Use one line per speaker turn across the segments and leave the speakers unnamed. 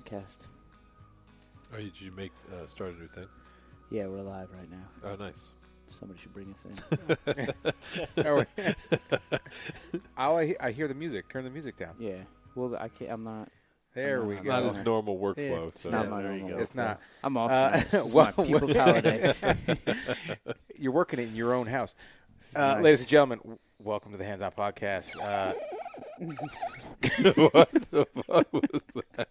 broadcast.
Oh, you- did you make uh, start a new thing?
Yeah, we're live right now.
Uh,
Oh, nice.
Somebody should bring us in.
Oh, All I, he- I hear the music. Turn the music down.
yeah. Well, I can't. I'm not.
There
I'm
we
not-
go.
Not
Yeah.
his normal
Yeah,
workflow.
it's
It's
so
not
Yeah,
my
there you
normal
go.
work,
It's not.
yeah. I'm off.
Uh,
tonight. it's
well,
my people's
well-
holiday.
You're working it in your own house. Uh,
Nice.
Ladies and gentlemen, w- welcome to the Hands On Podcast. Uh,
what the fuck was that?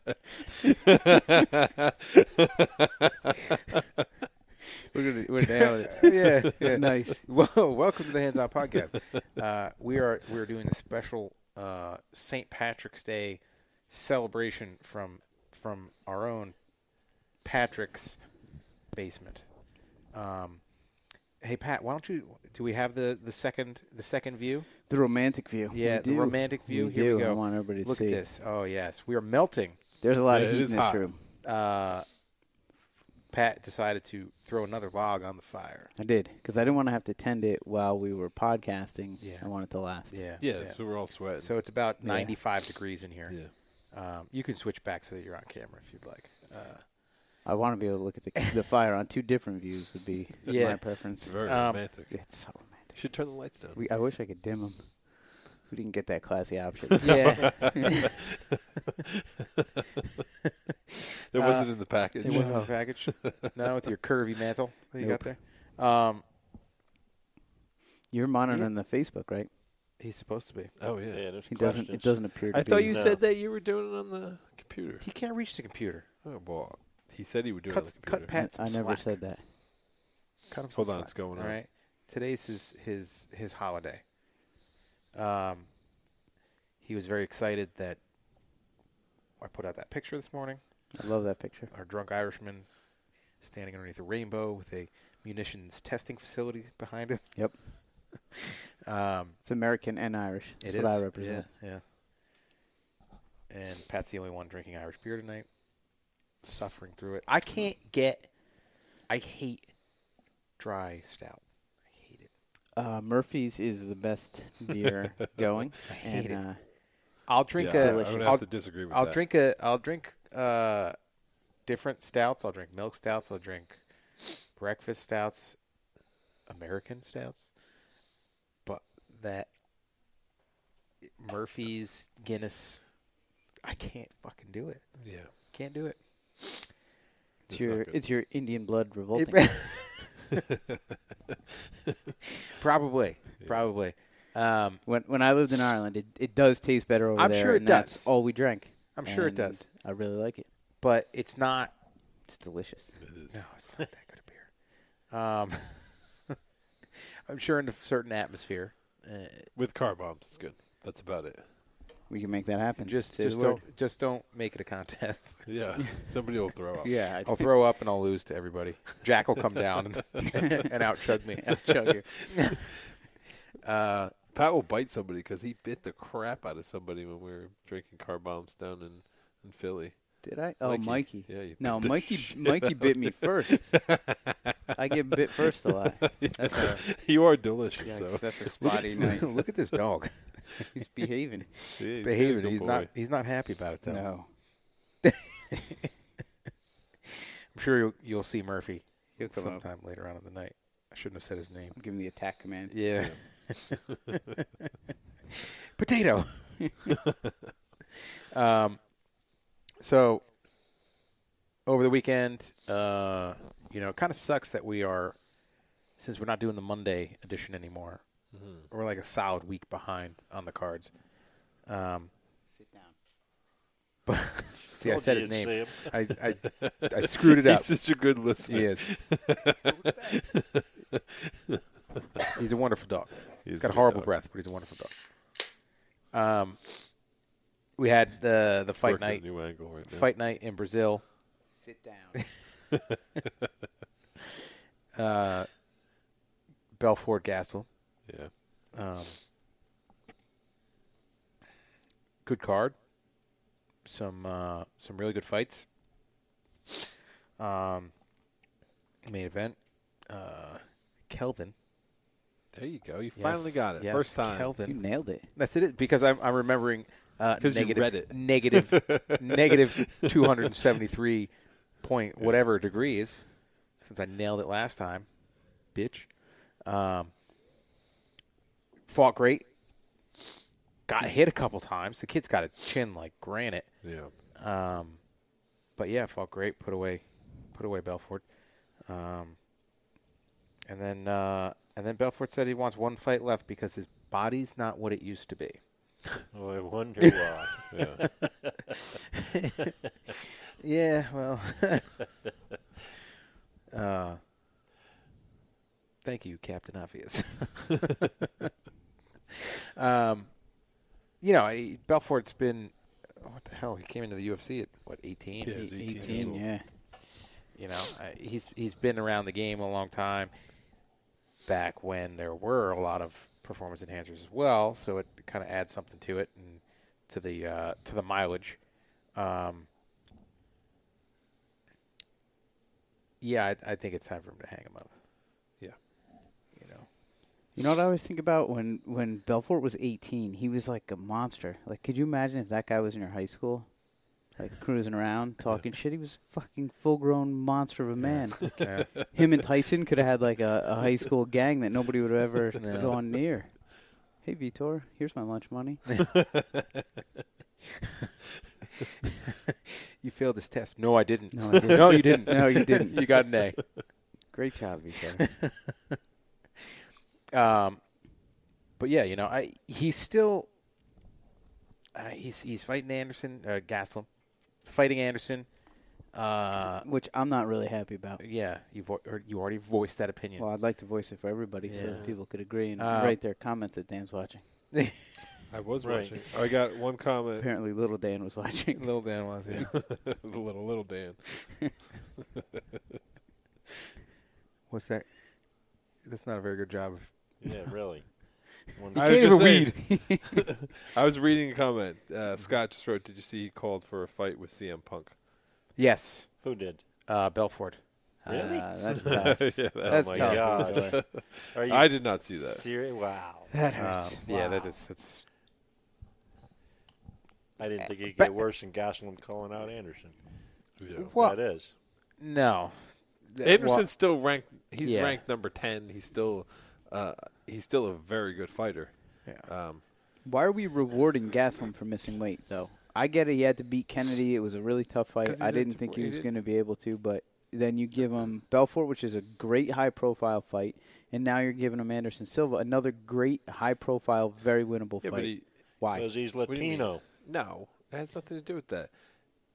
we're gonna we're down.
yeah, yeah.
nice.
Well, welcome to the Hands On Podcast. Uh, we are we are doing a special uh, St. Patrick's Day celebration from from our own Patrick's basement. Um, hey Pat, why don't you? Do we have the, the second the second view?
The romantic view.
Yeah,
We
the
do.
romantic view.
We
Here
do.
we go.
I want everybody to
Look
see.
at this. Oh yes, we are melting.
There's a lot
Yeah,
of
it
heat in
is
this
hot.
room.
Uh, Pat decided to throw another log on the fire.
I did because I didn't want to have to tend it while we were podcasting.
Yeah.
I want it to last.
Yeah.
yeah, so we're all sweating.
So it's about
Yeah.
95 degrees in here.
yeah.
Um, you can switch back so that you're on camera if you'd like. Uh,
I want to be able to look at the, the fire on two different views. Would be
Yeah.
my
It's
preference.
very
Um,
romantic. You
It's so romantic.
should turn the lights down.
We, I wish I could dim them. We didn't get that classy option.
yeah.
There wasn't in the package.
uh, it wasn't in the package. no, with your curvy mantle that you got there. Um,
You're monitoring the Facebook, right?
he's supposed to be.
Oh yeah.
Yeah, there's
He
questions.
doesn't. It doesn't appear. to
I thought
be.
you
No.
said that you were doing it on the computer.
He can't reach the computer.
Oh well, he said he would do it on
Cut,
the computer.
cut Pat
I, I
some
never
slack.
said that.
Cut him some
Hold on,
slack,
it's going
all
on.
right? Today's his his his holiday. Um, he was very excited that I put out that picture this morning.
I love that picture.
Our drunk Irishman standing underneath a rainbow with a munitions testing facility behind him.
Yep.
Um,
It's American and Irish. That's
It
what I
is,
represent.
Yeah, yeah. And Pat's the only one drinking Irish beer tonight, suffering through it. I can't get. I hate dry stout. I hate it.
Uh, Murphy's is the best beer going,
hate
and
it.
uh,
I'll drink
yeah, I
a.
would- I would
I'll,
have to disagree with
I'll
that.
drink a. I'll drink uh, different stouts. I'll drink milk stouts. I'll drink breakfast stouts, American stouts, but that Murphy's Guinness, I can't fucking do it.
Yeah.
Can't do it.
it's
That's
your
not good.
it's your Indian blood revolting.
probably, probably. Um,
when when I lived in Ireland, it, it does taste better over
I'm
there.
sure it
and that's
does.
all we drank.
I'm sure it does.
And I really like it.
but it's not.
It's delicious.
It is.
No, it's not that good a beer. Um, I'm sure in a certain atmosphere. Uh,
With car bombs, it's good. That's about it.
We can make that happen.
just,
Say the
just
word.
don't, just don't make it a contest.
Yeah. Somebody will throw up.
Yeah, I
I'll throw up and I'll lose to everybody. Jack will come down and, and out chug me.
chug you.
Uh,
Pat will bite somebody because he bit the crap out of somebody when we were drinking car bombs down in, in Philly.
Did I? Oh,
Mikey.
Mikey.
Yeah, you
no,
bit the
Mikey.
shit
Mikey bit me first. I get bit first a lot. That's a,
you are delicious. so
that's a spotty night.
look at this dog
He's behaving.
Yeah, he's
behaving.
good
He's
boy.
not. He's not happy about it though.
No.
I'm sure you'll, you'll see Murphy
He'll come up.
sometime later on in the night. I shouldn't have said his name.
I'm giving the attack command.
Yeah. Potato. um, so over the weekend, uh, you know, it kind of sucks that we are since we're not doing the Monday edition anymore.
Mhm.
Mm-hmm.
We're like a solid week behind on the cards. Um,
Sit down.
see, I
Told
said
you
his
you'd
name.
see 'em.
I, I, I screwed it up.
He's such a good listener.
He is. he's a wonderful dog.
He's
he's got
a
a
good
horrible
dog.
breath, but he's a wonderful dog. Um, we had the the fight
Working
night,
A new angle right now.
fight night in Brazil.
Sit down.
Uh, Belfort Gastel.
Yeah.
Um, good card. Some uh, some really good fights. Um, main event. Uh, Kelvin.
There you go. You finally
Yes,
got it.
yes,
First time.
you
Kelvin.
nailed it.
That's it. Because I'm, I'm remembering Uh,
'Cause you
negative-
read it.
negative, negative 273 point whatever degrees, since I nailed it last time, bitch. Um, fought great. Got hit a couple times. The kid's got a chin like granite.
Yeah.
Um, but yeah, fought great. Put away, put away Belfort. Um, and then uh, and then Belfort said he wants one fight left because his body's not what it used to be.
Oh, I wonder why.
Yeah.
Yeah, well. uh, thank you, Captain Obvious. um, you know, I- Belfort's been what the hell? He came into the UFC at what eighteen?
Yeah, he was 18 years old.
yeah.
You know, I, he's he's been around the game a long time. Back when there were a lot of performance enhancers as well, so it kind of adds something to it and to the uh, to the mileage. Um, yeah, I, I think it's time for him to hang him up.
Yeah.
You know,
You know what I always think about when when Belfort was 18, he was like a monster. Like, could you imagine if that guy was in your high school, like cruising around talking shit? He was a fucking full grown monster of a man. Him and Tyson could have had like a, a high school gang that nobody would have ever
No.
gone near. Hey Vitor, here's my lunch money.
you failed this test. No, I didn't.
No, I didn't.
no, you didn't.
No, you didn't.
you got an A.
Great job, Vitor.
Um, but yeah, you know, I he's still uh, he's he's fighting Anderson uh, Gaslam, fighting Anderson. Uh,
Which I'm not really happy about.
yeah, you vo- or you already voiced that opinion.
Well, I'd like to voice it for everybody so
Yeah.
people could agree and
Uh,
write their comments that Dan's watching.
I was
Right.
watching. I got one comment.
Apparently, little Dan was watching.
Little Dan was yeah.
the little little Dan.
What's that? That's not a very good job.
yeah, really. One-
I
can't
was just
even
saying- I was reading a comment. Uh, Scott just wrote, "Did you see he called for a fight with CM Punk?"
Yes,
who did?
uh, Belfort.
Really?
Uh, that's tough.
yeah,
That's
oh my
tough.
god. Are you
I did not see that.
serious? Wow.
That
Um,
hurts.
Yeah, that
Wow.
is that's
I didn't think it could
But-
get worse than Gosling calling out Anderson.
Yeah.
Well-
That is.
no. Th-
Anderson's
well,
still ranked. He's
Yeah.
ranked number ten. He's still, uh, he's still a very good fighter.
yeah.
Um,
Why are we rewarding Gaslam for missing weight, though? I get it. He had to beat Kennedy. It was a really tough
'Cause
fight.
he's
I didn't think he was
underrated.
going to be able to, but then you give him Belfort, which is a great high profile fight, and now you're giving him Anderson Silva, another great high profile, very winnable
yeah, but
fight.
he,
Why?
Because he's
do you mean?
Latino.
no, it has nothing to do with that.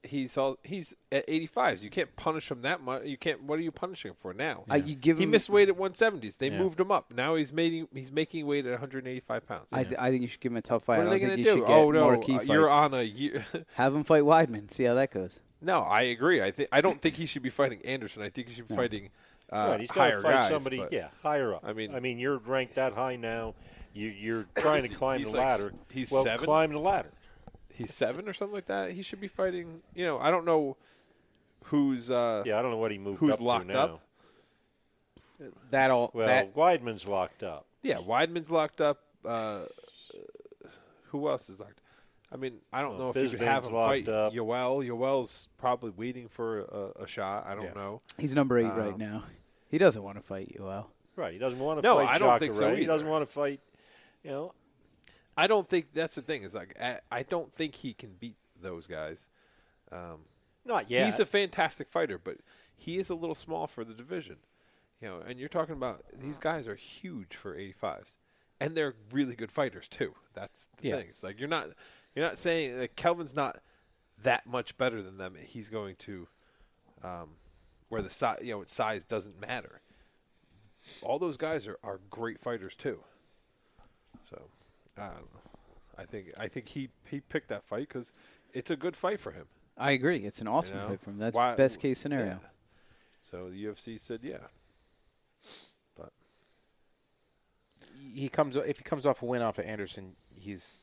He's all he's at eighty five. You can't punish him that much. You can't. What are you punishing him for now?
Uh, you give
he
him-
missed weight at one seventies. They
Yeah.
moved him up. Now he's making he's making weight at one hundred eighty five pounds.
I, I think you should give him a tough fight.
what are
I
they
don't think
going to
you should
do?
get
Oh no,
more key
uh, you're
fights.
on a year.
Have him fight Weidman. See how that goes.
No, I agree. I think I don't think he should be fighting Anderson. I think he should be fighting uh,
right, he's got
higher
to fight
guys,
somebody,
but
yeah, higher up.
I mean-
I mean, you're ranked that high now. You, you're trying to
he?
climb
He's
the
like s-
ladder.
he's
well,
seven?
climb the ladder.
He's seven or something like that. He should be fighting. You know, I don't know who's. Uh,
Yeah, I don't know what he moved
Who's
up to
locked
now.
up?
that all
Well,
that
Weidman's locked up.
yeah, Weidman's locked up. Uh, who else is locked? I mean, I don't
Well,
know if you would
Bisping's
have him
locked
fight
up.
Yoel. Yoel's probably waiting for a, a shot. I don't
Yes.
know.
He's number eight
Um,
right now. He doesn't want to fight you, Al.
Right. He doesn't want to
No,
fight
I don't think so
Jacare. He
either.
doesn't want to fight, you know.
I don't think that's the thing. Is like I, I don't think he can beat those guys. Um,
Not yet.
He's a fantastic fighter, but he is a little small for the division. You know, and you're talking about these guys are huge for 85s, and they're really good fighters too. That's the
Yeah.
thing. It's like you're not you're not saying like Kelvin's not that much better than them. He's going to um, where the size you know its size doesn't matter. All those guys are, are great fighters too. So I don't know. I think I think he he picked that fight because it's a good fight for him.
I agree. It's an awesome
You know?
fight for him. That's
Why-
best case scenario.
yeah. So the UFC said, yeah. But
he comes if he comes off a win off of Anderson, he's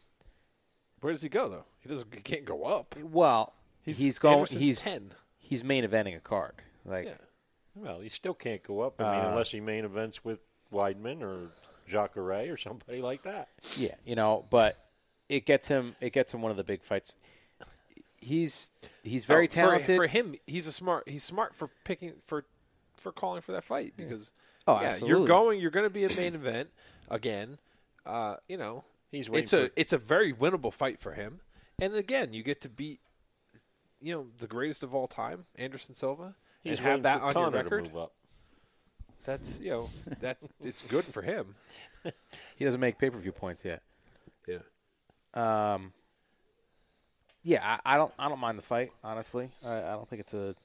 where does he go though? He doesn't. He can't go up.
well, he's, going.
Anderson's
he's
ten.
he's main eventing a card. Like
Yeah.
well, he still can't go up. I mean,
Uh,
unless he main events with Weidman or Jacare or somebody like that.
Yeah, you know, but it gets him it gets him one of the big fights. He's he's very
Oh, for-
talented.
For, him, he's a smart. He's smart for picking for for calling for that fight because
Oh,
yeah, you're
absolutely.
going. You're going to be a main event again. Uh, you know,
He's waiting
it's a
for-
it's a very winnable fight for him. And again, you get to beat you know the greatest of all time, Anderson Silva,
He's
and have
waiting
that
for
on
Connor
your record.
to move up.
That's you know that's it's good for him.
he doesn't make pay per view points yet.
Yeah.
Um, yeah, I, I don't I don't mind the fight honestly. I, I don't think it's a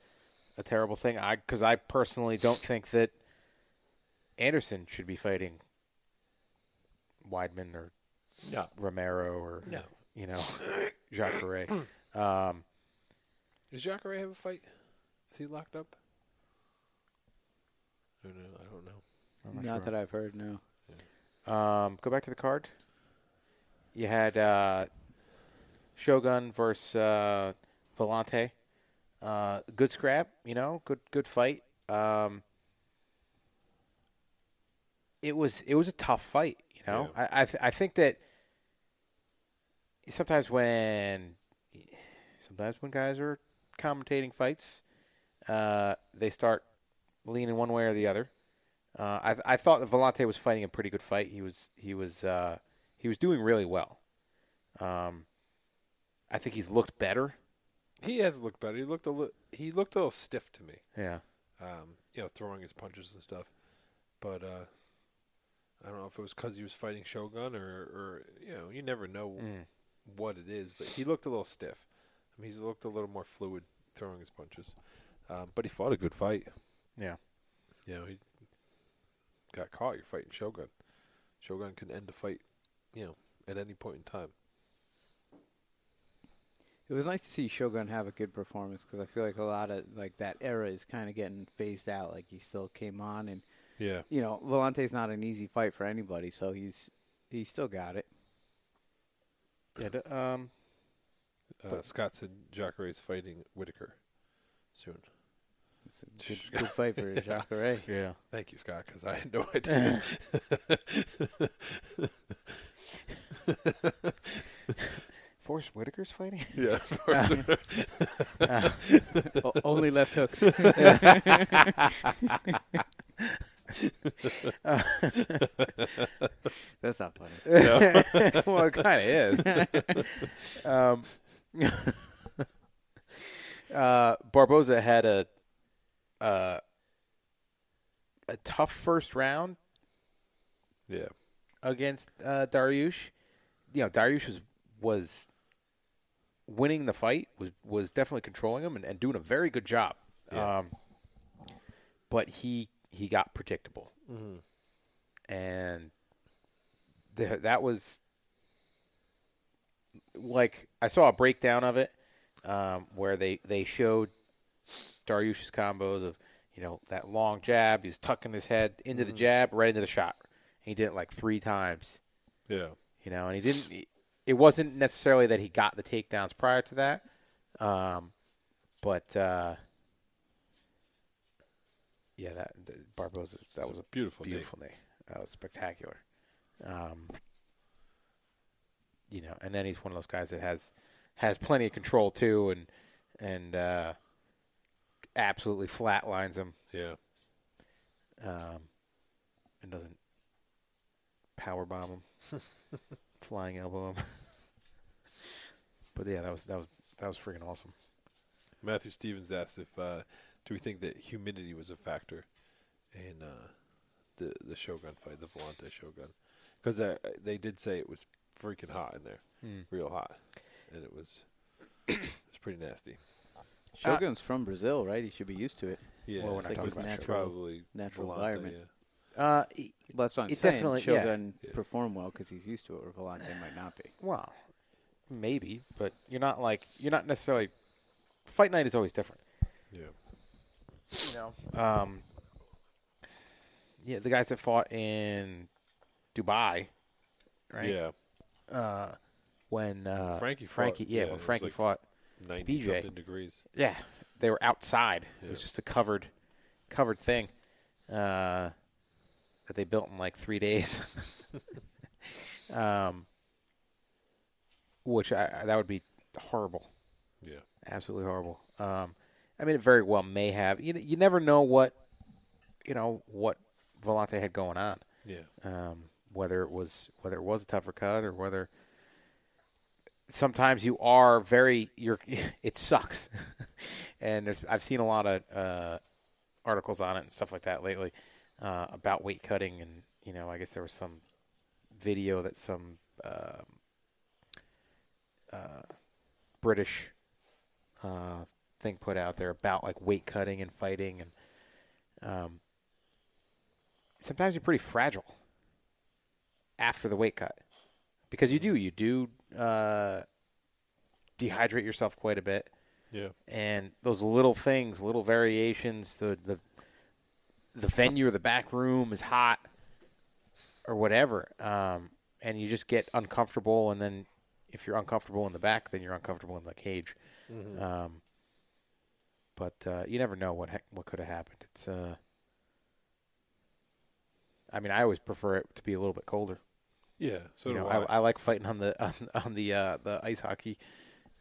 a terrible thing. I because I personally don't think that Anderson should be fighting Weidman or
No,
Romero or
No.
you know Jacare. Um,
Does Jacare have a fight? Is he locked up? I don't know. I don't know.
I'm
Not
not sure.
that I've heard. No.
Um, go back to the card. You had uh, Shogun versus uh, Volante. Uh, good scrap, you know, good good fight. Um, it was it was a tough fight, you know. I I, th- I think that sometimes when sometimes when guys are commentating fights, uh, they start leaning one way or the other. Uh, I I thought that Volante was fighting a pretty good fight. He was he was uh, he was doing really well. Um, I think he's looked better.
He has looked better. He looked a little. He looked a little stiff to me.
Yeah.
Um, you know, throwing his punches and stuff. But uh, I don't know if it was because he was fighting Shogun or, or you know, you never know what it is. But he looked a little stiff. I mean, he's looked a little more fluid throwing his punches. Um, but he fought a good fight.
Yeah.
You know, he got caught. You're fighting Shogun. Shogun can end a fight, you know, at any point in time.
It was nice to see Shogun have a good performance because I feel like a lot of like that era is kind of getting phased out. Like he still came on, and
Yeah.
you know, Volante's not an easy fight for anybody, so he's he still got it.
Yeah. d- Um,
Uh, Scott said Jacare's fighting Whitaker soon.
It's a good, good fight for Jacare.
yeah.
Thank you, Scott, because I had no idea.
Forrest Whitaker's fighting.
yeah.
O- only left hooks. That's not funny.
well, it kind of is. um, uh, Barboza had a uh, a tough first round
Yeah.
against uh, Dariush. You know, Dariush was was winning the fight, was was definitely controlling him and, and doing a very good job. Um, but he he got predictable, and th- that was like I saw a breakdown of it um, where they they showed Dariush's combos of you know that long jab. He was tucking his head into the jab, right into the shot. And he did it like three times,
Yeah.
you know. And he didn't. he- It wasn't necessarily that he got the takedowns prior to that, um, but uh, yeah, that the Barboza that was a
beautiful knee.
beautiful knee. That was spectacular. Um, you know, and then he's one of those guys that has has plenty of control too, and and uh, absolutely flatlines him
Yeah.
um, and doesn't power bomb him, flying elbow him. but yeah, that was that was that was freaking awesome.
Matthew Stevens asked if uh, do we think that humidity was a factor in uh, the the Shogun fight, the Volante Shogun, because uh, they did say it was freaking hot in there,
Hmm.
real hot, and it was it was pretty nasty.
Shogun's from Brazil, right? He should be used to it.
Yeah,
Well, we're
it's
not
like
talking
it was
about Shogun.
probably
Natural
Volante,
environment.
yeah.
Uh,
Well, that's what I'm
It
saying.
definitely- yeah.
Shogun performed well because he's used to it, where Volante might not be.
well, maybe, but you're not like you're not necessarily. Fight night is always different,
Yeah,
you know. Um, yeah, the guys that fought in Dubai, right?
yeah,
Uh, when uh,
Frankie fought,
Frankie, yeah,
yeah, it
when
was
Frankie
like-
fought.
ninety
BJ.
something degrees.
Yeah, they were outside. It was
Yeah.
just a covered, covered thing uh, that they built in like three days. um, which I, I- that would be horrible,
Yeah.
absolutely horrible. Um, I mean, it very well may have. You you never know what you know what Volante had going on.
Yeah.
um, whether it was whether it was a tougher cut or whether sometimes you are very you're it sucks and there's, i've seen a lot of uh, articles on it and stuff like that lately uh, about weight cutting and you know i guess there was some video that some um, uh, british uh, thing put out there about like weight cutting and fighting and um, sometimes you're pretty fragile after the weight cut because you do you do uh, dehydrate yourself quite a bit
Yeah.
and those little things little variations the the the venue or the back room is hot or whatever um, and you just get uncomfortable and then if you're uncomfortable in the back then you're uncomfortable in the cage um, but uh, you never know what ha- what could have happened it's uh I mean, I always prefer it to be a little bit colder.
Yeah. So
You know,
do
I, I like fighting on the on, on the uh, the ice hockey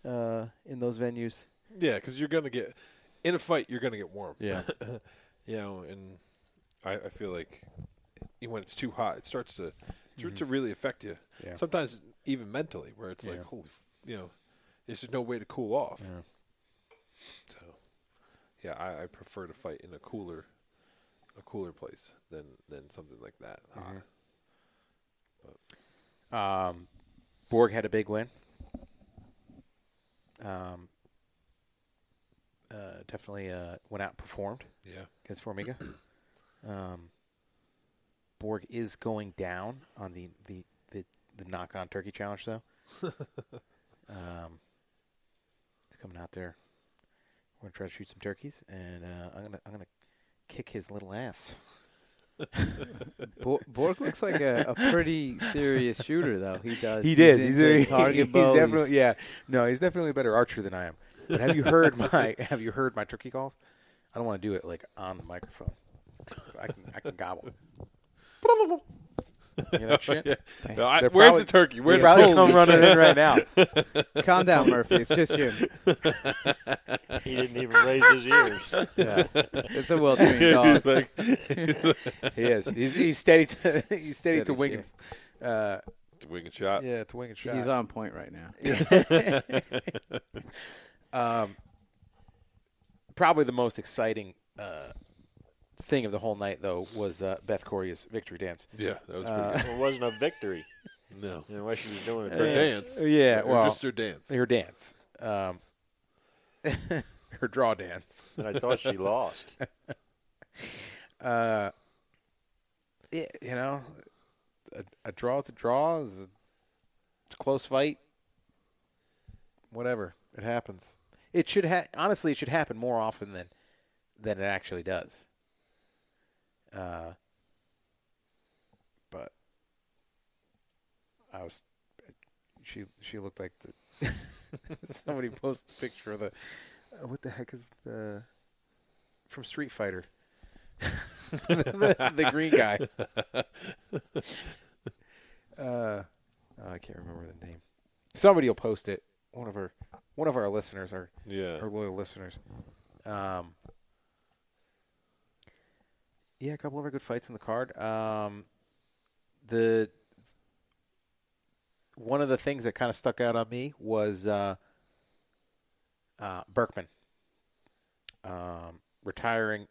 uh, in those venues.
Yeah, because you're gonna get in a fight. You're gonna get warm.
Yeah,
You know, and I, I feel like e- when it's too hot, it starts to it starts to really affect you.
Mm-hmm. Yeah.
Sometimes even mentally, where it's
Yeah.
like, holy, f- you know, there's just no way to cool off.
Yeah.
So, yeah, I, I prefer to fight in a cooler, a cooler place than than something like that. hot.
Mm-hmm. Um, Borg had a big win. Um, uh, definitely uh, went out and performed
Yeah.
against Formiga. um, Borg is going down on the the the, the knock on Turkey challenge though. um, he's coming out there. We're gonna try to shoot some turkeys, and uh, I'm gonna I'm gonna kick his little ass.
Bo- Bork looks like a, a pretty serious shooter, though. He does.
He did.
He's,
He's,
into
a,
target
he's
bow. He's-
definitely yeah. No, he's definitely a better archer than I am. But have you heard my have you heard my turkey calls? I don't want to do it like on the microphone. I can I can gobble. you know that shit?
No, I-
They're
where's
probably-
the turkey? Where's
They'd probably
holy
come running in right now.
Calm down, Murphy. It's just you.
He didn't even raise his ears.
Yeah,
It's a well trained dog.
he is. He's, he's steady. To, he's steady, to
Steady,
wing. And, uh,
wing and shot.
yeah, to wing and shot.
He's on point right now.
um, probably the most exciting uh, thing of the whole night, though, was uh, Beth Corey's victory dance.
Yeah, that was
Uh,
Well, it wasn't a victory.
pretty good. No.
Unless she was doing a
Her
dance.
dance.
yeah,
Or
well-
just her dance.
her dance, um, her draw dance.
And I thought she lost.
Uh, it, you know, a, a draw is a draw. Is a, it's a close fight. Whatever it happens, it should ha- honestly it should happen more often than than it actually does. Uh, but I was she she looked like the somebody posted a picture of the uh, what the heck is the from Street Fighter the, the green guy. Uh, I can't remember the name. Somebody will post it. One of our one of our listeners, our
Yeah.
our loyal listeners. Um, yeah, a couple of our good fights on the card. Um, the one of the things that kind of stuck out on me was uh, uh, Berkman um, retiring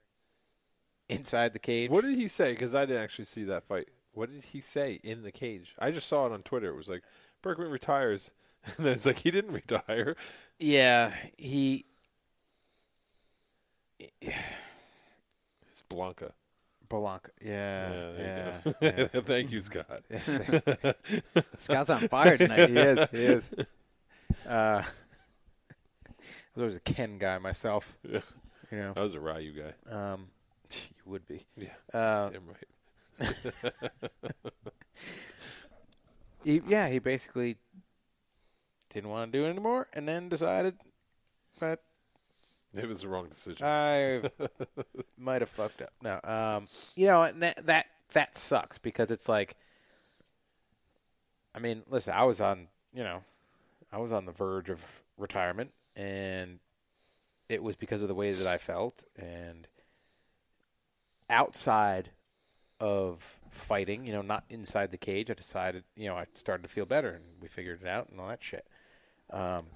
inside the cage.
What did he say? Because I didn't actually see that fight. What did he say in the cage? I just saw it on Twitter. It was like Berkman retires, and then it's like he didn't retire.
yeah, he
It's Blanca.
Blanca.
Yeah,
Yeah, yeah,
there you
yeah.
go. Thank you, Scott.
Scott's on fire tonight.
he is. He is. Uh, I was always a Ken guy myself.
Yeah.
You know,
I was a Ryu guy.
um, you would be.
Yeah,
Uh,
damn right.
he, yeah, he basically didn't want to do it anymore, and then decided that
It was the wrong decision.
uh, I might have fucked up. No, um, you know and that, that that sucks because it's like, I mean, listen, I was on, you know, I was on the verge of retirement, and it was because of the way that I felt. And outside of fighting, you know, not inside the cage, I decided, you know, I started to feel better, and we figured it out and all that shit. Um,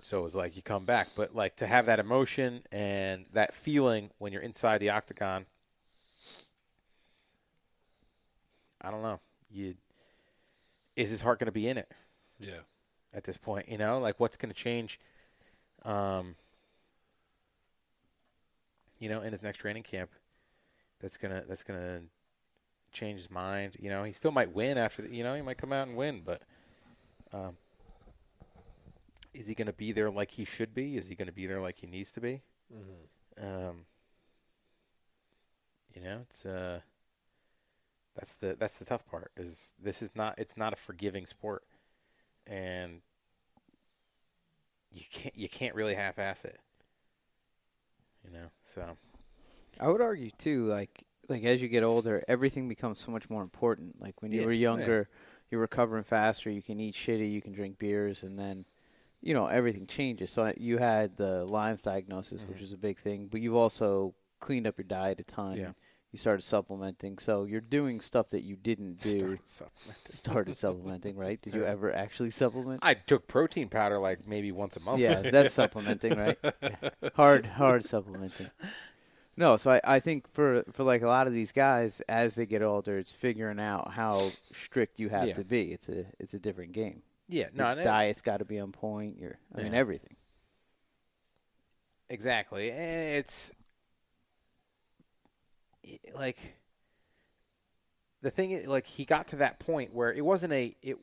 so it was like you come back, but like to have that emotion and that feeling when you're inside the octagon, I don't know. You is his heart going to be in it
Yeah.
at this point? You know, like what's going to change? Um, you know, in his next training camp, that's gonna that's gonna change his mind. You know, he still might win after. The, you know, he might come out and win, but um, is he going to be there like he should be? Is he going to be there like he needs to be? Um, you know, it's uh, that's the that's the tough part. Is this is not it's not a forgiving sport, and you can't you can't really half-ass it. You know, so
I would argue too, like like as you get older, everything becomes so much more important. Like when you
Yeah,
were
yeah.
younger, you're recovering faster. You can eat shitty. You can drink beers, and then you know everything changes. So I- you had the Lyme's diagnosis,
Mm-hmm.
which is a big thing, but you also cleaned up your diet a ton.
Yeah.
You started supplementing, so you're doing stuff that you didn't do.
Start
Started,
supplementing.
supplementing, right? Did you
Yeah.
ever actually supplement?
I took protein powder like maybe once a month.
Yeah, that's supplementing, right? Hard, hard supplementing. No, so I, I think for for like a lot of these guys, as they get older, it's figuring out how strict you have
Yeah.
to be. It's a it's a different game.
yeah, no,
Your
and it-
diet's got to be on point. Your I mean
Yeah.
everything.
Exactly. And it's it- like the thing is like he got to that point where it wasn't a it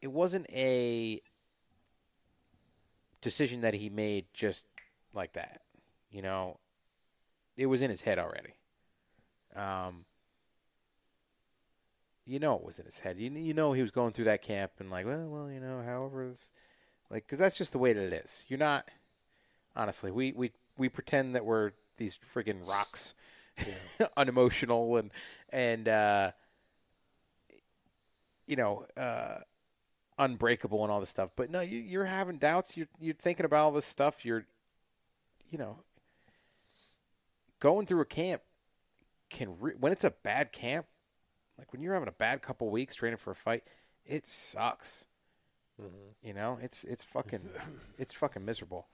it wasn't a decision that he made just like that. You know, it was in his head already. Um you know it was in his head. You, you know he was going through that camp and like, well, well, you know, however this like because that's just the way that it is you're not honestly we we we pretend that we're these friggin' rocks unemotional and and uh you know uh unbreakable and all this stuff but no you you're having doubts you're you're thinking about all this stuff you're you know going through a camp can re- when it's a bad camp like when you're having a bad couple weeks training for a fight it sucks you know, it's it's fucking it's fucking miserable.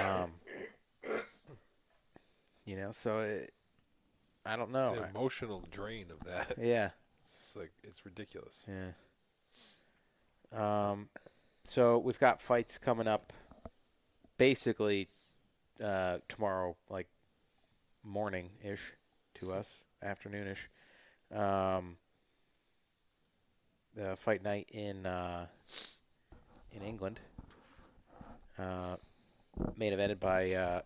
Um, you know, so it, I don't know.
The
I-
emotional drain of that.
yeah,
It's just like it's ridiculous.
yeah. Um, so we've got fights coming up, basically uh, tomorrow, like morning ish to us, afternoon ish. Um, the fight night in uh, in England, uh, main evented by uh,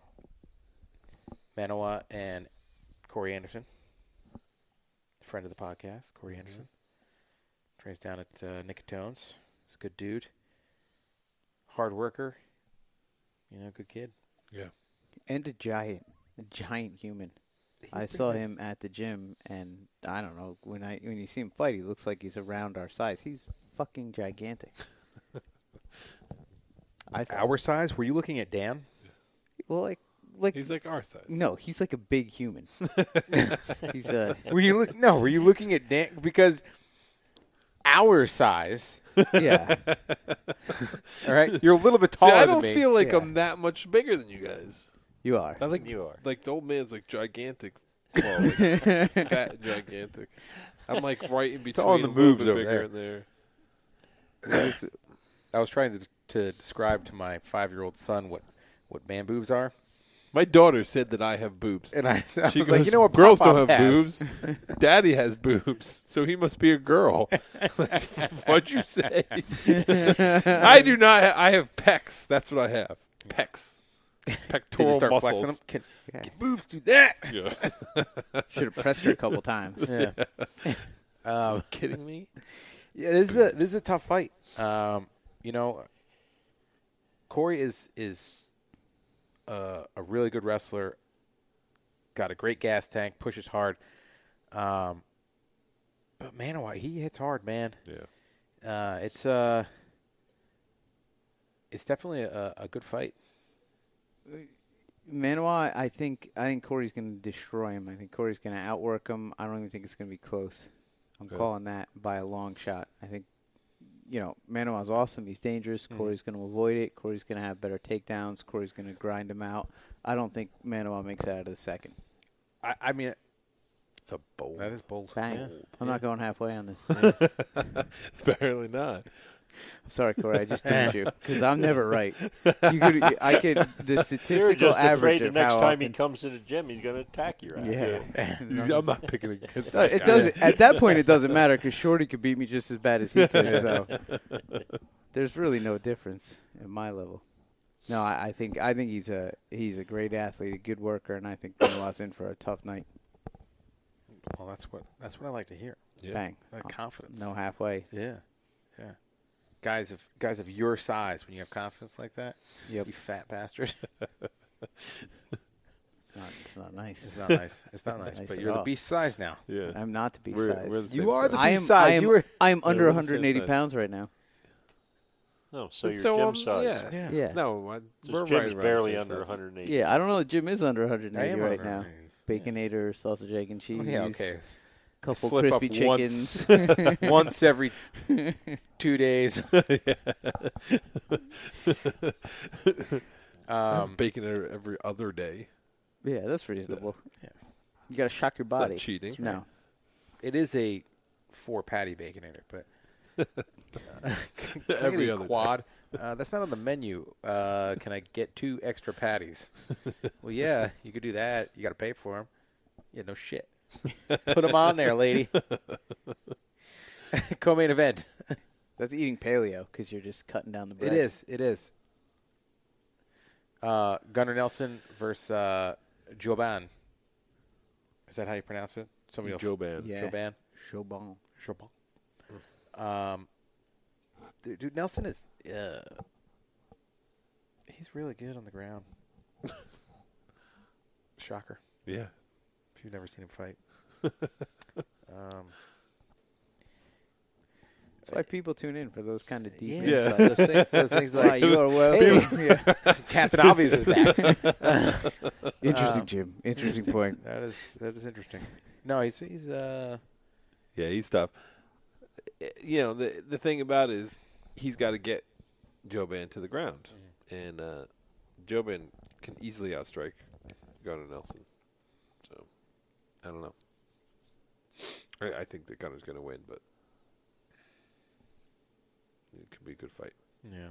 Manoa and Corey Anderson, friend of the podcast, Corey Anderson. Trains down at uh, Nicotones. He's a good dude, hard worker. You know, good kid.
Yeah.
And a giant, a giant human. I saw him at the gym, and I don't know when I when you see him fight, he looks like he's around our size. He's fucking gigantic. I thought,
Our size? Were you looking at Dan?
well, like like
He's like our size.
No, he's like a big human. he's a
Were you look? No, were you looking at Dan? Because our size,
yeah.
all right, you're a little bit
See,
taller
I
than
don't
me.
feel like
Yeah.
I'm that much bigger than you guys.
You are.
I think
You are.
Like the old man's like gigantic, well, like, fat and gigantic. I'm like right in between.
all in
a
the
little
moves
bit
over
bigger
there.
in there.
I was trying to to describe to my five year old son what what man boobs are,
My daughter said that I have boobs.
and I, I was
she goes,
like, you know what,
Girls
Pop-Pop
don't have
has."
boobs. Daddy has boobs, so he must be a girl. That's what you say. I do not. Ha- I have pecs. That's what I have. Pecs.
Did
Pectoral
you start
muscles.
flexing them? Can,
Yeah.
can boobs do that?
Yeah.
Should have pressed her a couple times.
Yeah. um,
Kidding me?
Yeah, this is a this is a tough fight. Um, you know, Corey is is uh, a really good wrestler. Got a great gas tank, pushes hard. Um, But Manawai, he hits hard, man.
Yeah.
Uh, it's uh, it's definitely a, a good fight.
Manoa, I think I think Corey's going to destroy him. I think Corey's going to outwork him. I don't even think it's going to be close. I'm
Okay.
calling that by a long shot. I think, you know, Manoa's awesome. He's dangerous.
Mhm.
Corey's going to avoid it. Corey's going to have better takedowns. Corey's going to grind him out. I don't think Manoa makes it out of the second.
I, I mean,
It's a bowl.
that is bold.
Bang.
Yeah.
I'm not going halfway on this.
Apparently not.
I'm sorry, Corey. I just doomed you because I'm never right. You could, I could the
You're
statistical
just afraid
average
the
of
next
how
time he
often-
comes to the gym, he's going to attack your ass.
yeah.
I'm not picking against
Uh,
that
it
guy.
doesn't. At that point, it doesn't matter because Shorty could beat me just as bad as he could. So there's really no difference at my level. No, I, I think I think he's a he's a great athlete, a good worker, and I think Benoit's in for a tough night.
Well, that's what that's what I like to hear.
Yeah.
Bang,
That confidence.
no halfway.
Yeah. Yeah. Guys of guys of your size, when you have confidence like that,
Yep,
you fat bastard.
it's not it's not
It's
nice.
not nice. It's not nice.
Nice
but
at
you're the
all.
beast size now.
Yeah.
I'm not to be
We're-
sized.
we're the
You
Same
are the
size.
I am
beast
I
size.
am,
you were.
I am under
we're the same
180
size.
pounds right now.
No, so your
So,
gym
um,
size.
yeah.
Yeah. uh,
Yeah,
No, I,
This
we're right
gym's
around
barely
the same
under
size.
180.
yeah. I don't know. Jim is under 180 right
under
now.
180.
Baconator, sausage, egg, and cheese.
Oh, Yeah. Okay.
Couple
Slip up
crispy
once.
chickens.
Once every two days. um,
Bacon every- every other day.
Yeah, that's reasonable.
Yeah.
You gotta shock your
It's not
body.
cheating.
no.
it is a four patty bacon in it, but Can I get
Every
a
other day.
quad. Uh, that's not on the menu. Uh, can I get two extra patties? well, yeah, you could do that. You got to pay for them. Yeah, no shit. Put them on there, lady. Co-main event.
That's eating paleo because you're just cutting down the bread.
It is. It is. Uh, Gunnar Nelson versus uh, Joban. Is that how you pronounce it? Somebody else.
Joban.
Yeah.
Joban.
Chaubon.
Chopin. Um, dude, dude, Nelson is. Uh, he's really good on the ground. Shocker
Yeah.
if you've never seen him fight. um,
That's why people tune in for those kind of deep
yeah,
Yeah.
insights.
those things, those things
Like,
like
you are well. Yeah.
Captain Obvious is back.
Interesting,
Um,
Jim. Interesting point.
That is that is interesting. No, he's he's uh
Yeah, he's tough. I- You know, the the thing about it is he's got to get Joban to the ground, and uh, Joban can easily outstrike Gunnar Nelson. So I don't know. I, I think that Gunner's going to win, but it could be a good fight
yeah.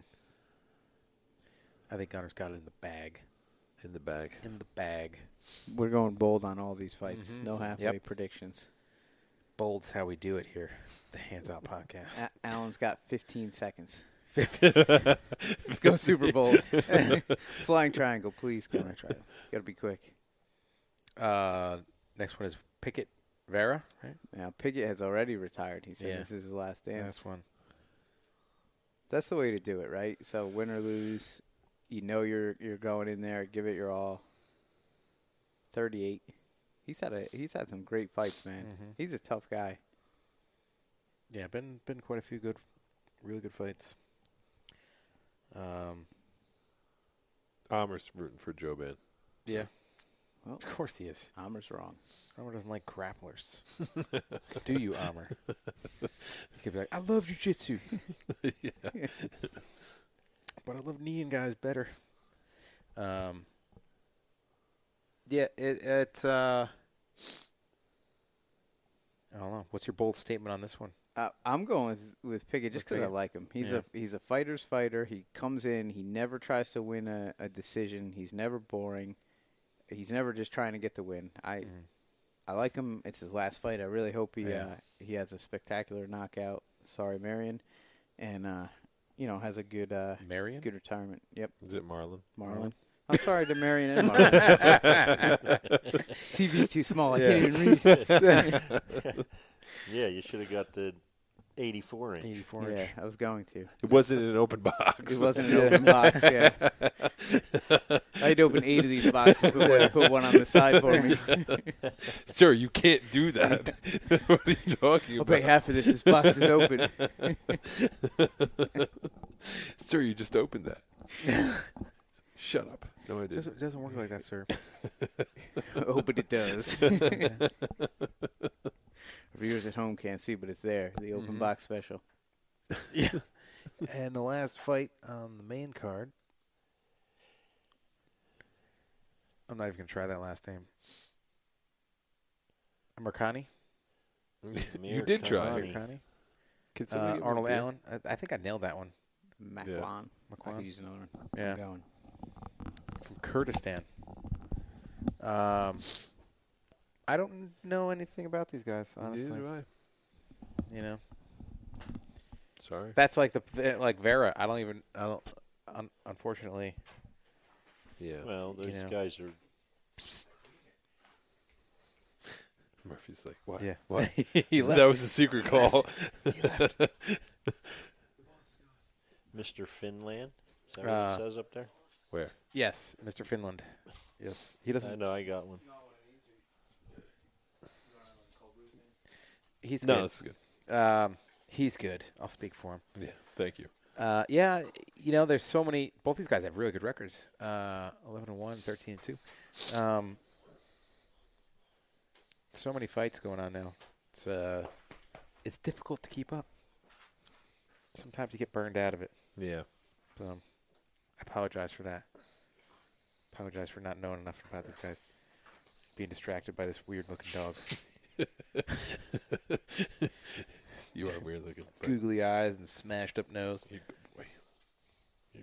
I think Gunner's got it in the bag.
in the bag.
In the bag.
We're going bold on all these fights.
Mhm.
No halfway
Yep.
predictions.
Bold's how we do it here. The Hands Out Podcast.
A- Alan's got 15 seconds.
Let's
Let's go Super Bowl. Flying triangle, please. Come on, triangle. Got to be quick.
Uh, next one is Pickett Vera. Right?
Now Pickett has already retired. He said
Yeah.
this is his last dance.
That's one.
That's the way to do it, right? So win or lose, you know you're you're going in there, give it your all. Thirty eight. He's had a he's had some great fights, man.
Mhm.
He's a tough guy.
Yeah, been been quite a few good, really good fights. Um,
Amherst rooting for Joban.
yeah.
Well-
of course he is.
Amher's wrong.
Armor doesn't like grapplers. do you, Armor? He's gonna be like, I love jujitsu, but I love kneeing guys better. Um. Yeah, it it's uh. I don't know. What's your bold statement on this one?
Uh, I'm going with with Pickett just
With
because I
Pickett.
like him. He's
Yeah.
a he's a fighter's fighter. He comes in. He never tries to win a, a decision. He's never boring. He's never just trying to get the win. I
Mhm.
I like him. It's his last fight. I really hope he
Yeah.
uh, he has a spectacular knockout. Sorry, Marion, and uh, you know has a good uh,
Marion.
good retirement. Yep,
Is it Marlon?
Marlon. I'm sorry to Marion and Marlon. TV's too small. I can't even read.
Yeah, you should have got the 84 inch.
84
Yeah,
inch.
I was going to.
It wasn't in an open box.
It wasn't an open box. Yeah, I had to open eight of these boxes before they put one on the side for me.
Sir, you can't do that. what are you talking
I'll
about?
pay half of this. This box is open.
Sir, you just opened that. Shut up. No, I
It
didn't.
doesn't, doesn't work like that, sir.
oh, but it does. Viewers at home can't see, but it's there. The open
Mhm.
box special.
and the last fight on the main card. I'm not even going to try that last name. Mercani?
You did try.
Mirkani.
Mercani?
Can somebody
Uh,
get me a
Arnold
beer?
Allen? I, I think I nailed that one.
Macron. I could
McQuan?
use another one.
Yeah.
I'm going.
Uh, From Kurdistan. Um, I don't know anything about these guys, honestly.
Neither do I.
You know?
Sorry.
That's like the the- like Vera. I don't even. I don't. Un, unfortunately,
Yeah.
Well, those
know.
guys are.
Murphy's like, what?
Yeah.
What?
he
that was the secret call.
Mr. Finland. Is that what
Uh,
it says up there?
Where?
Yes, Mr. Finland. Yes, he
I
doesn't.
know, I got one.
He's
No, this is good.
good. Um, he's good. I'll speak for him.
Yeah. Thank you.
Uh, yeah, you know, there's so many. Both these guys have really good records. Uh, 11 and 1, 13 and 2. Um, so many fights going on now. It's uh, it's difficult to keep up. Sometimes you get burned out of it.
Yeah.
So um, I apologize for that. Apologize for not knowing enough about these guys. Being distracted by this weird looking dog.
You are weird looking. but
Googly eyes and smashed up nose.
You good boy. You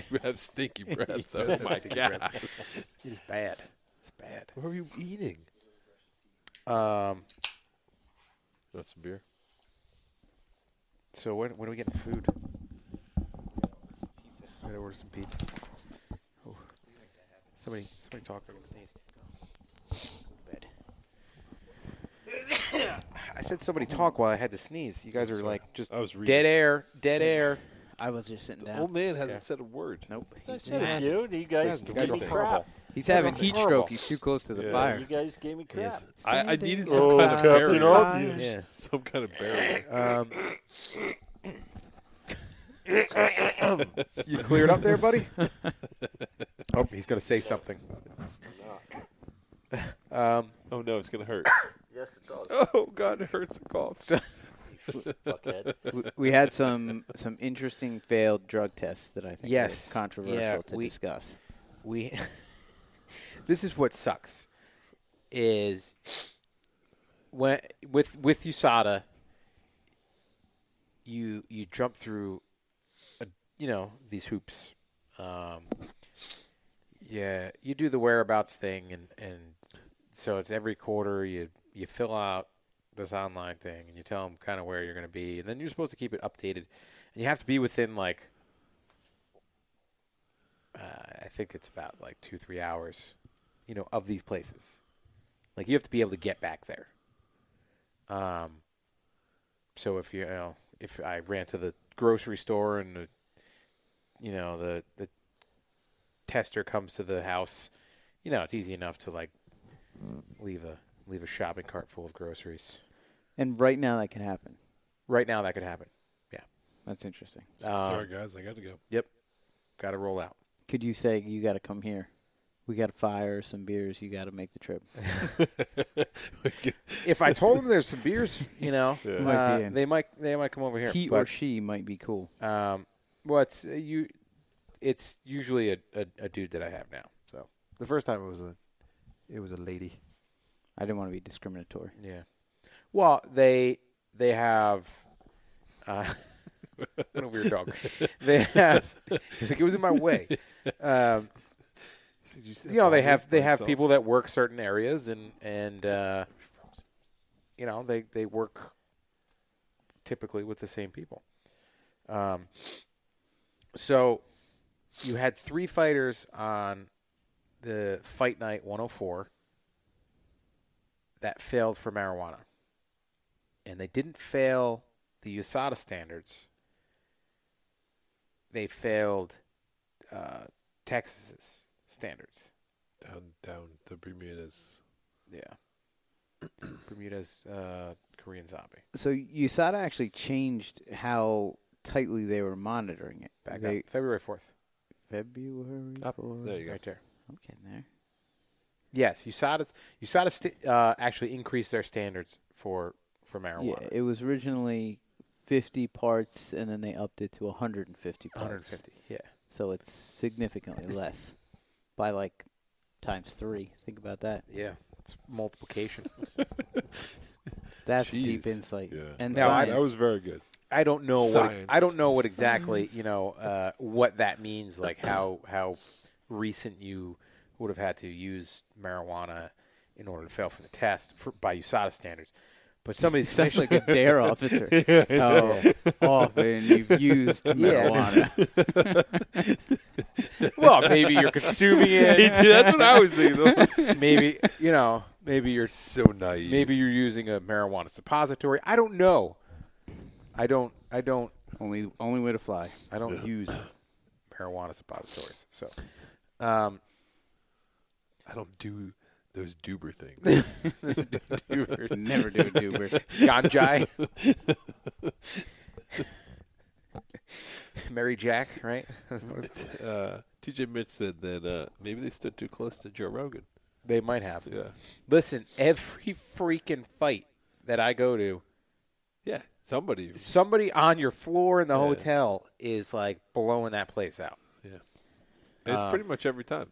good boy. you have stinky breath. oh my god.
It is bad. It's bad.
What are you eating?
Um,
That's some beer.
so when, when are we getting food? I gotta order some pizza. Oh. Somebody, somebody talk. I'm gonna sneeze. Bed. I said somebody talk while I had to sneeze. You guys are like just
I was reading.
dead air, dead air.
I was just sitting down.
Old man hasn't
Yeah.
said a word.
nope.
I
He's,
said a
nasty.
few. You guys
You
gave
guys are
me crap.
horrible.
He's
That's
having heat
horrible.
stroke. He's too close to the
Yeah.
fire.
You guys gave me crap.
I, I
Standing
needed some
Oh,
kind of
Captain
barrier.
Obvious.
Yeah.
Some kind of barrier.
Um, you cleared up there, buddy? oh, he's going to say something. um,
Oh no, it's gonna hurt.
Yes, it does.
oh god, it hurts the cough.
Uh,
Fuckhead.
W- we had some some interesting failed drug tests that I think
Yes.
are controversial
Yeah,
to
we-
discuss.
we this is what sucks is when with with USADA you you jump through a, you know these hoops um, yeah you do the whereabouts thing and and so it's every quarter you you fill out this online thing and you tell them kind of where you're going to be and then you're supposed to keep it updated and you have to be within like uh, I think it's about like two, three hours, you know, of these places. Like you have to be able to get back there. Um, so if you, you know, if I ran to the grocery store and, the, you know, the the tester comes to the house, you know, it's easy enough to like leave a leave a shopping cart full of groceries.
And right now that can happen.
Right now, that could happen.
That's interesting.
Um,
Sorry guys, I gotta go.
Yep. Got to roll out.
Could you say you got to come here? We got to fire some beers. You got to make the trip.
If I told them there's some beers, you know,
Yeah.
Might
uh,
be in.
they might they might come over here.
he
but-
or she might be cool.
Um, well, it's uh, you. It's usually a, a, a dude that I have now. So the first time it was a, it was a lady.
I didn't want to be discriminatory.
Yeah. Well, they they have. Uh, what a weird dog. they have. He's like it was in my way. Um, you know they have they have people that work certain areas and and uh, you know they they work typically with the same people. Um, so you had three fighters on the oh Fight Night 104 that failed for marijuana. and they didn't fail the USADA standards. They failed uh, Texas's standards.
down down the Bermudas.
Yeah. Bermuda's uh, Korean zombie.
So USADA actually changed how tightly they were monitoring it.
Back
they,
up February 4th.
February.
Up.
fourth.
There you go.
Right there.
I'm getting there.
Yes, USADA's, USADA st- uh, actually increased their standards for, for marijuana.
Yeah, it was originally 50 parts, and then they upped it to 150 parts.
150. Yeah.
So it's significantly less by like times three. Think about that.
Yeah. It's multiplication.
That's deep
Jeez.
insight.
Yeah.
And
Now, I-
science.
That was very good.
I don't know what
Science.
I don't know what exactly you know uh, what that means. Like how how recent you would have had to use marijuana in order to fail for the test for, by USADA standards. But some of these
He sounds like a dare officer.
oh,
Off and you've used marijuana.
well, maybe you're consuming it.
That's what I was thinking.
Maybe you know. Maybe you're
so naive.
maybe you're using a marijuana suppository. I don't know. I don't. I don't.
only only way to fly.
I don't use marijuana suppositories. So. Um,
I don't do those duber things.
Never do a duber.
Ganjai. Mary Jack, right?
uh, TJ Mitch said that uh, maybe they stood too close to Joe Rogan.
they might have.
Yeah.
Listen, every freaking fight that I go to,
Yeah. Somebody.
somebody on your floor in the
Yeah.
hotel is like blowing that place out.
Yeah. It's
Um,
pretty much every time.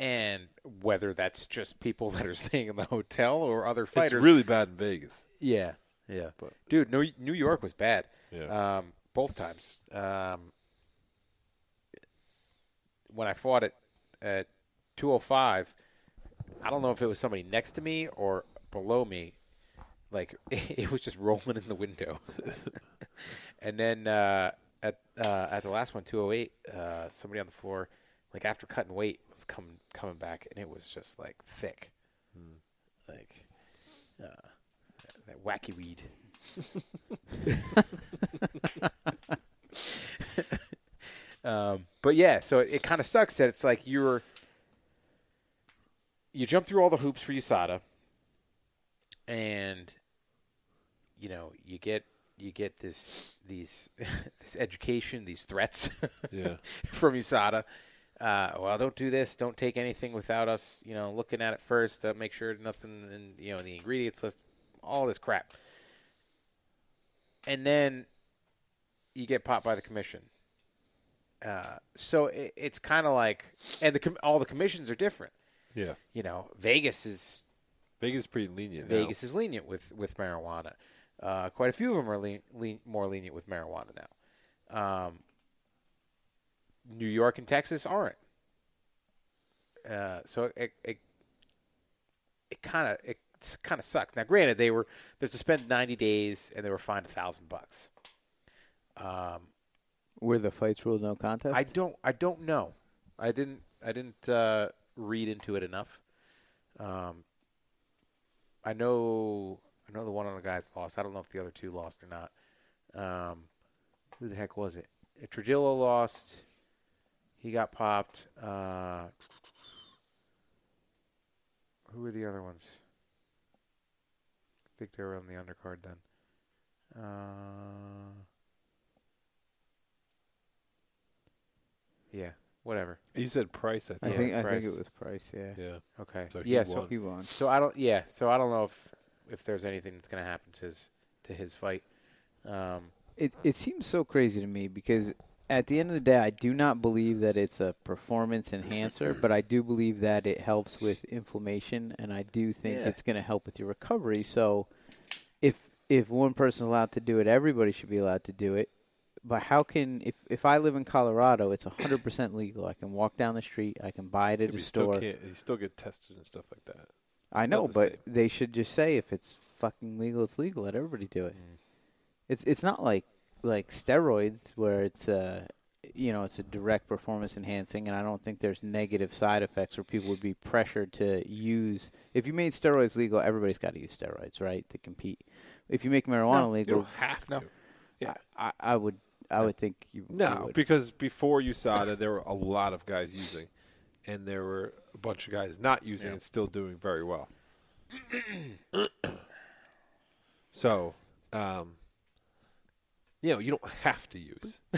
And whether that's just people that are staying in the hotel or other
It's
fighters,
really bad in Vegas.
yeah, yeah.
But-
Dude, New New York was bad.
Yeah.
Um, both times. Um, when I fought at at 205, I don't know if it was somebody next to me or below me. Like it was just rolling in the window. and then uh, at uh, at the last one, 208, uh, somebody on the floor, like after cutting weight, was coming coming back, and it was just like thick, like uh, that wacky weed. Um, but yeah, so it, it kind of sucks that it's like you're you jump through all the hoops for USADA, and you know you get you get this these this education, these threats
Yeah.
from USADA. Uh, well, don't do this. Don't take anything without us. You know, looking at it first. Uh, make sure nothing in you know in the ingredients list. All this crap, and then you get popped by the commission. Uh, so it, it's kind of like, and the com- all the commissions are different.
Yeah.
You know, Vegas is
Vegas is pretty lenient. now.
Vegas is lenient with with marijuana. Uh, quite a few of them are lean, lean, more lenient with marijuana now. Um, New York and Texas aren't. Uh, so it it it kind of it kind of sucks. Now, granted, they were they're suspended ninety days and they were fined a thousand bucks. Um,
Were the fights ruled no contest?
I don't. I don't know. I didn't. I didn't uh, read into it enough. Um, I know. I know the one on the guys lost. I don't know if the other two lost or not. Um, who the heck was it? Uh, Trujillo lost. He got popped. Uh, who were the other ones? I think they were on the undercard then. Uh, yeah, whatever.
You said price, I
I
think.
think I
Price.
think it was Price. Yeah.
Yeah.
Okay.
So he
yeah. So,
won.
He won.
so I don't. Yeah. So I don't know if if there's anything that's going to happen to his to his fight. Um,
It it seems so crazy to me because at the end of the day, I do not believe that it's a performance enhancer, but I do believe that it helps with inflammation, and I do think
Yeah.
it's going to help with your recovery. So, if if one person's allowed to do it, everybody should be allowed to do it. But how can if if I live in Colorado, it's hundred percent legal. I can walk down the street, I can buy it
Yeah,
at
but
a
you still
store.
can't. You still get tested and stuff like that.
I
It's not
know,
the
but
same.
they should just say if it's fucking legal, it's legal. Let everybody do it.
Mm.
It's it's not like like steroids where it's uh you know it's a direct performance enhancing, and I don't think there's negative side effects where people would be pressured to use. If you made steroids legal, everybody's got to use steroids, right, to compete. If you make marijuana
No,
You
legal,
don't have
No.
to. Yeah.
I, I would I would think you you
No,
would.
because before USADA, there were a lot of guys using, and there were a bunch of guys not using
Yeah.
and still doing very well. so, um, you know, you don't have to use.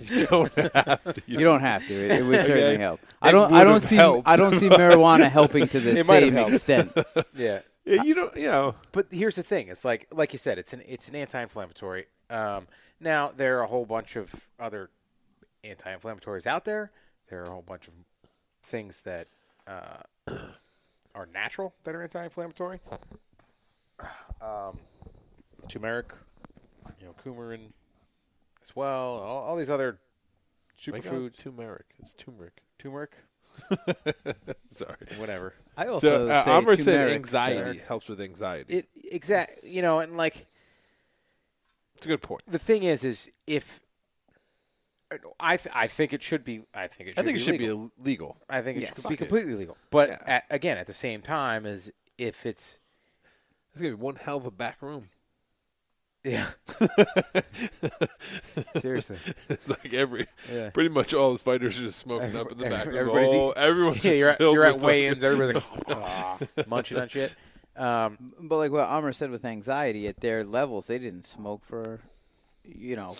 you don't have to use.
you don't have to. It, it would certainly
Okay.
help.
It
I don't I
would
don't
have
see
helped.
I don't see marijuana helping to the
It might have
same
helped.
extent.
Yeah.
Yeah, you don't. You know.
but here's the thing: it's like like you said, it's an it's an anti-inflammatory. Um, now there are a whole bunch of other anti-inflammatories out there. There are a whole bunch of things that uh, are natural that are anti-inflammatory. Um, turmeric, you know, coumarin, as well. All, all these other superfood
Superfood turmeric. It's turmeric.
turmeric,
Sorry.
whatever.
I
So
also
uh,
say
Amr said
turmeric,
anxiety
sir.
helps with anxiety.
It exact, you know, and like.
it's a good point.
the thing is, is if I th- I think it should be I think it should
I think it
be
should
legal.
be legal.
I think it
Yes.
should be
Fuck it.
completely legal. But
Yeah.
at, again, at the same time, is if it's
It's gonna be one hell of a back room.
yeah, seriously,
It's like every
Yeah.
pretty much all the fighters are just smoking up in the back.
every-
room.
everybody's
All- everyone's
yeah,
just
you're at,
filled
you're at
with
weigh-ins. Everybody's like "Ah," munching on shit. Um,
But like what Amr said with anxiety, at their levels, they didn't smoke for, you know,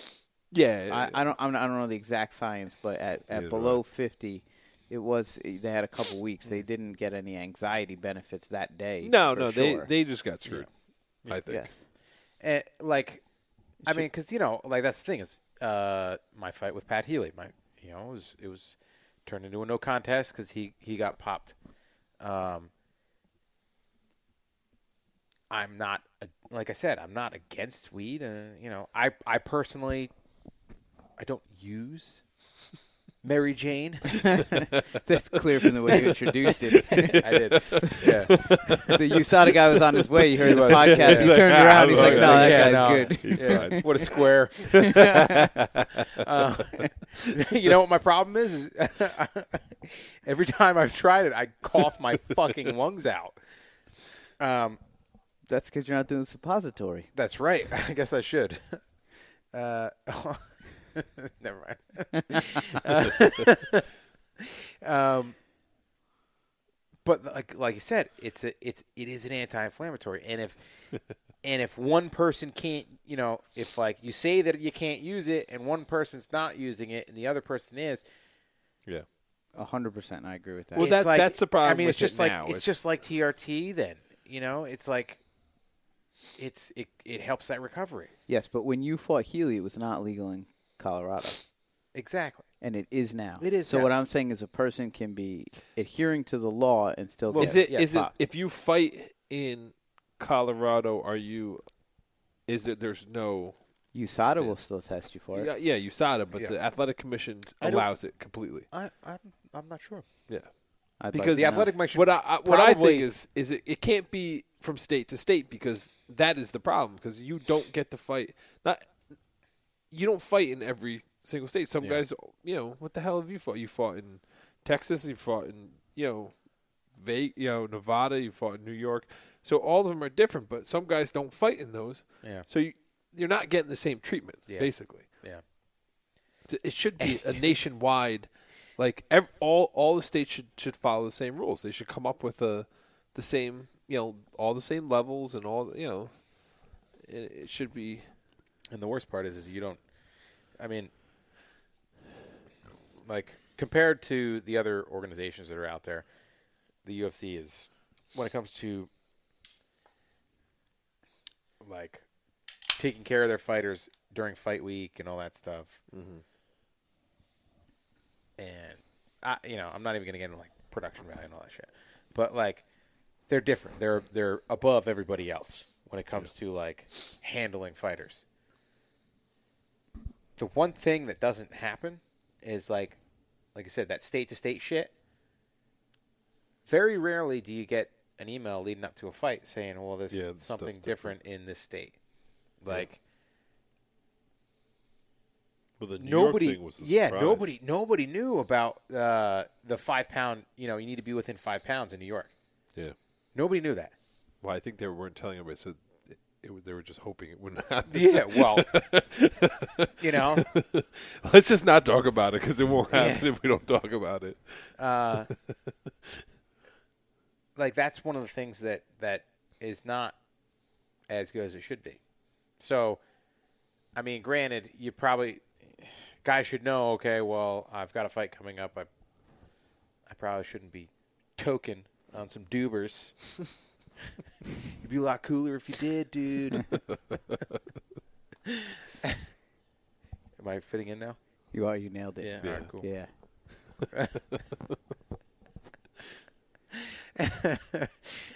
Yeah,
I, I don't I'm not- I don't know the exact science, but at,
do
at below 50, it was they had a couple weeks. They didn't get any anxiety benefits that day.
no,
for
no,
sure.
they they just got screwed. I think.
yes.
and, Eh, like, I mean, because you know, like that's the thing is, uh, my fight with Pat Healy, my you know, it was it was turned into a no contest because he he got popped. Um, I'm not a- like I said, I'm not against weed, and you know, I I personally, I don't use Mary Jane.
That's clear from the way you introduced it.
I did, yeah.
the USADA guy was on his way. You heard the
was.
podcast.
Yeah.
He turned
Yeah,
around. He's
I'm
like,
like,
no,
yeah,
that guy's
no.
good.
He's
Yeah.
fine.
What a square. Uh, you know what my problem is? is every time I've tried it, I cough my fucking lungs out. Um,
That's because you're not doing suppository.
that's right. I guess I should. Uh, never mind. Uh, um, but like like you said, it's a it's it is an anti-inflammatory, and if and if one person can't, you know, if like you say that you can't use it, and one person's not using it, and the other person is,
Yeah.
A hundred percent, I agree with that.
Well,
it's
that-
like-
that's the problem
I mean, it's
with it
just like
now.
it's,
It's-
just like TRT. Then you know, it's like it's it it helps that recovery
yes, but when you fought Healy, it was not legal in Colorado,
exactly.
and it is now.
It is
So
now.
what I'm saying is, a person can be adhering to the law and still.
Well,
get
Is it? Is
yeah,
it?
fuck.
If you fight in Colorado, are you? Is it? There's no.
USADA will still test you for it.
Yeah, yeah USADA, but
Yeah.
the athletic commission
I don't-
allows it completely.
I, I'm I'm not sure.
Yeah.
I'd
because
like to
The
know.
athletic commission.
What I, I what I
probably-
think is is it, it can't be from state to state because that is the problem because you don't get to fight not you don't fight in every single state. Some
Yeah.
guys, you know, what the hell have you fought? You fought in Texas. You fought in you know, Ve- you know Nevada. You fought in New York. So all of them are different, but some guys don't fight in those.
Yeah.
So you you're not getting the same treatment
Yeah.
basically.
Yeah.
T- It should be a nationwide, like ev- all all the states should should follow the same rules. They should come up with a the same you know all the same levels and all you know. It, it should be
And the worst part is, is you don't. I mean, like compared to the other organizations that are out there, the UFC is when it comes to like taking care of their fighters during fight week and all that stuff. And I, you know, I'm not even gonna get into like production value and all that shit, but like they're different. They're they're above everybody else when it comes to like handling fighters the one thing that doesn't happen is like like I said, that state to state shit. Very rarely do you get an email leading up to a fight saying, Well, there's
Yeah, this
something
stuff's
different in this state. Like
Well, the New
nobody
York thing was a
Yeah,
surprise.
nobody nobody knew about uh, the five pound you know, you need to be within five pounds in New York.
yeah.
Nobody knew that.
Well, I think they weren't telling anybody, so it, w- they were just hoping it wouldn't happen.
Yeah, well, you know,
Let's just not talk about it because it won't happen if we don't talk about it.
uh, like that's one of the things that that is not as good as it should be. So, I mean, granted, you probably guys should know. Okay, well, I've got a fight coming up. I I probably shouldn't be token on some doobers. You'd be a lot cooler if you did, dude. Am I fitting in now?
You are. You nailed it.
All right, cool.
Yeah.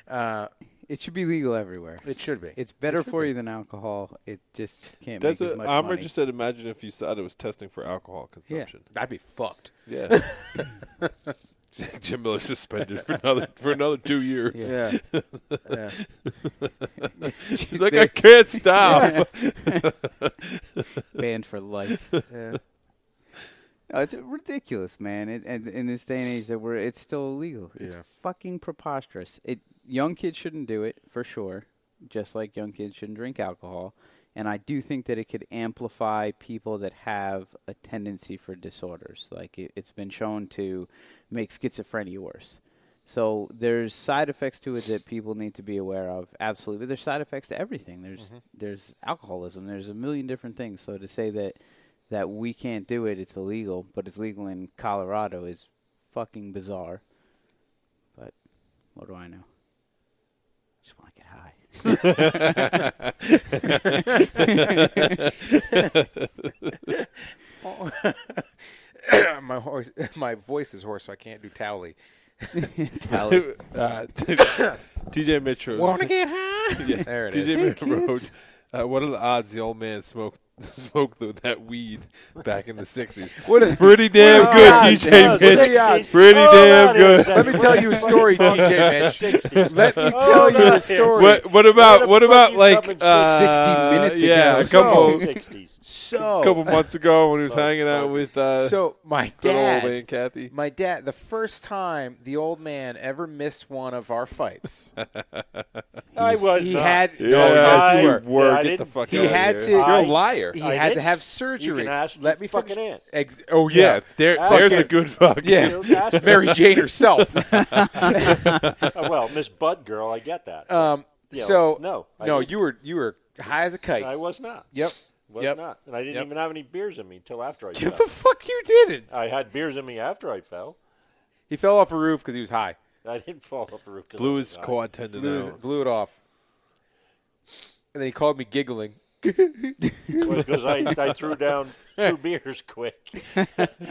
Uh,
It should be legal everywhere.
it should be.
It's better for you than alcohol. It just can't
That's
make
a,
as much
Amr
money.
just said, imagine if you said it was testing for alcohol consumption.
I'd be fucked.
Yeah. Jim Miller suspended for another for another two years.
Yeah.
He's like, I can't stop.
banned for life. No, it's ridiculous, man. It, and in this day and age that we're, it's still illegal. It's
Yeah.
fucking preposterous. It young kids shouldn't do it for sure. Just like young kids shouldn't drink alcohol. And I do think that it could amplify people that have a tendency for disorders. Like it, it's been shown to make schizophrenia worse. So there's side effects to it that people need to be aware of. Absolutely, but there's side effects to everything. There's
Mm-hmm.
there's alcoholism. There's a million different things. So to say that that we can't do it, it's illegal, but it's legal in Colorado is fucking bizarre. But what do I know? Just want to get high.
Oh. my horse, my voice is hoarse, so I can't do tally.
Tally.
Uh, TJ Mitchell.
get high? There it
TJ
is.
Hey,
Mitchell
kids.
wrote, uh, what are the odds the old man smoked smoked the, that weed back in the sixties?
What is-
Pretty damn
what are
good,
the odds?
DJ
What are the
Mitchell.
odds?
Pretty
Oh,
damn
no, no,
good.
no,
Let me tell you a story, TJ Mitch. Let me tell
Oh,
you
no.
a story.
What what about
the
what
fuck
about
you
like
coming
uh,
60 minutes
Yeah,
ago?
a couple
Sixties.
So,
couple months ago when he was hanging out with uh,
so my
good old
dad,
Aunt Kathy.
my dad, the first time the old man ever missed one of our fights,
I was
he
not.
had
Yeah,
no, yes,
I-
you were.
you were. I
Get the
didn't-
fuck
He
outta
had
here.
to. You're
a
liar. He
I
had to
didn't-
have surgery.
you can ask
Let me
your fucking
finish-
aunt.
Ex- oh
Yeah,
yeah,
there,
Fuck
there's a
it.
good fuck.
yeah. Mary Jane herself.
Uh, well, Miss Bud Girl, I get that.
Um,
Yeah,
so
no, I
no,
didn't.
you were you were high as a kite.
I was not.
yep,
Was
yep.
not. And I didn't
Yep.
even have any beers in me until after I
What
fell.
the fuck you didn't?
I had beers in me after I fell.
He fell off a roof because he was high.
I didn't fall off the roof. 'cause I
Blew
was
his
high.
quad tendon
Blew,
out.
blew it off. And then he called me giggling.
Because I, I threw down two beers quick.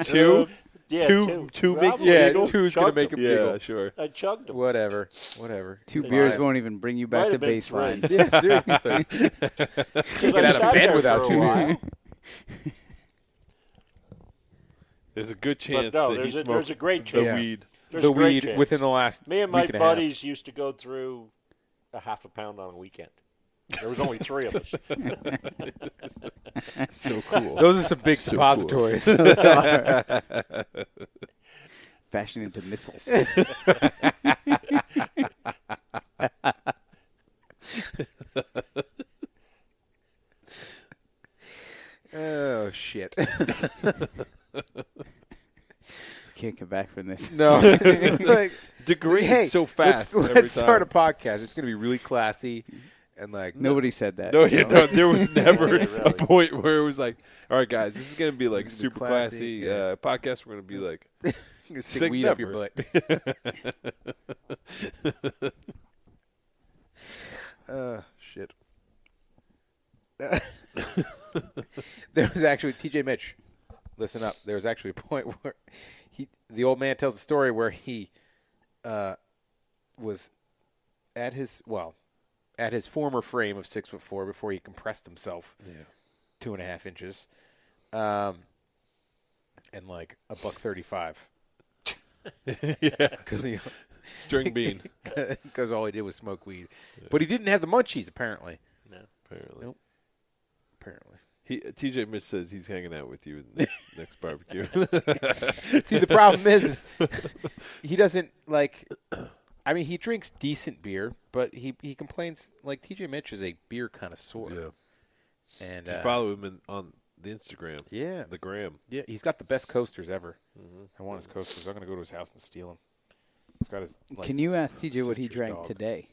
Two?
Yeah,
Two-
two.
two
Well, I
mixed-
was
yeah,
gonna
two's
chug
gonna make
them.
him- Giggle.
Yeah, sure.
I chugged them.
Whatever. Whatever.
Two
It's
beers
fine.
won't even bring you
Might
back to
have been three.
baseline.
Yeah, seriously.
Get
out of bed without two
beers.
There's a good chance
But no,
that he
there's a,
smoked
there's a great
the
chance.
Yeah.
weed.
There's
the
a great
weed
chance.
within the last
Me and my
week a half.
buddies used to go through a half a pound on a weekend. There was only three of us.
So cool.
Those are some big suppositories.
Fashioned into missiles.
oh shit.
Can't come back from this.
No. It's like,
Degrades
hey,
so fast.
Let's,
every
let's start a
time.
podcast. It's gonna be really classy and like
Nobody said that.
No, yeah, no, there was never
Really,
a
really.
point where it was like, all right, guys, this is going to be like
This is gonna be
super classy,
classy, yeah.
uh, podcast. We're going to be like,
you can
sick
stick weed up your
number.
butt. uh, shit. there was actually TJ Mitch. Listen up. There was actually a point where he, the old man, tells a story where he uh, was at his well, at his former frame of six foot four before he compressed himself two and a half inches, um, and like a buck thirty five because he
string bean.
because all he did was smoke weed, but he didn't have the munchies apparently.
No.
Apparently,
Nope. Apparently,
he, TJ Mitch says he's hanging out with you at the next, next barbecue.
see the problem is, is he doesn't like I mean, he drinks decent beer, but he he complains like TJ Mitch is a beer connoisseur.
Yeah.
And
Just
uh,
follow him in, on the Instagram.
yeah,
The gram.
yeah, he's got the best coasters ever. I want his coasters. I'm gonna go to his house and steal them. He's got his. Like,
Can you ask TJ what he
sister's
drank
dog.
today?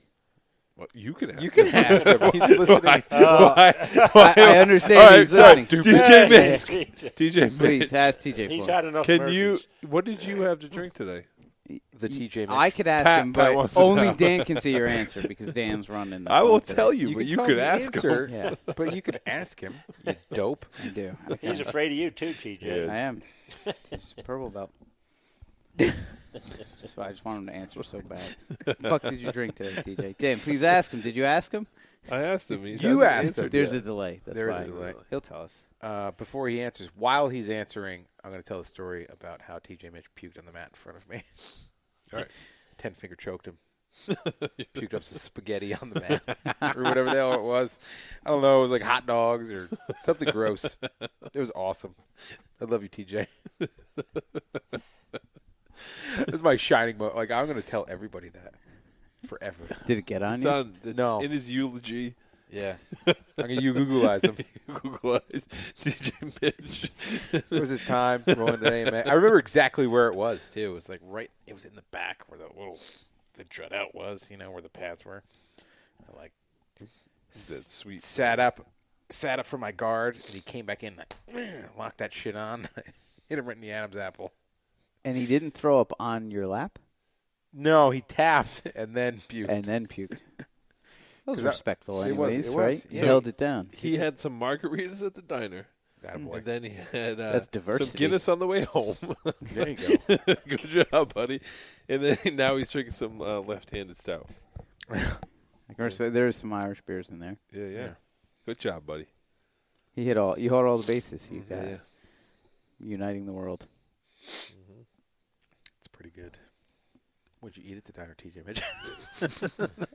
Well, you can ask.
You can ask him. He's listening.
Oh. I, I understand
All right,
he's
sorry,
listening.
dude. DJ Mitch. TJ
Please
Mitch.
ask TJ.
He's
for it.
had enough.
Can you?
Americans.
What did you have to drink today?
The TJ. Mitch.
I could ask
Pat-
him,
Pat
but
wants to
only
know.
Dan can see your answer because Dan's running. The
I will
phone today.
tell you, but
can
you
tell
could
the
ask
answer,
him.
Yeah.
but you could ask him. You dope.
I do. I
He's
kinda-
afraid of you too, TJ.
Yeah.
I am. He's a purple belt. That's why I just want him to answer so bad. fuck did you drink today, TJ? Dan, please ask him. Did you ask him?
I asked him. He
You
hasn't
asked him.
answered
There's
yet.
a delay. That's
There is
why.
a delay.
He'll tell us.
Uh, before he answers, while he's answering, I'm going to tell the story about how TJ Mitch puked on the mat in front of me.
All right.
Ten finger choked him. puked up some spaghetti on the mat or whatever the hell it was. I don't know. It was like hot dogs or something gross. It was awesome. I love you, TJ. this is my shining moment. Like I'm going to tell everybody that forever.
Did it get on
It's
you?
on. It's
No.
In his eulogy,
Yeah, I'm going to you Googleize him.
Google eyes. DJ Mitch.
It was his time rolling to AMA. I remember exactly where it was too. It was like right. It was in the back where the little the jut out was. You know where the pads were. I like
That's sweet.
sat up, sat up for my guard, and he came back in. Like, locked that shit on. Hit him right in the Adam's apple.
And he didn't throw up on your lap
No, he tapped and then puked.
and then puked. That was
'Cause I-
respectful,
it was-
anyways,
it was,
right?
yeah.
He held it down.
He had some margaritas at the diner,
Attaboy.
and then he had uh,
That's
some
diversity.
Guinness on the way home.
There you go.
Good job, buddy. And then now he's drinking some uh, left-handed stout.
I can respect. There's some Irish beers in there.
Yeah, yeah. Good job, buddy.
He hit all. You hit all the bases. You got
Yeah, yeah.
uniting the world.
It's pretty good. What'd you eat at the diner, TJ Mitch?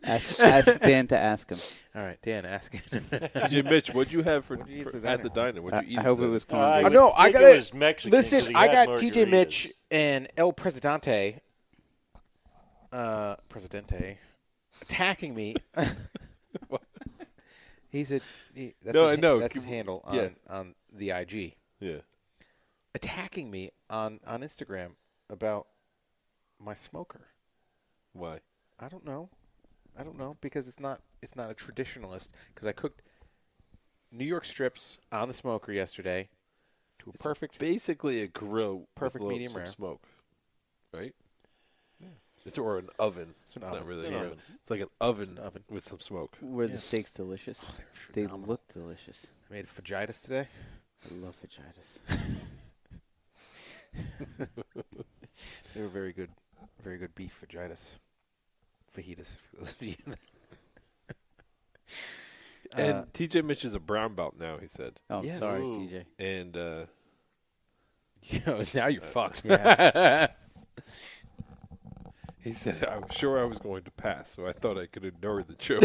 Ask, ask Dan to ask him.
All right, Dan, ask.
DJ Mitch, what'd you have for,
What'd you eat
for-
at the
at the diner?
I,
What'd you eat?
I
at
hope
the-
it was
Uh,
corned
I
beef.
I know,
would
I
think it
gotta-
was Mexican, 'cause
Listen,
he
I
had
got TJ
margaritas.
Mitch and El Presidente, uh, Presidente, attacking me. He's a he, that's
No,
his,
I
ha-
know.
that's his
Give-
handle on
yeah.
on the IG
Yeah.
attacking me on on Instagram about my smoker.
Why?
I don't know, I don't know because it's not it's not a traditionalist because I cooked New York strips on the smoker yesterday to a perfect
Basically, a grill. with
Perfect
a little-
medium
some
rare.
Smoke, right? It's or an oven. It's,
an
not
oven.
really.
An
a grill.
oven.
It's like an oven,
an oven. Uh,
with some smoke.
Were the steaks delicious?
Oh,
they look delicious.
I made fajitas today.
I love vaginas.
They were very good, very good beef fajitas, fajitas for those of you. that- Uh,
and TJ Mitch is a brown belt now. He said,
Oh, I'm
Yes.
sorry,
Ooh.
TJ.
and uh,
Yo, now you're fucked.
he said, "I'm sure I was going to pass, so I thought I could ignore the joke."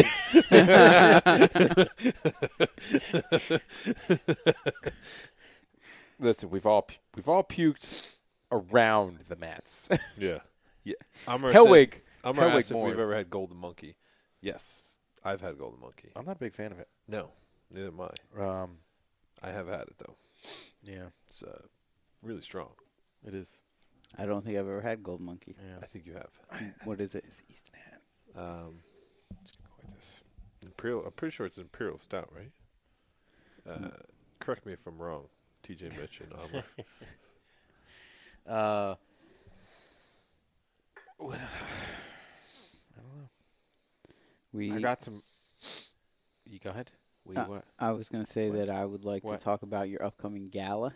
Listen, we've all pu- we've all puked around the mats.
yeah, yeah. I'm
Hellwig,
I'm
Hellwig
asked if
Moore.
we've ever had golden monkey. Yes, I've had golden monkey.
I'm not a big fan of it.
No, neither am I.
Um,
I have had it though.
yeah,
It's uh, really strong.
it is.
I don't think I've ever had gold monkey.
I think you have.
What is it?
It's the Eastern Hat.
Um,
Let's go with this.
imperial. I'm pretty sure it's an imperial stout, right? Uh,
Mm.
correct me if I'm wrong, T.J. Mitch and Amr.
Uh,
We.
I got some. You go ahead. We
Uh,
what?
I was going to say
What?
that I would like
What?
to talk about your upcoming gala.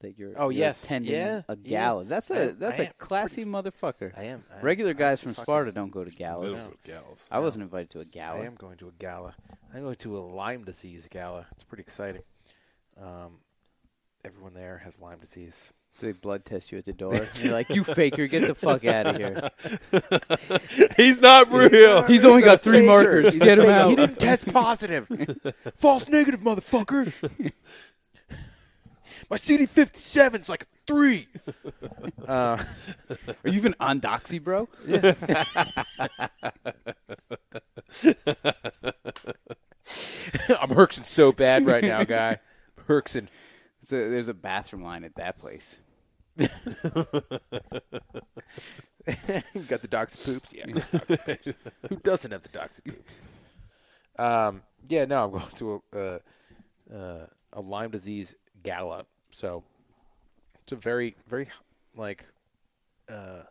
That you're.
Oh,
you're
yes.
Attending
Yeah,
a
yeah.
gala. That's a
I-
that's
I
a
am
classy motherfucker.
I am. I
Regular
am-
guys
I'm
from
fucking-
Sparta don't go to
Oh,
galas.
Those gals.
I wasn't invited to a gala.
I am going to a gala. I'm going to a Lyme disease gala. It's pretty exciting. Um, everyone there has Lyme disease.
They blood test you at the door. and you're like, you faker, get the fuck out of here.
Oh, He's not real.
He's only got three markers. Get him
He
out.
didn't test positive. False negative, motherfucker. My CD57's like a three. uh,
Are you even on Doxy, bro?
I'm herxing so bad right now, guy. Herxing.
So there's a bathroom line at that place.
Got the doxy poops. Yeah. got the doxy poops. Who doesn't have the doxy poops? Um, yeah, no, I'm going to a, uh, uh, a Lyme disease gala. So it's a very, very like, uh,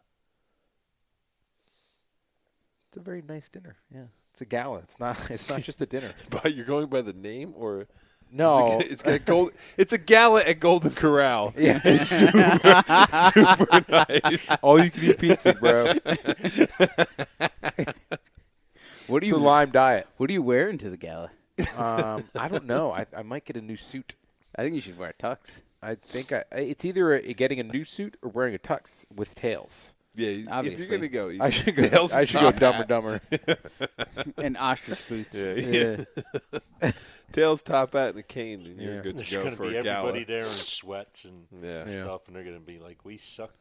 it's a very nice dinner. Yeah, it's a gala. It's not. It's not just a dinner.
But you're going by the name or
No,
It's a, it's a gold. It's a gala at Golden Corral.
Yeah.
It's super, super nice.
all you can eat pizza, bro.
What do
It's
you
a Lyme diet.
What are you wearing to the gala?
Um, I don't know. I, I might get a new suit.
I think you should wear tux.
I think I, I- it's either a, getting a new suit or wearing a tux with tails.
Yeah, you-
Obviously.
if you're gonna go, you-
I should go.
Dale's
I should go
top
Dumb
hat.
and Dumber.
and ostrich boots.
Yeah, yeah. Tails top hat and a cane, and you're
Yeah.
good
There's
to go
going to
for
be
a gala.
everybody there in sweats and
Yeah. Yeah.
stuff, and they're going to be like, "We sucked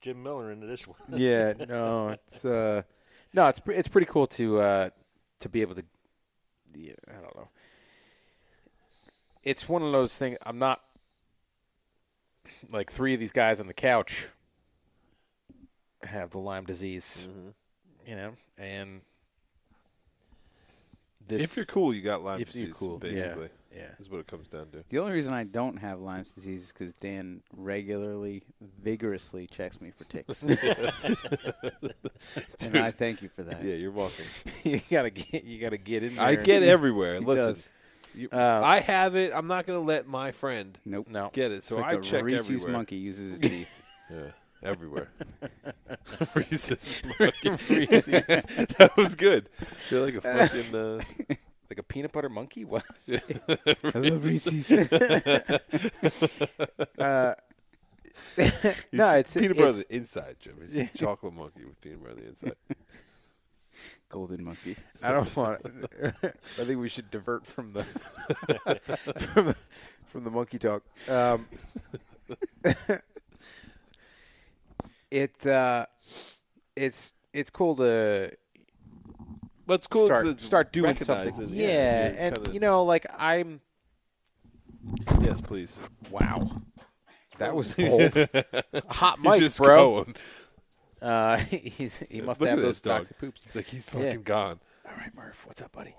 Jim Miller into this one."
yeah, no, it's uh, no, it's pre- it's pretty cool to uh, to be able to. Yeah, I don't know. It's one of those things. I'm not like three of these guys on the couch have the Lyme disease, you know, and this.
If you're cool, you got Lyme
If you're
disease.
cool, yeah.
basically,
Yeah.
is what it comes down to.
The only reason I don't have Lyme's disease is because Dan regularly, vigorously checks me for ticks. and I thank you for that.
Yeah, you're welcome.
you gotta get you gotta get in. There
I get everywhere.
He
Listen,
does.
you-
Uh,
I have it. I'm not gonna let my friend
Nope.
No,
get it.
It's
So
like
I
a
check
Reese's
everywhere.
monkey uses his teeth.
Yeah, everywhere. Reese's monkey.
Reese's.
that was good. They're like a fucking. Uh,
like a peanut butter monkey. What?
I love Reese's.
Uh, no,
he's
it's
peanut butter on
it's,
the inside, Jim. It's a chocolate monkey with peanut butter on the inside.
Golden monkey.
I don't want. I think we should divert from the from the, from the monkey talk. Um, it uh, it's it's cool to
But it's cool
start
to
start doing
recognize
something.
it.
Yeah,
you're
and
kinda-
you know, like I'm.
yes, please.
Wow, that was bold. Hot mic,
he's just
bro.
going.
Uh, he's, he must
Look
have
at
those
this dog.
toxic poops.
It's like he's
Yeah.
fucking gone.
All right, Murph, what's up, buddy?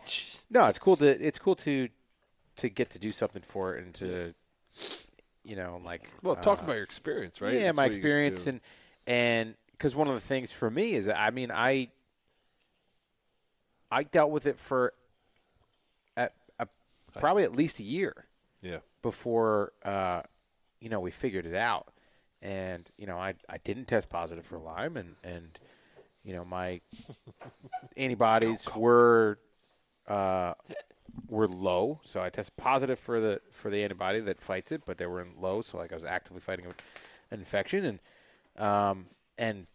No, it's cool to it's cool to to get to do something for it and to you know like
Well, talk
uh,
about your experience, right?
yeah
That's
my
what you get to
experience
do.
and and because one of the things for me is I mean I I dealt with it for at, a, probably at least a year
yeah,
before uh, you know we figured it out and you know I, I didn't test positive for Lyme and and you know my antibodies were uh, were low so I tested positive for the for the antibody that fights it but they were in low so like I was actively fighting an infection and um, and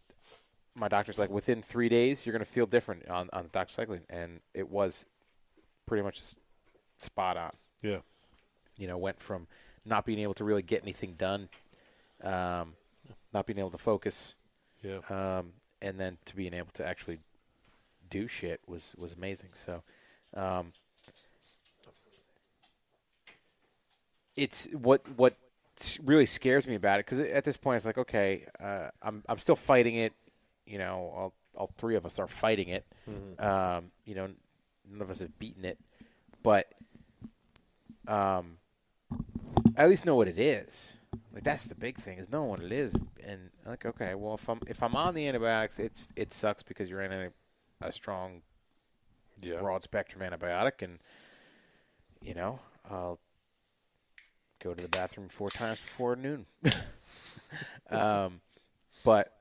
my doctor's like within three days you're gonna feel different on on the doxycycline and it was pretty much s- spot on
yeah.
you know, went from not being able to really get anything done, um, not being able to focus,
Yeah.
um, and then to being able to actually do shit was was amazing. So, um, it's what what s- really scares me about it because at this point it's like, okay, uh, I'm I'm still fighting it. You know, all all three of us are fighting it. Um, you know, none of us have beaten it, but um, I at least know what it is. Like that's the big thing is knowing what it is, and like okay, well if I'm if I'm on the antibiotics, it's it sucks because you're in a, a strong,
Yeah.
broad spectrum antibiotic, and you know I'll go to the bathroom four times before noon. um, but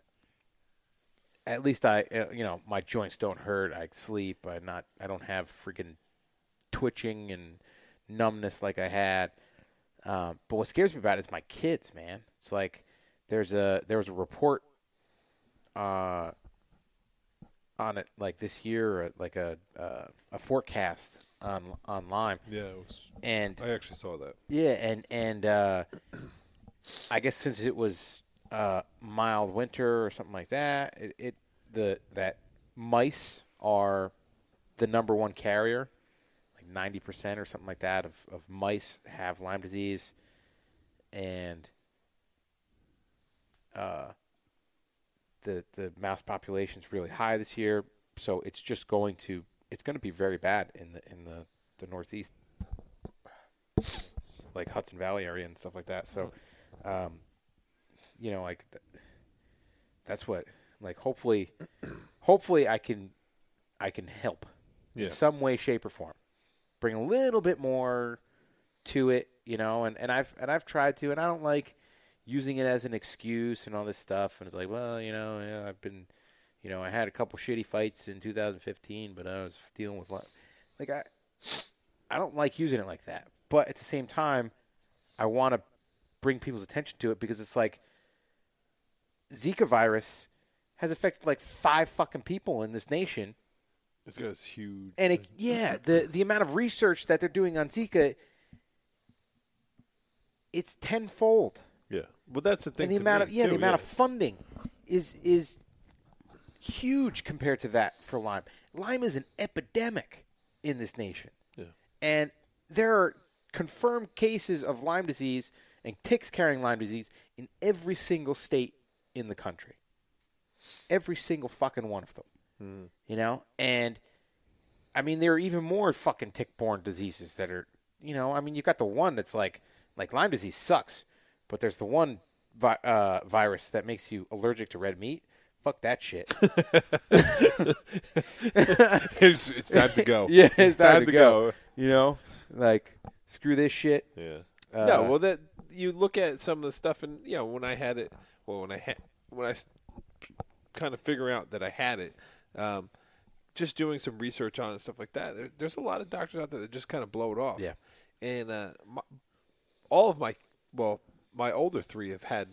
at least I uh, you know my joints don't hurt. I sleep. I not I don't have freaking twitching and numbness like I had. Um, but what scares me about it is my kids, man. It's like there's a there was a report uh, on it like this year, or like a uh, a forecast on on Lime,
Yeah, it was,
and
I actually saw that.
yeah, and and uh, I guess since it was uh, mild winter or something like that, it, it the that mice are the number one carrier, like ninety percent or something like that of of mice have Lyme disease, and uh, the the mouse population is really high this year, so it's just going to it's going to be very bad in the in the the Northeast like Hudson Valley area and stuff like that. So, um, you know, like th- that's what like hopefully, hopefully I can I can help
Yeah.
in some way, shape, or form. Bring a little bit more to it, you know. And, and I've and I've tried to, and I don't like using it as an excuse and all this stuff. And it's like, well, you know, yeah, I've been, you know, I had a couple shitty fights in 2015, but I was dealing with li- like I. I don't like using it like that. But at the same time, I want to bring people's attention to it because it's like Zika virus has affected like five fucking people in this nation,
This guy's huge.
and it yeah the the amount of research that they're doing on Zika, it's tenfold,
yeah. Well, that's the thing.
and the
to
amount
me,
of yeah
too,
the amount of funding is is huge compared to that for Lyme. Lyme is an epidemic in this nation
Yeah.
and there are confirmed cases of Lyme disease and ticks carrying Lyme disease in every single state in the country. Every single fucking one of them.
Hmm.
You know? And I mean there are even more fucking tick-borne diseases that are, you know, I mean you got the one that's like like Lyme disease sucks, but there's the one vi- uh, virus that makes you allergic to red meat. Fuck that shit.
it's, it's time to go.
yeah, it's time, to, go. You know, like screw this shit.
Yeah.
Uh,
no, well, that you look at some of the stuff, and you know, when I had it, well, when I had, when I kind of figure out that I had it, um, just doing some research on it and stuff like that. There, there's a lot of doctors out there that just kind of blow it off.
Yeah.
And uh, my, all of my, well, my older three have had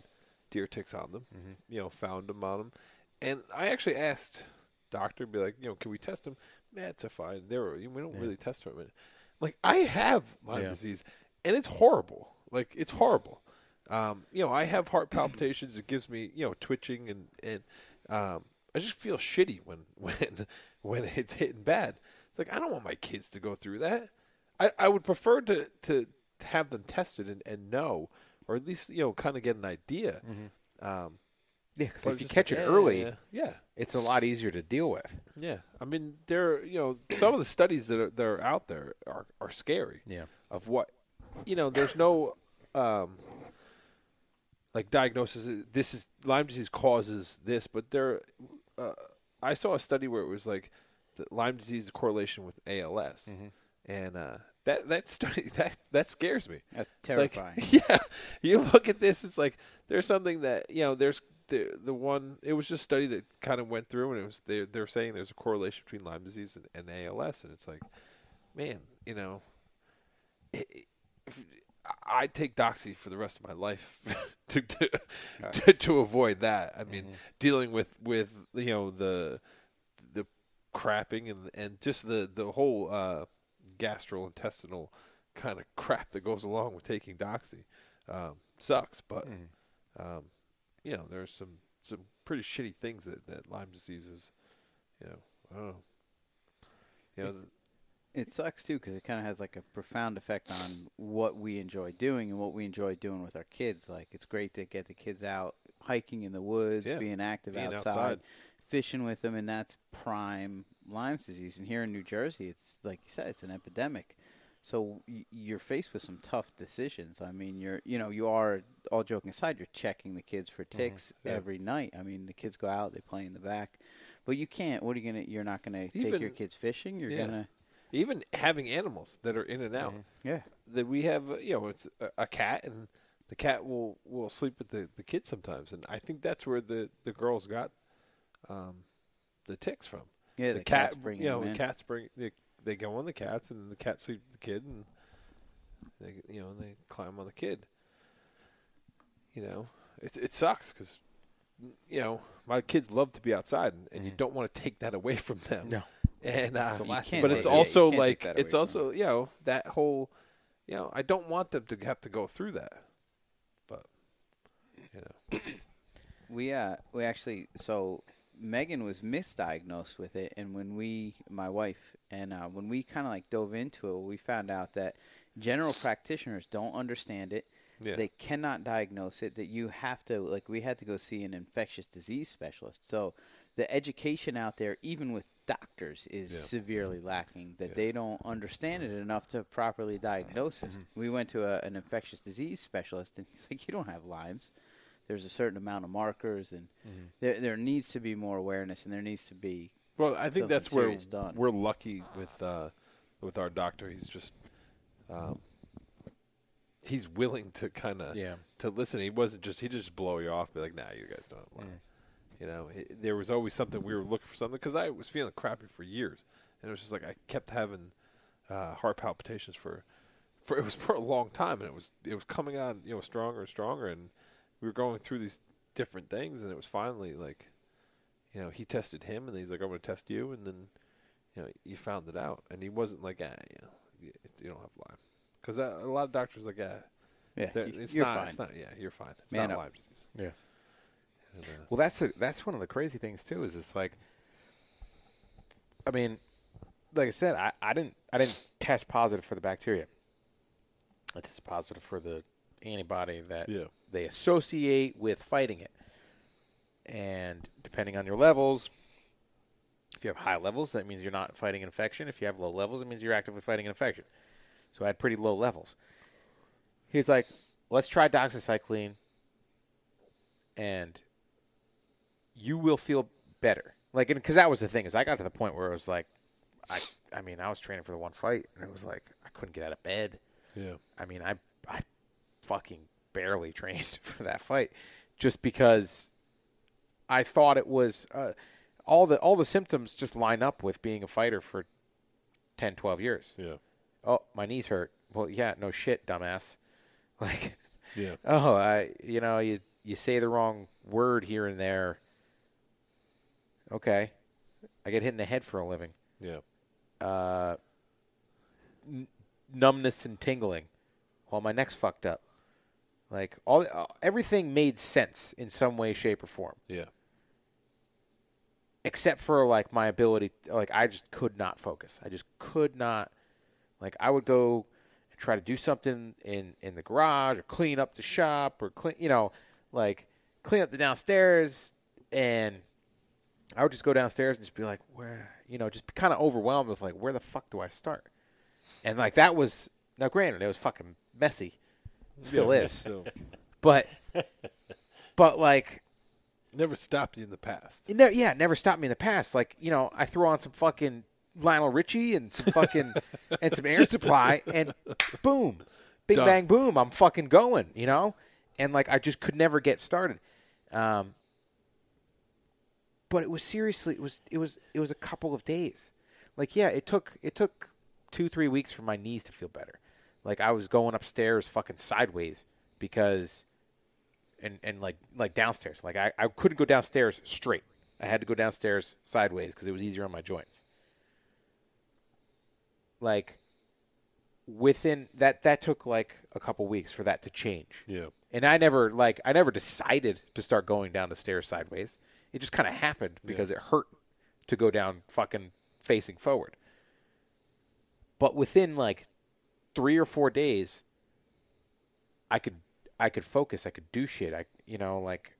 deer ticks on them. You know, found them on them, and I actually asked doctor, be like, you know, can we test them? That's a fine. They were, we don't really test them. I'm Like I have Lyme
Yeah.
disease, and it's horrible. Like it's horrible. Um, you know, I have heart palpitations. It gives me, you know, twitching and and um, I just feel shitty when when when it's hitting bad. It's like I don't want my kids to go through that. I, I would prefer to, to to have them tested and, and know, or at least you know, kind of get an idea. Um,
Yeah, because
but
Mm-hmm. if
it's
you
just
catch
like,
it
eh,
early,
yeah,
it's a lot easier to deal with.
yeah. I mean, there, are, you know, some of the studies that are, that are out there are, are scary.
Yeah.
Of what, you know, there's no, um, like diagnosis. This is Lyme disease causes this, but there, uh, I saw a study where it was like the Lyme disease correlation with ALS, and uh, that that study that that scares me.
Mm-hmm. That's
It's like-
terrifying.
yeah, you look at this. It's like there's something that you know. There's the the one. It was just study that kind of went through, and it was they they're saying there's a correlation between Lyme disease and, and ALS, and it's like, man, you know, it, it- if, I I'd take doxy for the rest of my life to to, to to avoid that. I mean, dealing with with you know the the crapping and and just the the whole uh, gastrointestinal kind of crap that goes along with taking doxy um, sucks. But um, you know, there's some some pretty shitty things that that Lyme disease is. You know, I don't know. You know,
It's- It sucks too because it kind of has like a profound effect on what we enjoy doing and what we enjoy doing with our kids. Like it's great to get the kids out hiking in the woods,
Yeah,
being active
being
outside,
outside.
fishing with them, and that's prime Lyme disease. And here in New Jersey, it's like you said, it's an epidemic. So y- you're faced with some tough decisions. I mean, you're you know you are all joking aside, you're checking the kids for ticks
Mm-hmm. yeah.
every night. I mean, the kids go out, they play in the back, but you can't. What are you gonna? You're not gonna take your
Even-
kids fishing. You're
yeah.
gonna
even having animals that are in and out.
yeah.
that we have, uh, you know, it's a, a cat, and the cat will will sleep with the the kids sometimes, and I think that's where the the girls got um, the ticks from.
Yeah,
the,
the
cat,
cats bringing
you know,
them
the
in.
cats bring they, they go on the cats, and then the cat sleeps with the kid, and they you know they climb on the kid. You know, it it sucks because you know my kids love to be outside, and, and you don't want to take that away from them.
No.
And uh,
Mm-hmm. So you
last-
can't
but
take-
it's
yeah, you
also
can't take
like
that away
it's
from
also you know that whole you know I don't want them to have to go through that, but you know
We uh we actually so Megan was misdiagnosed with it, and when we my wife and uh, when we kind of like dove into it, we found out that general practitioners don't understand it.
Yeah.
They cannot diagnose it. That you have to like we had to go see an infectious disease specialist. So the education out there, even with doctors, is
Yeah.
severely lacking. That they don't understand it enough to properly diagnose it. We went to a, an infectious disease specialist, and he's like, "You don't have Lyme's." there's a certain amount of markers and there there needs to be more awareness and there needs to be
Well, I think
something
that's where
serious done.
we're lucky with uh, with our doctor. He's just um, he's willing to kind of
Yeah.
to listen. He wasn't just he just blow you off, be like, "Nah, you guys don't." have Lyme."
Mm.
You know, it, there was always something we were looking for something because I was feeling crappy for years, and it was just like I kept having uh, heart palpitations for for it was for a long time, and it was it was coming on you know stronger and stronger, and we were going through these different things, and it was finally like you know, he tested him, and he's like, "I'm going to test you," and then, you know, you found it out, and he wasn't like, "Ah, you know, y- it's, you don't have Lyme," because a lot of doctors are like, "Yeah,
yeah you-
it's
you're
not,
fine
it's not, yeah, you're fine, it's
Man up.
not Lyme disease."
Yeah.
And, uh,
Well, that's a, that's one of the crazy things too. Is it's like, I mean, like I said, I, I didn't I didn't test positive for the bacteria. I tested positive for the antibody that
Yeah.
they associate with fighting it. And depending on your levels, if you have high levels, that means you're not fighting an infection. If you have low levels, it means you're actively fighting an infection. So I had pretty low levels. He's like, let's try doxycycline, and you will feel better. Like, because that was the thing is, I got to the point where it was like, I, I mean, I was training for the one fight, and it was like I couldn't get out of bed.
yeah,
I mean, I I fucking barely trained for that fight just because I thought it was uh, all the all the symptoms just line up with being a fighter for 10, 12 years.
yeah,
Oh, my knees hurt. Well, yeah, no shit, dumbass. Like,
yeah,
oh, I you know you you say the wrong word here and there. Okay, I get hit in the head for a living.
yeah,
numbness and tingling while my neck's fucked up. Like all uh, everything made sense in some way, shape, or form,
yeah,
except for like my ability. Like I just could not focus. I just could not. Like I would go and try to do something in in the garage or clean up the shop or clean, you know, like clean up the downstairs, and I would just go downstairs and just be like, where, you know, just be kind of overwhelmed with like, where the fuck do I start? And like that was now, granted, it was fucking messy, still
Yeah,
is,
still.
but but like
never stopped you in the past.
it never, yeah, it never stopped me in the past. Like you know, I throw on some fucking Lionel Richie and some fucking and some Air Supply, and boom, big
Done.
bang boom, I'm fucking going. You know, and like I just could never get started. Um, but it was seriously, it was it was it was a couple of days. Like yeah, it took it took two three weeks for my knees to feel better. Like I was going upstairs fucking sideways because and and like like downstairs. Like I, I couldn't go downstairs straight. I had to go downstairs sideways because it was easier on my joints. Like within that that took like a couple weeks for that to change.
Yeah.
And I never like I never decided to start going down the stairs sideways. It just kind of happened because it hurt to go down fucking facing forward. But within like 3 or 4 days I could I could focus, I could do shit. I you know, like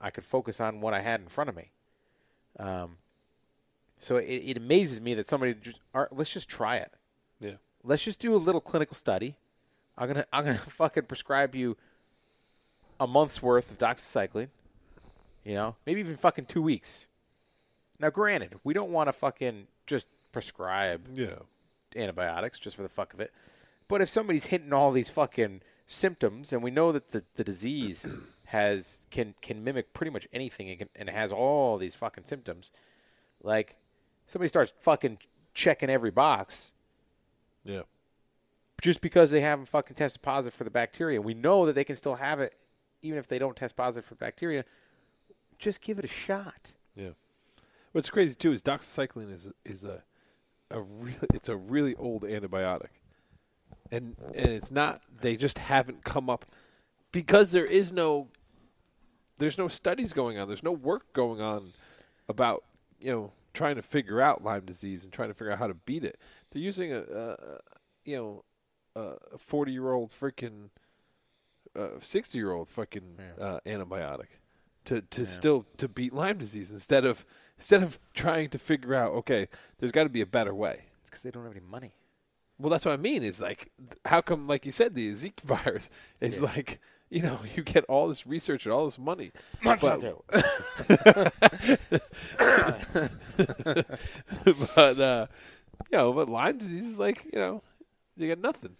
I could focus on what I had in front of me. Um so it, it amazes me that somebody just all right, let's just try it
Yeah,
let's just do a little clinical study. I'm gonna I'm gonna fucking prescribe you a month's worth of doxycycline. You know, maybe even fucking two weeks. Now, granted, we don't want to fucking just prescribe
yeah,
antibiotics just for the fuck of it. But if somebody's hitting all these fucking symptoms, and we know that the, the disease has can can mimic pretty much anything and, can, and has all these fucking symptoms, like somebody starts fucking checking every box,
yeah,
just because they haven't fucking tested positive for the bacteria. We know that they can still have it, even if they don't test positive for bacteria. Just give it a shot.
yeah. What's crazy too is doxycycline is is a a really it's a really old antibiotic, and and it's not they just haven't come up because there is no there's no studies going on. There's no work going on about you know trying to figure out Lyme disease and trying to figure out how to beat it. They're using a, a you know a forty year old freaking sixty year old fucking uh, antibiotic to to still to beat Lyme disease instead of instead of trying to figure out okay there's got to be a better way.
It's because they don't have any money.
Well, that's what I mean. Is like, th- how come, like you said, the Zika virus is like, you know, you get all this research and all this money,
Monsanto.
but uh, you know, but Lyme disease is like, you know, you got nothing.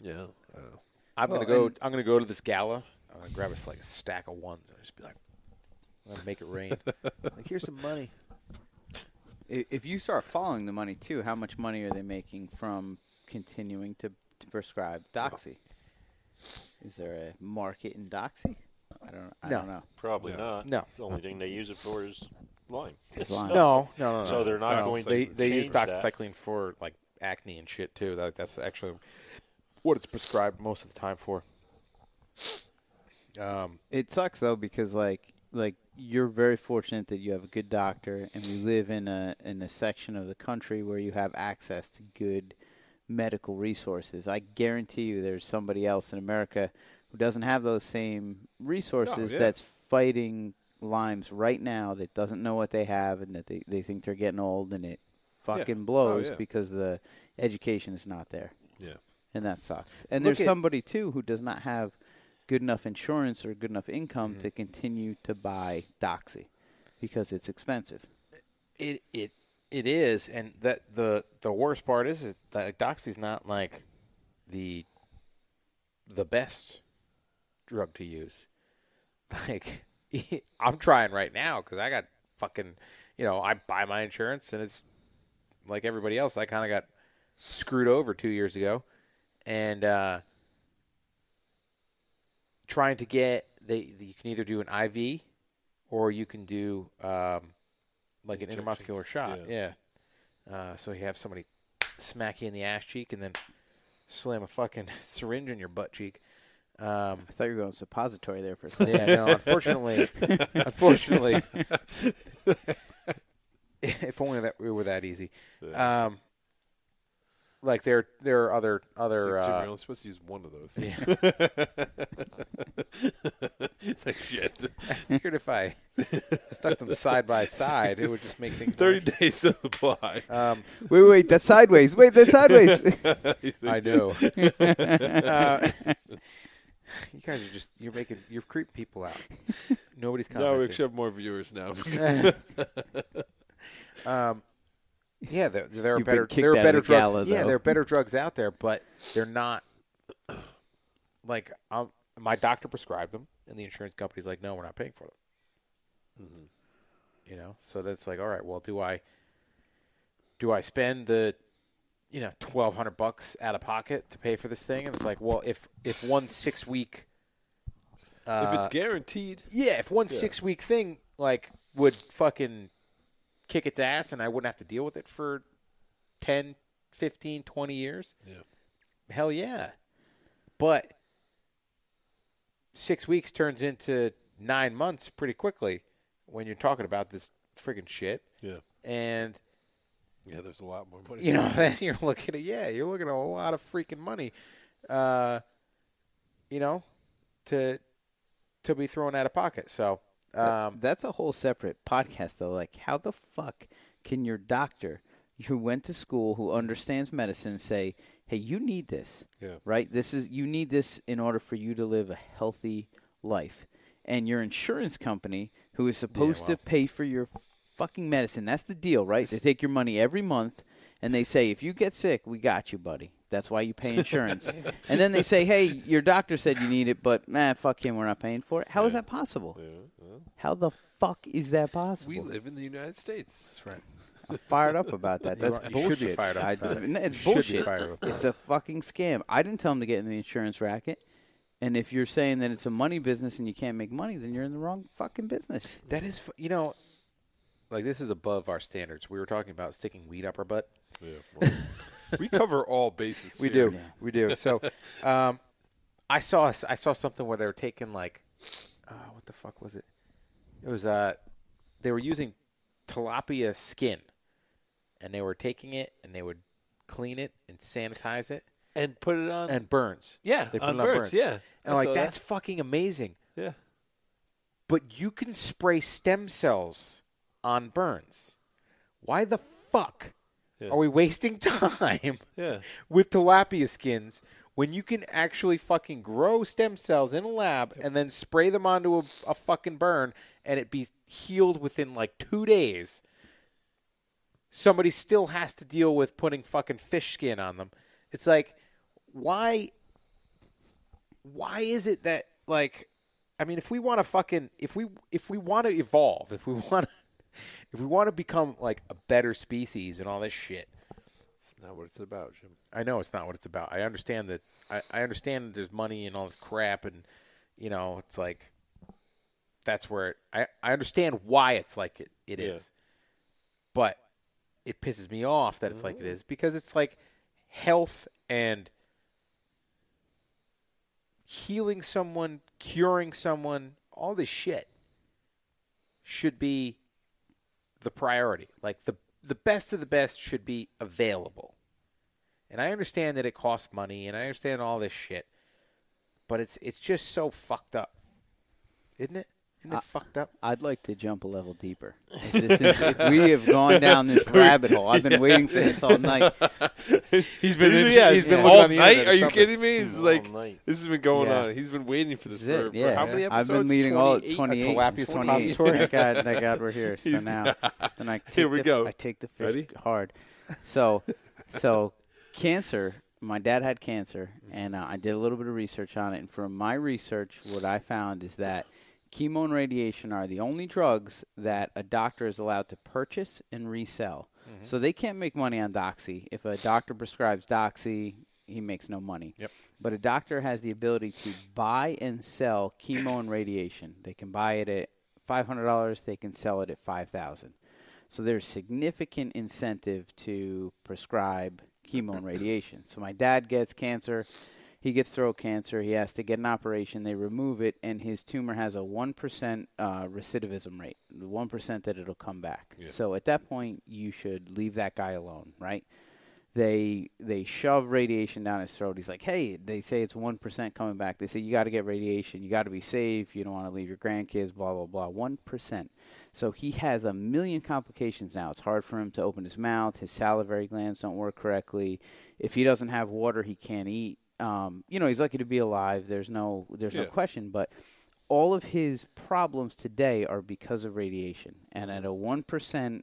Yeah, I don't know.
I'm
Well,
gonna go.
and-
I'm gonna go to this gala. I'm gonna grab us like a stack of ones and just be like, I'm gonna make it rain. like here's some money.
I- If you start following the money too, how much money are they making from continuing to, to prescribe doxy? Is there a market in doxy? I don't. I
No.
don't know.
Probably not.
No.
The only thing they use it for is lime.
It's lime.
No, no, no. no.
So they're not
No,
going
They
to
they use
change that.
doxycycline for like acne and shit too. Like that's actually what it's prescribed most of the time for. Um,
It sucks though because like like you're very fortunate that you have a good doctor, and we live in a in a section of the country where you have access to good medical resources. I guarantee you, there's somebody else in America who doesn't have those same resources
Oh, yeah.
that's fighting limes right now that doesn't know what they have and that they, they think they're getting old and it fucking blows
yeah.
because the education is not there
Yeah,
and that sucks. And
Look
there's
at-
somebody too who does not have good enough insurance or good enough income to continue to buy Doxy because it's expensive.
it it it is, and that the the worst part is is that doxy's not like the the best drug to use. Like I'm trying right now because I got fucking you know I buy my insurance and it's like everybody else I kind of got screwed over two years ago, and uh, trying to get they you can either do an IV or you can do um, like an intramuscular shot. Yeah. Uh, so you have somebody smack you in the ass cheek and then slam a fucking syringe in your butt cheek. Um,
I thought you were going suppository there for a second.
yeah, no, unfortunately, unfortunately, if only that it were that easy. Um, like there, there are other other.
Jimmy,
Uh,
I'm supposed to use one of those. like shit.
figured if I stuck them side by side, it would just make things. more
Thirty days supply.
Um,
wait, wait, that's sideways. Wait, that's sideways.
I know. Uh, you guys are just you're making you're creeping people out. Nobody's
No, we
commenting.
should have more viewers now.
um, yeah, there, there are
You've been
better
kicked
there are
out of
better
the
drugs.
gala,
yeah,
though.
there are better drugs out there, but they're not. Like um, my doctor prescribed them, and the insurance company's like, "No, we're not paying for them."
Mm-hmm.
You know, so that's like, all right, well, do I do I spend the you know twelve hundred bucks out of pocket to pay for this thing? And it's like, well, if if one six week
if it's guaranteed,
yeah, if one six week thing like would fucking kick its ass and I wouldn't have to deal with it for 10, 15, 20 years,
yeah.
hell yeah. But six weeks turns into nine months pretty quickly when you're talking about this friggin' shit.
Yeah.
And
Yeah, there's a lot more money.
you know, then you're looking at yeah, you're looking at a lot of freaking money, uh, you know, to to be thrown out of pocket. So um,
that's a whole separate podcast though. Like how the fuck can your doctor who went to school who understands medicine say, "Hey, you need this."
Yeah.
Right? This is you need this in order for you to live a healthy life. And your insurance company who is supposed to pay for your fucking medicine. That's the deal, right? They take your money every month and they say, "If you get sick, we got you, buddy." That's why you pay insurance. and then they say, "Hey, your doctor said you need it, but nah, fuck him, we're not paying for it." How is that possible? How the fuck is that possible?
We live in the United States. That's right.
I'm fired up about that. That's
are- you
bullshit.
should be fired up
I-
about it.
no, It's
You should be
bullshit.
fired up about
It's a fucking scam. I didn't tell him to get in the insurance racket. And if you're saying that it's a money business and you can't make money, then you're in the wrong fucking business.
That is, fu- you know, Like this is above our standards. We were talking about sticking weed up our butt.
we cover all bases.
We
here.
do, we do. So, um, I saw I saw something where they were taking like, uh, what the fuck was it? It was uh, they were using tilapia skin, and they were taking it and they would clean it and sanitize it
and put it on.
and burns.
Um, Yeah,
they put
on
it on
burns,
burns.
yeah.
and I'm
I
like
saw that.
that's fucking amazing.
yeah,
But you can spray stem cells on burns. Why the fuck
Yeah.
are we wasting time?
yeah.
with tilapia skins when you can actually fucking grow stem cells in a lab and then spray them onto a, a fucking burn and it be healed within like two days. Somebody still has to deal with putting fucking fish skin on them. It's like, why? Why is it that like, I mean, if we want to fucking if we if we want to evolve, if we want to if we want to become like a better species and all this shit,
That's not what it's about, Jim.
I know it's not what it's about. I understand that. I, I understand that there's money and all this crap, and you know, it's like that's where it, I I understand why it's like it it is,
Yeah.
but it pisses me off that it's like it is because it's like health and healing someone, curing someone, all this shit should be the priority. Like the the best of the best should be available. And I understand that it costs money and I understand all this shit. But it's it's just so fucked up. Isn't it? Isn't it fucked up?
I'd like to jump a level deeper. If This is, if we have gone down this rabbit hole. I've been waiting for this all night.
He's
been-
yeah,
he's
yeah.
been looking
all
on the
night.
internet or
Are you
something.
kidding me? He's
All
like
night.
this has been going
Yeah.
on. He's been waiting for this,
This is
for,
it,
for
yeah.
how many
I've
episodes?
been leading all
28?
28.
Tilapia
28.
suppository.
Thank God, thank God we're here. So now, then I take
Here we
the,
go.
I take the fish
Ready?
hard. So, so cancer. My dad had cancer, and uh, I did a little bit of research on it. And from my research, what I found is that chemo and radiation are the only drugs that a doctor is allowed to purchase and resell. So they can't make money on Doxy. If a doctor prescribes Doxy, he makes no money. Yep. But a doctor has the ability to buy and sell chemo and radiation. They can buy it at five hundred dollars. They can sell it at five thousand. So there's significant incentive to prescribe chemo and radiation. So my dad gets cancer. He gets throat cancer. He has to get an operation. They remove it, and his tumor has a 1% uh, recidivism rate, the 1% that it'll come back. So at that point, you should leave that guy alone, right? they they shove radiation down his throat. He's like, "Hey, they say it's one percent coming back. They say you got to get radiation. You got to be safe. You don't want to leave your grandkids. Blah blah blah. One percent. So he has a million complications now. It's hard for him to open his mouth. His salivary glands don't work correctly. If he doesn't have water, he can't eat. Um, you know, he's lucky to be alive. There's no there's no
Yeah.
question, but all of his problems today are because of radiation. And at a 1%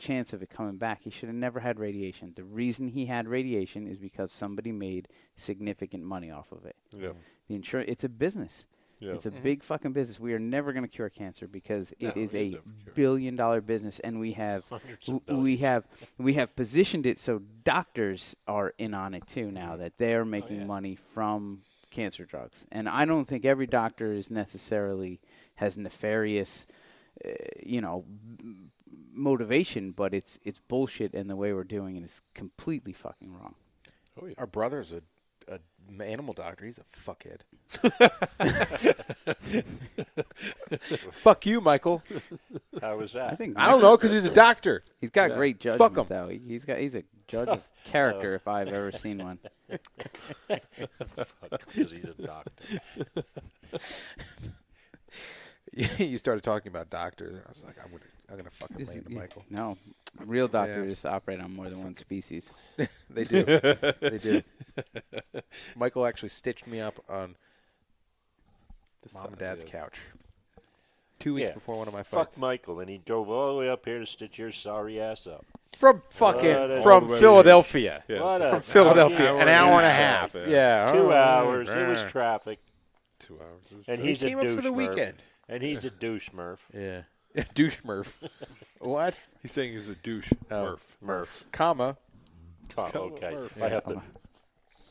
chance of it coming back, he should have never had radiation. The reason he had radiation is because somebody made significant money off of it.
Yeah.
The insur- it's a business.
Yeah.
It's a big fucking business. We are never going to cure cancer because it
No,
is
we
a
never cure it.
billion dollar business and we have
Hundreds of
w- we
billions.
have we have positioned it so doctors are in on it too now
Mm-hmm.
that
Oh,
they're making money from cancer drugs. And I don't think every doctor is necessarily has nefarious uh, you know m- motivation, but it's it's bullshit and the way we're doing it is completely fucking wrong.
Our brother's a, a m- animal doctor. He's a fuckhead. Fuck you, Michael.
How was that?
I think
I don't know because he's a doctor.
He's got great
Fuck
judgment
'em.
though. He- He's got he's a judge of character if I've ever seen one.
Because he's a doctor.
you started talking about doctors, and I was like, I'm gonna, I'm gonna fucking lay into Michael.
No, real doctors operate on more than one species.
They do, they do. Michael actually stitched me up on mom and dad's couch two weeks
Yeah.
before one of my
Fuck
fights.
Michael, and he drove all the way up here to stitch your sorry ass up.
from fucking
What a-
from
All the way to
Philadelphia,
Yeah.
What a
from Philadelphia,
fucking
an hour and a half.
half.
Yeah,
Two hours. It was traffic,
Two hours.
and
He
he's
came
a
up
douche
for the
Murph.
weekend.
And he's a douche, Murph.
Yeah. douche Murph. what?
He's saying he's a douche.
Oh.
Murph.
Murph.
Comma.
Comma, okay. I have to.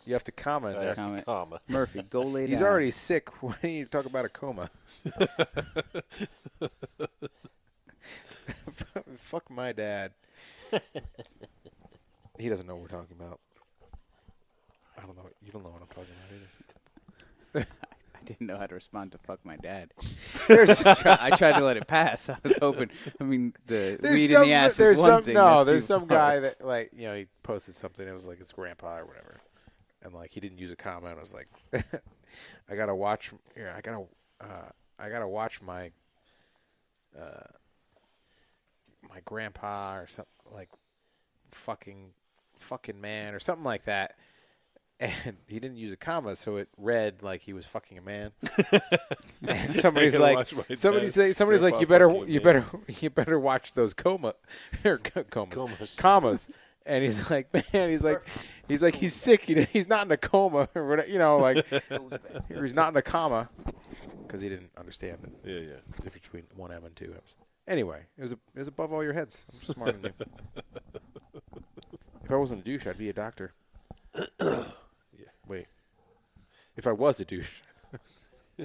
You have to comma in
I
there.
have
Comment.
to comma.
Murphy, go lay
He's
down.
already sick. Why do you talk about a coma? Fuck my dad. he doesn't know what we're talking about. I don't know. You don't know what I'm talking about either.
I didn't know how to respond to "fuck my dad." There's, I tried to let it pass. I was hoping. I mean, the weed in the ass
there's
is one
some,
thing.
No,
that's
there's
too
some
far.
guy that like you know he posted something. It was like his grandpa or whatever, and like he didn't use a comment. I was like, I gotta watch. Here, I gotta, uh, I gotta watch my, uh, my grandpa or something like, fucking, fucking man or something like that. And he didn't use a comma, so it read like he was fucking a man. and somebody's
gotta
like,
watch my
somebody's
dad.
say- somebody's like,
Grandpa
you better,
fucking a
you
man."
better, you better watch those coma, or co- comas,
Comas.
commas. And he's like, man, he's like, he's like, he's sick. He, he's not in a coma, or whatever, you know, like, or he's not in a comma because he didn't understand the
Yeah, yeah.
difference between one M and two M's. Anyway, it was a, it was above all your heads. I'm smarter than you. If I wasn't a douche, I'd be a doctor. yeah. Wait. If I was a douche,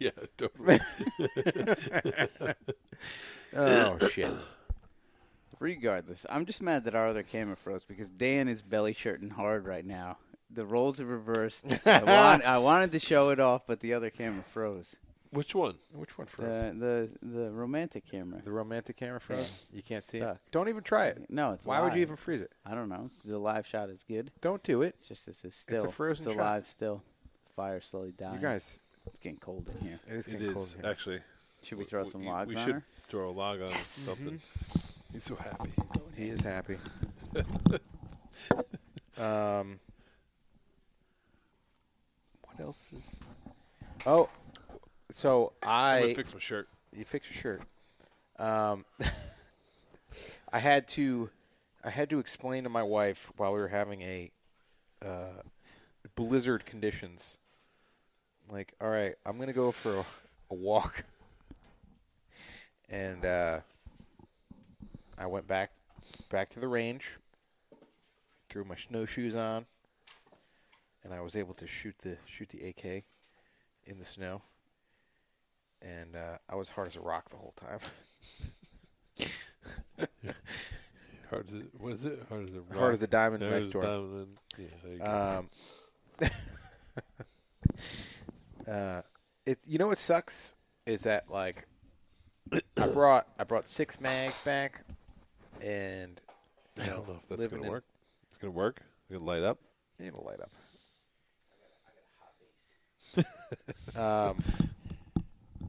Yeah, totally.
oh shit.
Regardless, I'm just mad that our other camera froze because Dan is belly shirting hard right now. The roles have reversed. I, want, I wanted to show it off, but the other camera froze.
Which one?
Which one Uh, froze?
The the the romantic camera.
The romantic camera froze. You can't see it.
Stuck.
Don't even try it.
No, it's
Why would you
live.
even freeze it?
I don't know. The live shot is good.
Don't do it.
It's just it's a still.
frozen
It's a
shot.
live still. Fire slowly dying.
You guys,
it's getting cold in here.
it is
It
getting cold.
is
in here.
actually.
Should we throw some logs
we
on
should
her?
throw a log on something. He's so happy.
He is happy. um, what else is? Oh, so
I'm
I
gonna fix my shirt.
you fix your shirt. Um, I had to, I had to explain to my wife while we were having a uh, blizzard conditions. Like, all right, I'm gonna go for a, a walk, and uh, I went back, back to the range, threw my snowshoes on, and I was able to shoot the shoot the AK in the snow and uh, I was hard as a rock the whole time.
Hard as it, what is it? Hard as a rock.
hard as a diamond in
Hard
my
as a
store.
diamond. Yeah, there you go.
Um, uh, it you know what sucks is that like I brought I brought six mags back, and
I don't know if that's
living
gonna
in-
work. It's gonna work. It's gonna light up.
It'll light up. um,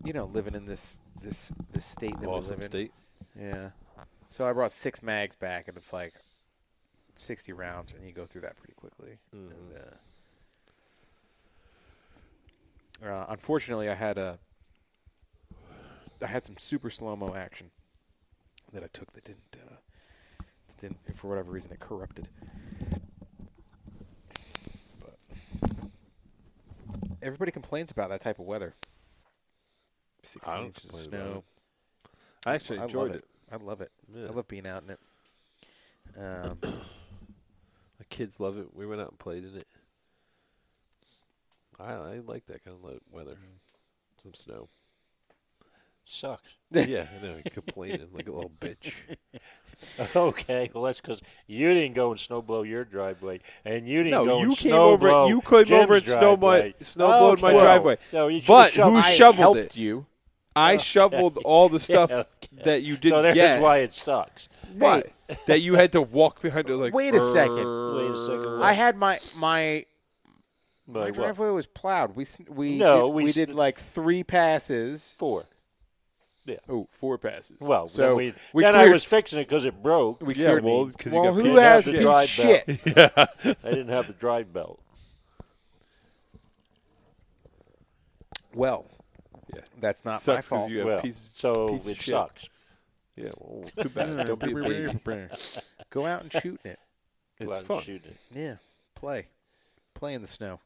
you know, living in this this this state that we
Awesome
live in.
state.
Yeah. So I brought six mags back, and it's like sixty rounds, and you go through that pretty quickly.
Mm-hmm.
And, uh, uh, unfortunately, I had a I had some super slow mo action that I took that didn't uh, that didn't for whatever reason it corrupted. But everybody complains about that type of weather. Sixteen
don't
inches of
complain about
snow.
it. I actually
I
enjoyed
love
it.
it. I love it.
Yeah.
I love being out in it. Um,
My kids love it. We went out and played in it. I I like that kind of le- weather. Some snow.
Sucks.
yeah, I know. Complaining like a little bitch.
Okay, well that's because you didn't go and snow blow your driveway, and you didn't
No,
go
you
and
came
snow
over-
blow
you came
Jim's
over and snow my-
driveway.
snow blowed my
Okay.
driveway.
No, you should've
But
shoved-
who
I-
shoveled
helped
it?
you.
I shoveled all the stuff
Yeah, okay.
that you
So
didn't
there's
get.
why it sucks.
What? that you had to walk behind it like.
Wait a second.
Wait a second.
I had my my my
Like, what?
driveway was plowed. We sn- we
No,
did,
we
we,
s-
did like three passes.
Four.
Oh, four passes.
Well,
so
then, we,
we
then
cleared,
I was fixing it because it broke.
we
Yeah,
cleared
well,
me.
'cause you
well
got
who
pinned.
has
Yeah,
been
drive
shit?
belt. I didn't have the drive belt.
Well,
Yeah.
that's not
Sucks 'cause
my fault.
you have
well,
piece-
so
piece of
it
shit.
sucks.
Yeah, well, too bad. Don't be a baby.
Go out and shoot in it.
Well,
It's
I'm
fun.
shooting it.
Yeah, play, play in the snow.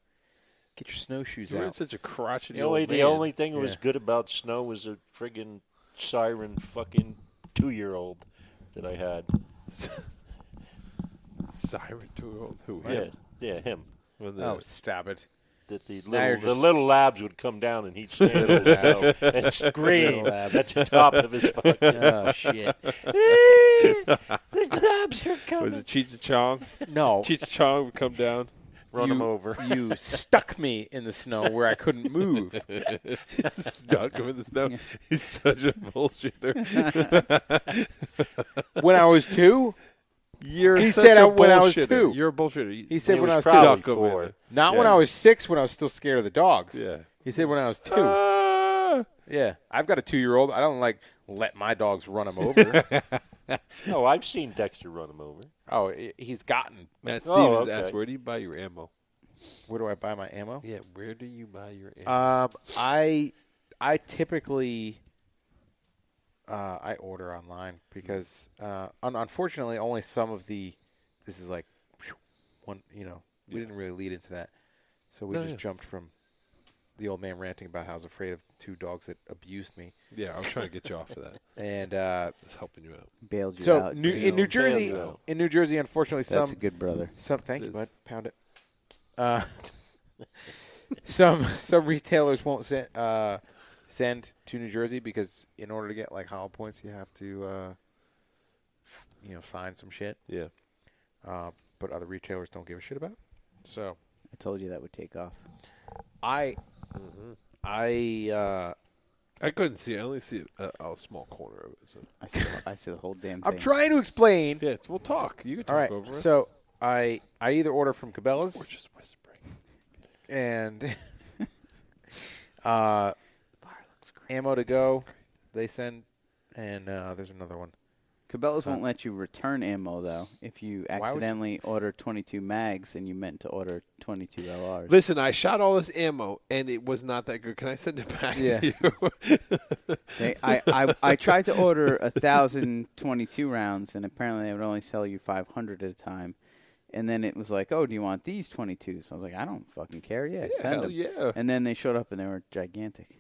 Get your snowshoes
You were
out.
such a crotchety
The only
old
the
man.
only thing that was
Yeah.
good about snow was a friggin' siren fucking two year old that I had.
siren to old who?
Yeah, yeah, him.
When the,
Oh, stop it!
that the
Now you're
little, the
just-
little labs would come down and he'd stand over himself and scream
Little labs.
at the top of his fucking.
oh shit!
the labs are coming.
Was it Cheech and Chong?
No,
Cheech and Chong would come down, run him
You-
over,
you stuck me in the snow where I couldn't move.
stuck him in the snow. He's such a bullshitter.
when I was two,
You're
He
such
said
a
I- when I was
bullshitter.
two.
You're a bullshitter. You-
He said
It
when
was
I was two.
probably
Stuck him in
four.
it.
not when
Yeah.
I was six, when I was still scared of the dogs.
Yeah.
He said when I was two.
Ah!
yeah, I've got a two-year-old. I don't like let my dogs run him over.
No, Oh, I've seen Dexter run him over.
oh, i- he's gotten.
Matt Stevens
Oh, okay.
asked, "Where do you buy your ammo?"
Where do I buy my ammo?
Yeah, where do you buy your ammo?
Um, I I typically uh, I order online because uh, un- unfortunately only some of the this is like one you know we didn't really lead into that, so we
No,
just
yeah.
jumped from the old man ranting about how I was afraid of two dogs that abused me
yeah, I was trying to get you off of that.
and. Uh,
I was helping you out.
Bailed you
so
out.
New, um,
dude.
in New Jersey,
Bill.
in New Jersey, unfortunately,
that's
some
a good brother.
some thank you,
It is.
bud. Pound it. Uh, some some retailers won't send uh, send to New Jersey because in order to get like hollow points, you have to uh, f- you know sign some shit.
Yeah,
Uh, but other retailers don't give a shit about. So
I told you that would take off.
I
Mm-hmm.
I uh,
I couldn't see. it. I only see a, a small corner of it. So
I see, the- I see the whole damn thing.
I'm trying to explain.
yeah, it's, we'll talk. You can talk
All right,
over us.
so I I either order from Cabela's
we're just whispering.
and uh, ammo to go. They send, and uh, there's another one.
Cabela's won't let you return ammo though if you
would you-
accidentally order 22 mags and you meant to order 22 LRs.
Listen, I shot all this ammo and it was not that good. Can I send it back
Yeah.
to you?
They, I, I I tried to order a thousand 22 rounds and apparently they would only sell you 500 at a time. And then it was like, oh, do you want these 22s? I was like, I don't fucking care. Yeah,
Yeah,
send
hell
them.
yeah.
And then they showed up and they were gigantic.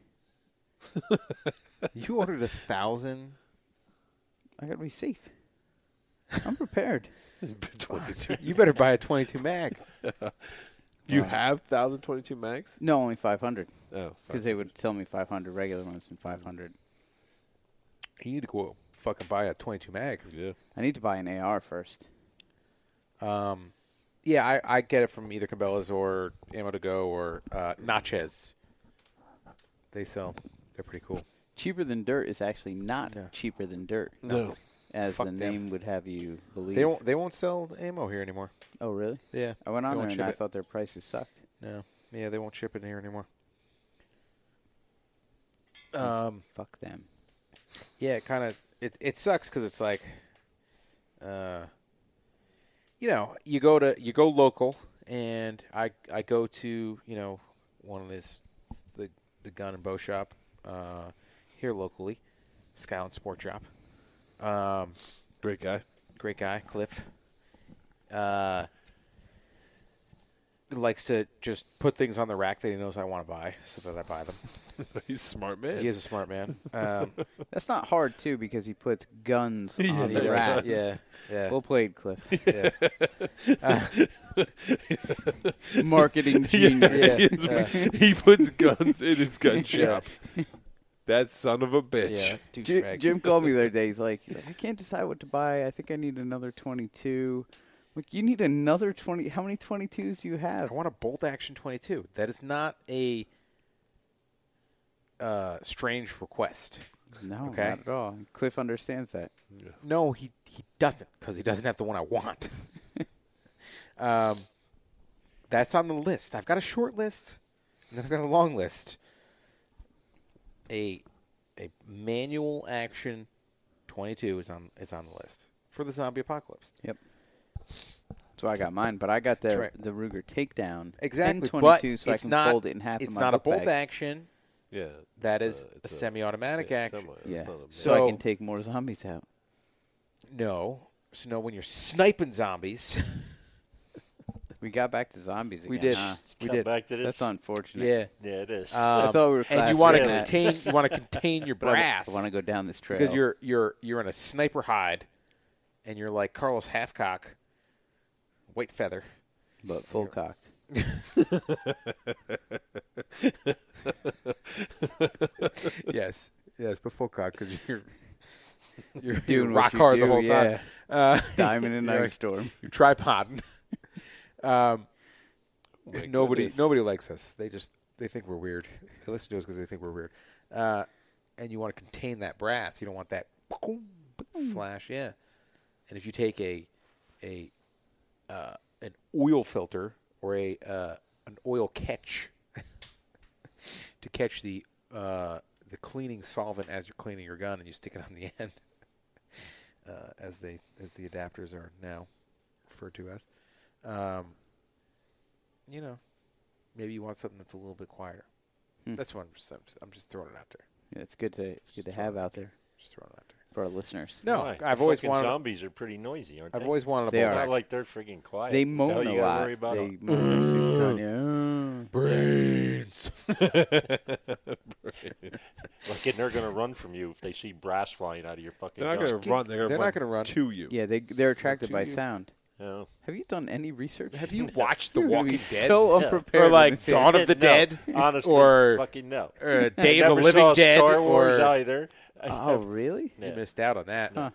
You ordered a thousand.
I gotta be safe. I'm prepared.
You better buy a 22 mag.
Do you have 1022 mags?
No, only 500
Oh,
because they would sell me 500 regular ones and 500.
You need to go fucking buy a 22 mag.
yeah.
I need to buy an AR first.
Um, yeah, I, I get it from either Cabela's or Ammo to Go or uh, Natchez. They sell. They're pretty cool.
Cheaper than dirt is actually not
Yeah.
cheaper than dirt,
No.
as
Fuck
the
them.
name would have you believe.
They don't. They won't sell ammo here anymore.
oh, really?
Yeah,
I went
They
on there
won't
and
ship
I
it.
thought their prices sucked.
No. Yeah, they won't ship it here anymore. Um.
Fuck them.
Yeah, it kind of it it sucks because it's like, uh, you know, you go to you go local, and I I go to you know one of this the the gun and bow shop uh, here locally, Skyland Sport Shop. Um,
Great guy.
great guy, Cliff. Uh, likes to just put things on the rack that he knows I want to buy, so that I buy them.
He's a smart man.
He is a smart man. Um,
That's not hard too because he puts guns on
yeah,
the rack.
yeah, yeah.
Well played, Cliff.
yeah.
Marketing genius.
Yes,
Yeah.
he, is. He puts guns in his gun shop. That son of a
Yeah,
bitch.
Jim, Jim called me the other day. He's like, he's like, I can't decide what to buy. I think I need another 22. Like, you need another 20. How many 22s do you
I
have?
want a bolt action 22. That is not a uh, strange request.
No,
Okay.
not at all. Cliff understands that.
No, he he doesn't because he doesn't have the one I want. um, that's on the list. I've got a short list, and then I've got a long list. A a manual action 22 is on is on the list for the zombie apocalypse.
Yep. So I got mine, but I got the
right.
the Ruger takedown
Exactly,
and
but
22, so I
it's
can
not-
fold it in half.
It's
in my
not a
book
bolt
bag,
action.
Yeah.
That is a, semi-automatic
yeah,
action.
semi- it's
Yeah.
not a-
So, I
So-
can take more zombies out.
No. So no, when you're sniping zombies,
We got back to zombies again.
We did.
huh?
We
Come
did.
Back to this.
That's unfortunate.
yeah, it is.
Uh,
I thought we were
Um, and you
classy
want to
on that.
contain you want to contain your
But I-
brass
I want to go down this trail
because you're you're you're in a sniper hide, and you're like Carlos Halfcock, white feather,
but full cocked.
yes, yes, but full cock because you're you're,
Doing
you're
what
rock
you
hard
do,
the whole
yeah.
time. Uh,
Diamond and
You're
Ice
like-
Storm.
you're tripod. um,
My
nobody
goodness.
nobody likes us. They just they think we're weird. They listen to us because they think we're weird. Uh, and you want to contain that brass. You don't want that flash. Yeah. And if you take a a uh, an oil filter or a uh, an oil catch to catch the uh, the cleaning solvent as you're cleaning your gun, and you stick it on the end, uh, as they as the adapters are now referred to as. Um, you know, maybe you want something that's a little bit quieter.
Hmm.
That's what I'm just, I'm just- I'm just throwing it out there.
Yeah, it's good to it's good to have out there
Just throwing it out there.
for our listeners.
No,
Why?
I've always
Fucking
wanted.
Zombies are pretty noisy, aren't
I've
they?
always wanted a
They
It's
are.
Not
bulldog.
like they're freaking quiet.
They
Now
moan
you
a
gotta
lot.
Worry about
they
them.
moan super tiny.
brains.
Like, and they're gonna run from you if they see brass flying out of your fucking.
They're not
gun.
going to run. They're going to
They're
run,
not gonna run.
to you.
Yeah, they they're attracted by
you-
sound.
Yeah.
Have you done any research?
Have you watched The
You're gonna
Walking
be
Dead?
So
Yeah.
unprepared.
or
when
like
this
Dawn of the
No,
Dead,
Honestly,
or
fucking no.
uh,
I
Day of the
never saw
Living Dead,
Star Wars
or
either. I
hits. Oh,
never-
really?
Yeah.
you missed out on that.
Huh.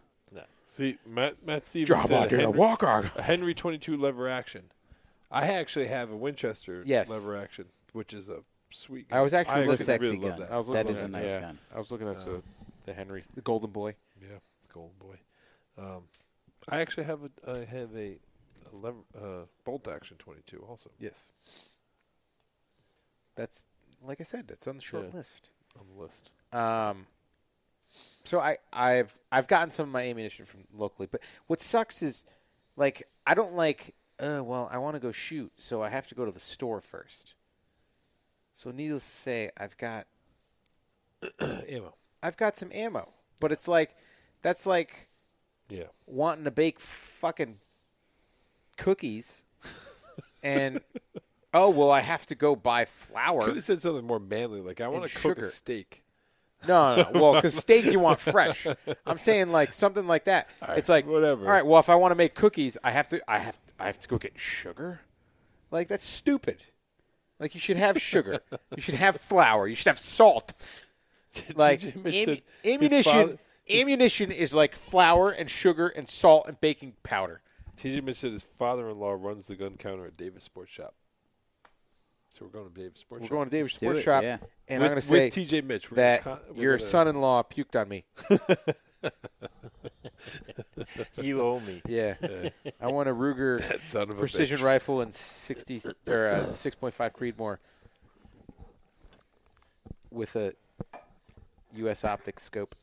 See, Matt, Matt Stevens
Draw
said
block in a
Henry-
walk guard.
a Henry 22 lever action. I actually have a Winchester
Yes.
lever action, which is a sweet.
I was actually
It's a
looking-
really
sexy
love
gun.
That.
was
That
looking
is a
at-
nice
yeah.
gun.
I was looking at
the-
the Henry, the Golden Boy.
Yeah, golden boy. Um, I actually have a I have a, a lever uh, bolt action 22 also.
Yes, that's like I said. That's on the short
Yeah.
list.
on the list.
Um, so I I've I've gotten some of my ammunition from locally, but what sucks is like I don't like. Uh, well, I want to go shoot, so I have to go to the store first. So needless to say, I've got
ammo.
I've got some ammo, but it's like that's like
Yeah.
wanting to bake fucking cookies and oh well i have to go buy flour
Could have said something more manly, like I want to cook
sugar.
a steak.
no no, no. well because steak you want fresh i'm saying like something like that it's like
whatever.
all right well if i want to make cookies i have to i have i have to go get sugar like that's stupid like you should have sugar you should have flour you should have salt like
TJ Mitch
am-
said his
ammunition
father- his-
ammunition is like flour and sugar and salt and baking powder
TJ Mitch said his father-in-law runs the gun counter at Davis Sports Shop. So we're going to Davis Sports
We're
Shop.
going to David's
do
Sports
it,
Shop,
yeah.
with,
and I'm going to say
with TJ Mitch we're
that
gonna con- we're
your
gonna-
son-in-law puked on me.
You owe me.
Yeah, I want a Ruger
that son of a
precision
bitch.
rifle and 60 or uh, 6.5 Creedmoor with a U.S. optics scope.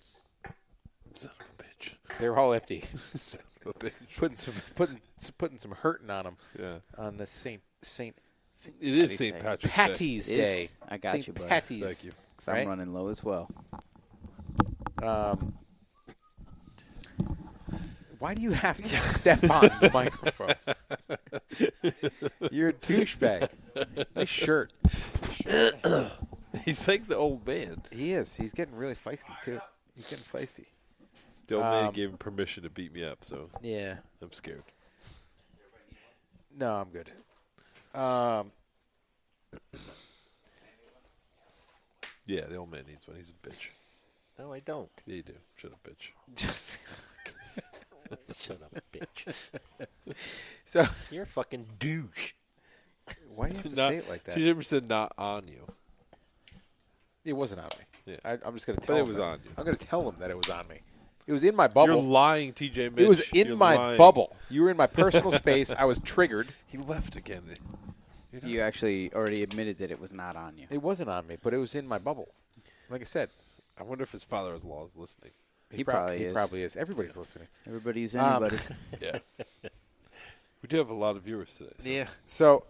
Son of a
They're all empty.
bitch. son of a bitch.
putting some putting putting some hurting on them
Yeah.
on this Saint Saint
It is
Patty's
St.
Day.
Patrick's Day.
Patty's
It is.
Day.
I got
Saint
you, bud.
Patty's.
Thank you.
'Cause I'm
Right?
running low as well.
Um, why do you have to step on the microphone? You're a douchebag. Nice shirt.
He's like the old man.
He is. He's getting really feisty too. He's getting feisty.
The old man
Um,
gave him permission to beat me up, so
Yeah.
I'm scared.
No, I'm good. Um,
Yeah, the old man needs one. He's a bitch.
No, I don't.
Yeah, you do. Shut up, bitch.
just
Shut up, bitch.
so.
You're a fucking douche.
Why do you have to
Not-
say it like that?
TJ Mitch said not on you.
It wasn't on me.
Yeah.
I, I'm just gonna tell.
it
him
was
that-
on you.
I'm gonna tell him that it was on me. It was in my
You're
bubble.
lying, TJ Mitch.
It was
You're
in my
lying.
bubble. You were in my personal space. I was triggered.
He left again.
You actually already admitted that it was not on you.
It wasn't on me, but it was in my bubble. Like I said,
I wonder if his father-in-law is listening.
He probably
he
is.
probably is. Everybody's listening.
Everybody's
Um,
anybody.
Yeah. we do have a lot of viewers today. so-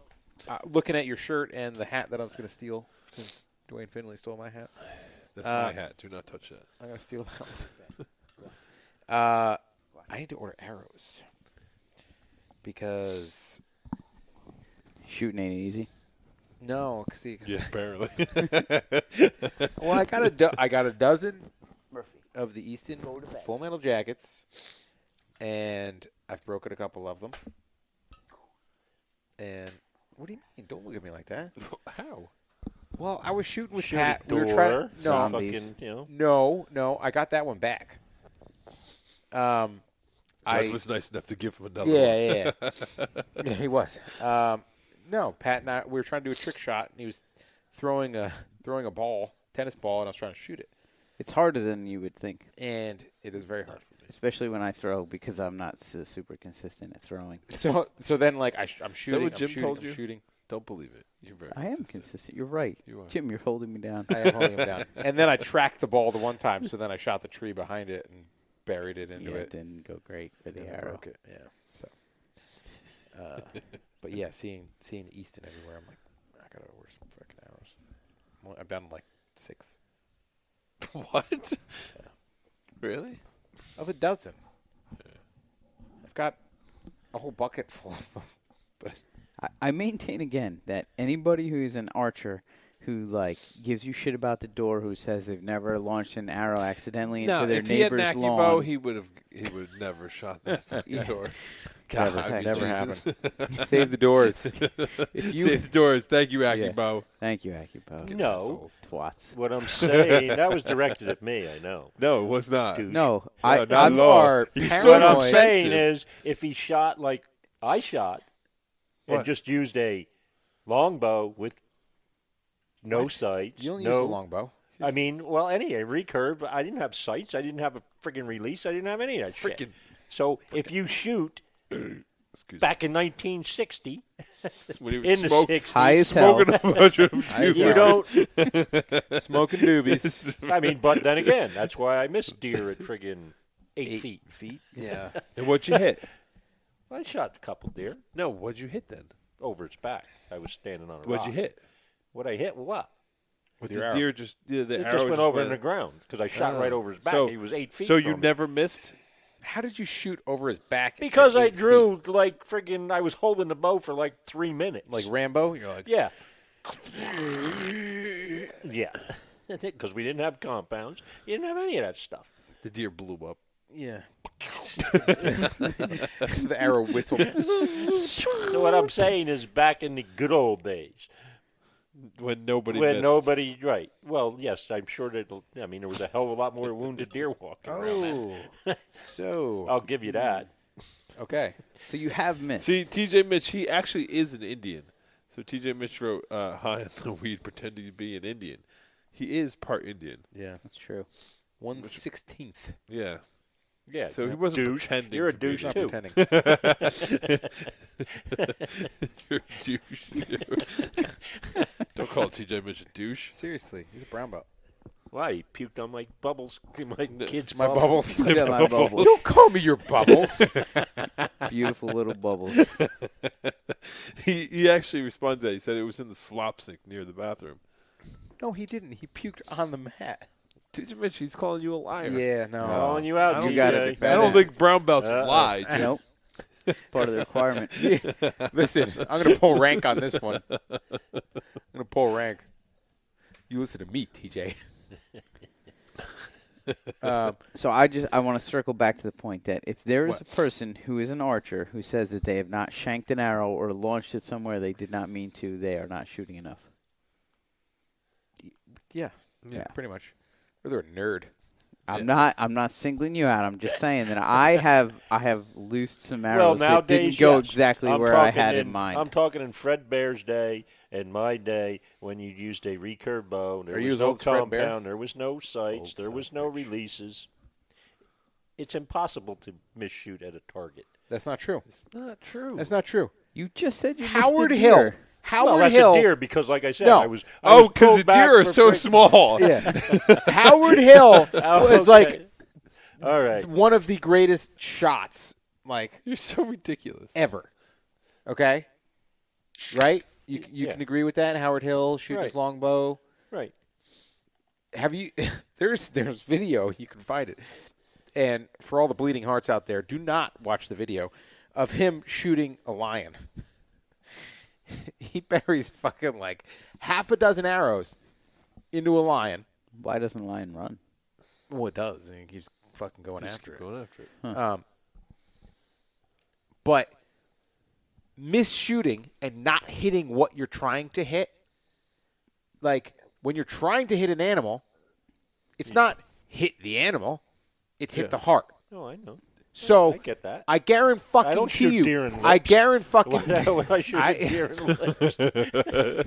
So, uh, looking at your shirt and the hat that I was going to steal, since Dwayne Finley stole my hat,
That's my
Uh,
hat. Do not touch that.
I'm going to steal that one. uh, I need to order arrows because
Shooting ain't easy.
no, because
apparently.
well, I got a do- I got a dozen of the Easton Full Metal Jackets, and I've broken a couple of them, and What do you mean? Don't look at me like that.
How?
Well, I was shooting with
Shoot
Pat.
at
We were trying.
door,
No,
Zombies.
fucking, you know.
no, no. I got that one back. Um,
Judge
I
was nice enough to give him another. one.
yeah, yeah, yeah. yeah. He was. Um, no, Pat and I. We were trying to do a trick shot, and he was throwing a throwing a ball, tennis ball, and I was trying to shoot it.
It's harder than you would think,
And it is very hard for me.
especially when I throw because I'm not su- super consistent at throwing.
So, so then like I sh- I'm shooting.
what Jim
I'm shooting,
told
I'm
you?
shooting.
Don't believe it. You're very.
I am
consistent.
consistent. You're right.
You are.
Jim, you're holding me down.
I am holding him down. And then I tracked the ball the one time, so then I shot the tree behind it and buried it into
yeah,
it.
didn't go great for the
and
arrow.
broke it. Yeah. So, uh, but yeah, seeing seeing the Easton everywhere, I'm like, I gotta order some fucking arrows. I'm only- I'm down to like six
What? Really?
of a dozen. I've got a whole bucket full of them. But
I, I maintain again that anybody who is an archer who like gives you shit about the door who says they've never launched an arrow accidentally into
No,
their
if he had an
neighbor's
Akibo,
lawn.
he would have. He would never shot that fucking
Yeah.
door.
Never-
God,
never
Jesus.
save the doors.
if you
Save the doors. Thank you, Akibo.
thank you, Akibo.
No.
Assholes.
Twats.
What I'm saying, that was directed at me, I know.
No, it was not.
Dude.
No,
No,
I
not
I'm
at all.
are
You
paranoid.
so
what I'm
annoyed.
saying
Offensive.
is, if he shot like I shot
What?
and just used a longbow with no sights,
You don't
no,
use the longbow.
I mean, well, any a recurve. I didn't have sights. I didn't have a freaking release. I didn't have any of that shit.
Frickin-
So if you shoot
Excuse
back in 1960,
When he was
in the
smoke-
60s,
High as hell.
smoking a bunch of
as
you
hell.
doobie.
don't.
Smoking doobies.
I mean, but then again, that's why I missed deer at friggin' eight, feet.
Feet. Yeah.
And what'd you hit?
I shot a couple deer
No, what'd you hit then?
over its back. I was standing on a
What'd
rock.
you hit?
What I hit? What?
With
your
Uh, the
arrow.
deer just yeah, the
It
arrow
just went over in the
went-
ground because I shot
Ah.
right over his back.
So-
he was eight feet.
So you
from me.
never missed.
How did you shoot over his back? at
because I
eight feet?
drew like friggin' I was holding the bow for like three minutes.
like Rambo. You're like,
Yeah. yeah. Because we didn't have compounds. You didn't have any of that stuff.
The deer blew up.
Yeah. the arrow whistle.
So what I'm saying is back in the good old days
when nobody
when
missed.
nobody, right. Well, yes, I'm sure that, I mean, there was a hell of a lot more wounded deer walking around.
Oh. So.
I'll give you that.
Okay.
So you have missed.
See, T.J. Mitch, he actually is an Indian. So T.J. Mitch wrote uh, "High on the Weed," pretending to be an Indian. He is part Indian.
Yeah.
That's true.
One sixteenth.
Yeah.
Yeah.
So he wasn't
douche.
pretending
You're a
to be
douche
that.
too.
pretending.
You're a douche. Don't call T.J. Mitch a douche.
Seriously, he's a brown belt.
Why? He puked on my bubbles, my kids'
My
Oh. bubbles.
bubbles.
Look at my bubbles.
Don't call me your bubbles.
Beautiful little bubbles.
He he actually responded to that. He said it was in the slop sink near the bathroom.
no, he didn't. He puked on the mat.
T.J. Mitch, he's calling you a liar.
Yeah. No.
Calling you
I
out,
don't
You got
DJ.
it.
I don't
That is-
think brown belts
Uh-oh.
lie.
nope. Part of the requirement.
Listen, I'm gonna pull rank on this one. I'm gonna pull rank. You listen to me, TJ. um,
So I just I want to circle back to the point that if there is a person who is an archer who says that they have not shanked an arrow or launched it somewhere they did not mean to, they are not shooting enough.
yeah,
Yeah.
Pretty much. Or they're a nerd.
I'm not I'm not singling you out. I'm just saying that I have I have loosed some arrows
well,
that
nowadays,
didn't go
yes.
exactly
I'm
where I
talking
had in,
in
mind.
I'm talking in Fred Bear's day and my day when you used a recurve bow. There
Are you
was
as
no
old as Fred Bear?
compound. There was no sights.
Old
there
son
was
of
no releases. It's impossible to misshoot at a target.
That's not true.
It's not true.
That's not true.
you just said you missed a
Howard Hill.
deer.
Howard
well, that's
Hill.
a deer because, like I said,
No.
I was. I
oh,
was pulled
because the
back
deer are
for
so
frick-
small.
Yeah. Howard Hill
Oh,
was like
okay. All right.
one of the greatest shots like
You're so ridiculous.
ever. Okay? Right? You you
Yeah.
can agree with that. Howard Hill shooting his
Right.
longbow.
Right.
Have you there's there's video, you can find it. And for all the bleeding hearts out there, do not watch the video of him shooting a lion. he buries fucking like half a dozen arrows into a lion.
Why doesn't lion run?
Well, it does. And he keeps fucking going after it.
Going after it.
Um, but misshooting and not hitting what you're trying to hit. Like when you're trying to hit an animal, it's not hit the animal, it's hit the heart.
No, I know.
So
I get that.
I guarantee fucking
I don't
to
shoot
you.
deer in
I
lips.
guarantee fucking
uh, When I shoot
I-
a deer in lips.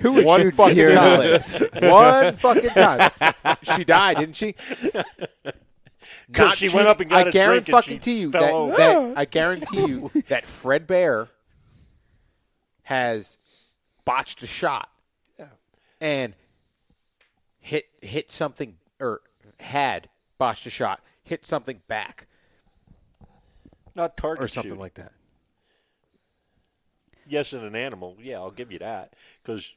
Who would one fucking time? one fucking time. She died, didn't she? Not
she
shooting-
went up and got
I
a drink
guarantee
and
fucking
she
to you
fell
that,
over.
that I guarantee you that Fred Bear has botched a shot and hit hit something or had botched a shot, hit something back
not target
or something
shooting.
like that.
yes, in an animal. Yeah, I'll give you that because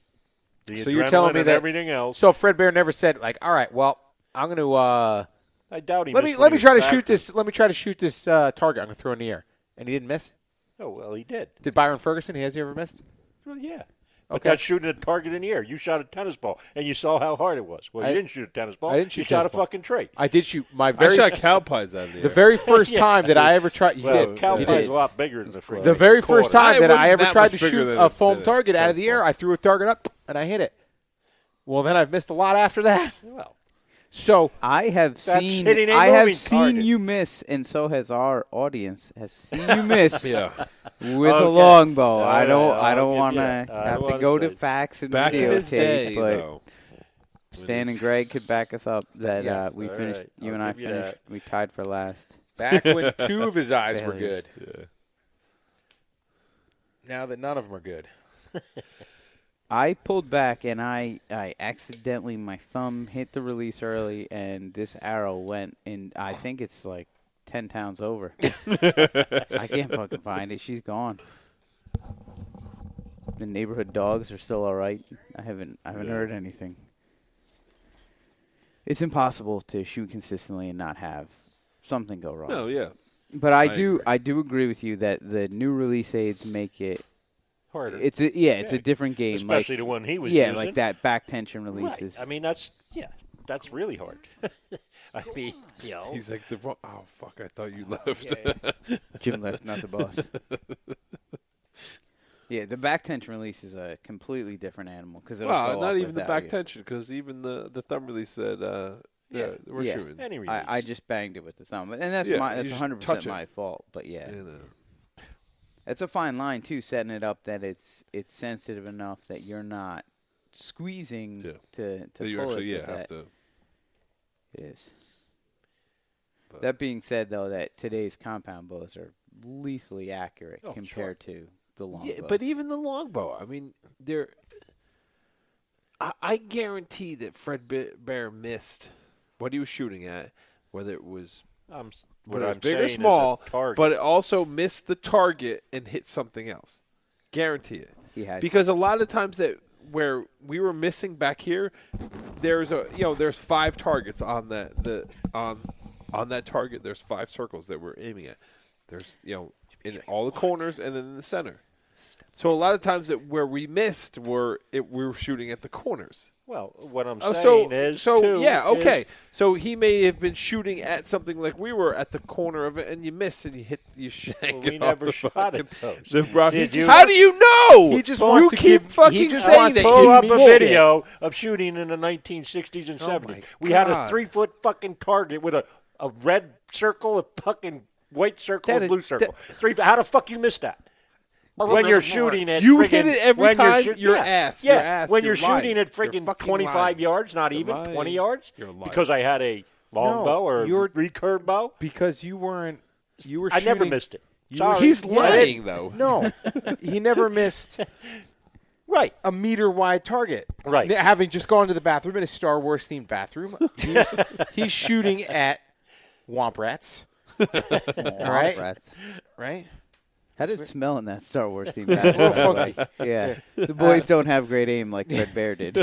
the
So
adrenaline
you're telling me
and
that
everything else.
So Fred Bear never said like, "All right, well, I'm going to uh
I doubt he.
let me
missed
let
when
me
he
try to
was
shoot
back.
this. Let me try to shoot this uh, target. I'm gonna throw in the air, and he didn't miss.
Oh well, he did.
Did Byron Ferguson? Has he ever missed?
Well, yeah. But
Okay.
that's shooting a target in the air. You shot a tennis ball, and you saw how hard it was. Well,
I-
you didn't shoot a tennis ball.
I didn't
you
shoot
shot a
tennis ball.
fucking tree.
I did shoot my
I
very
shot cow pies out of the,
the
air.
very first
Yeah.
time that I ever tried. You
well,
did.
cow
You
pie's
did.
a lot bigger than the free.
The very first time
It
that I
wasn't
ever
that
tried
much
to
bigger
shoot
than
a
a-
foam
than a
target out of the
tennis
air, I threw a target up and I hit it. Well, then I've missed a lot after that.
well,
So
I have
That's
seen
hitting a
I have
moving
seen
target.
you miss, and so has our audience. Have seen you miss
yeah.
with a
Okay.
longbow.
All
I don't
right,
I don't
I'll
want
give you
to
that. I
have
don't
to
wanna
go to
say.
facts and
Back in his
videotape,
day,
but
though.
Stan and Greg could back us up that
Yeah.
uh, we
All
finished.
right.
You
I'll
and I
give you
finished.
that.
We tied for last.
back when two of his eyes were
Failures.
good, now that none of them are good.
I pulled back and I, I accidentally my thumb hit the release early and this arrow went and I think it's like ten pounds over. I can't fucking find it. She's gone. The neighborhood dogs are still all right. I haven't I haven't heard anything. It's impossible to shoot consistently and not have something go wrong.
No, yeah.
But I,
I
do
agree.
I do agree with you that the new release aids make it
harder.
it's a yeah, it's a
Yeah.
different game. like-
especially the one he was
yeah,
using.
like that back tension
Right.
releases.
I mean, that's yeah, that's really hard. I mean, you know,
He's like the wrong. Oh fuck! I thought you left.
Jim left, not the boss. yeah, the back tension release is a completely different animal because
Well, not even the back tension, because even the the thumb release that uh, yeah,
Yeah.
we're
Yeah.
shooting.
any release.
I, I just banged it with the thumb, and that's
Yeah,
my
you
that's
just
100
touch
percent
it.
my fault. But yeah,
You know.
it's a fine line too, setting it up that it's it's sensitive enough that you're not squeezing
Yeah.
to to
So you
pull
actually
it.
yeah
but that-
have to.
It is.
But-
that being said, though, that today's compound bows are lethally accurate
Oh, sure.
compared to the long
Yeah,
bows.
but even the longbow. I mean, there. I, I guarantee that Fred Be- Bear missed what he was shooting at, whether it was
I'm, s- what
whether it was
I'm
big
saying
or
is a
small,
target.
but it also missed the target and hit something else. Guarantee it.
He had-
because a lot of times that where we were missing back here, there's a you know there's five targets on that the on on that target. There's five circles that we're aiming at. There's you know in all the corners and then in the center. So a lot of times that where we missed were it, we were shooting at the corners.
well, what I'm
Oh, so
saying is,
so
too,
yeah,
is-
okay. so he may have been shooting at something like we were at the corner of it, and you missed, and you hit, you shank
Well,
it
we
off
never
the
shot
fucking-
at those.
the rock-
Did
He
you-
just- How do you know?
He just
you
wants to
keep
give- he
fucking
just
saying
wants
that.
to
he
pull up a
missed it. Oh,
video of shooting in the 1960s and 70s. We had a
God.
three foot fucking target with a, a red circle, a fucking white circle,
That
and
is-
blue circle. three. How the fuck you miss that? When you're shooting at
You
friggin-
hit it every
when
time,
You're shoot-
your
yeah,
ass,
yeah.
your ass,
When
you're
you're, shooting
lying.
at
You're
friggin'
fucking
25
lying.
yards, not
You're
even
lying.
20 yards,
You're lying.
because I had a long
No,
bow or
you're-
recurve bow.
because you weren't you were
I never
shooting-
missed it.
you
Sorry.
were-
He's
Yeah, I
lying
didn't-
though.
no he never missed
Right.
a meter wide target.
Right.
N- Having just gone to the bathroom in a Star Wars themed bathroom, he's, he's shooting at womp rats. All right. Right.
How did it smell in that Star Wars theme?
Oh,
bathroom?
fuck.
yeah, the boys
uh,
don't have great aim like Fred Bear did.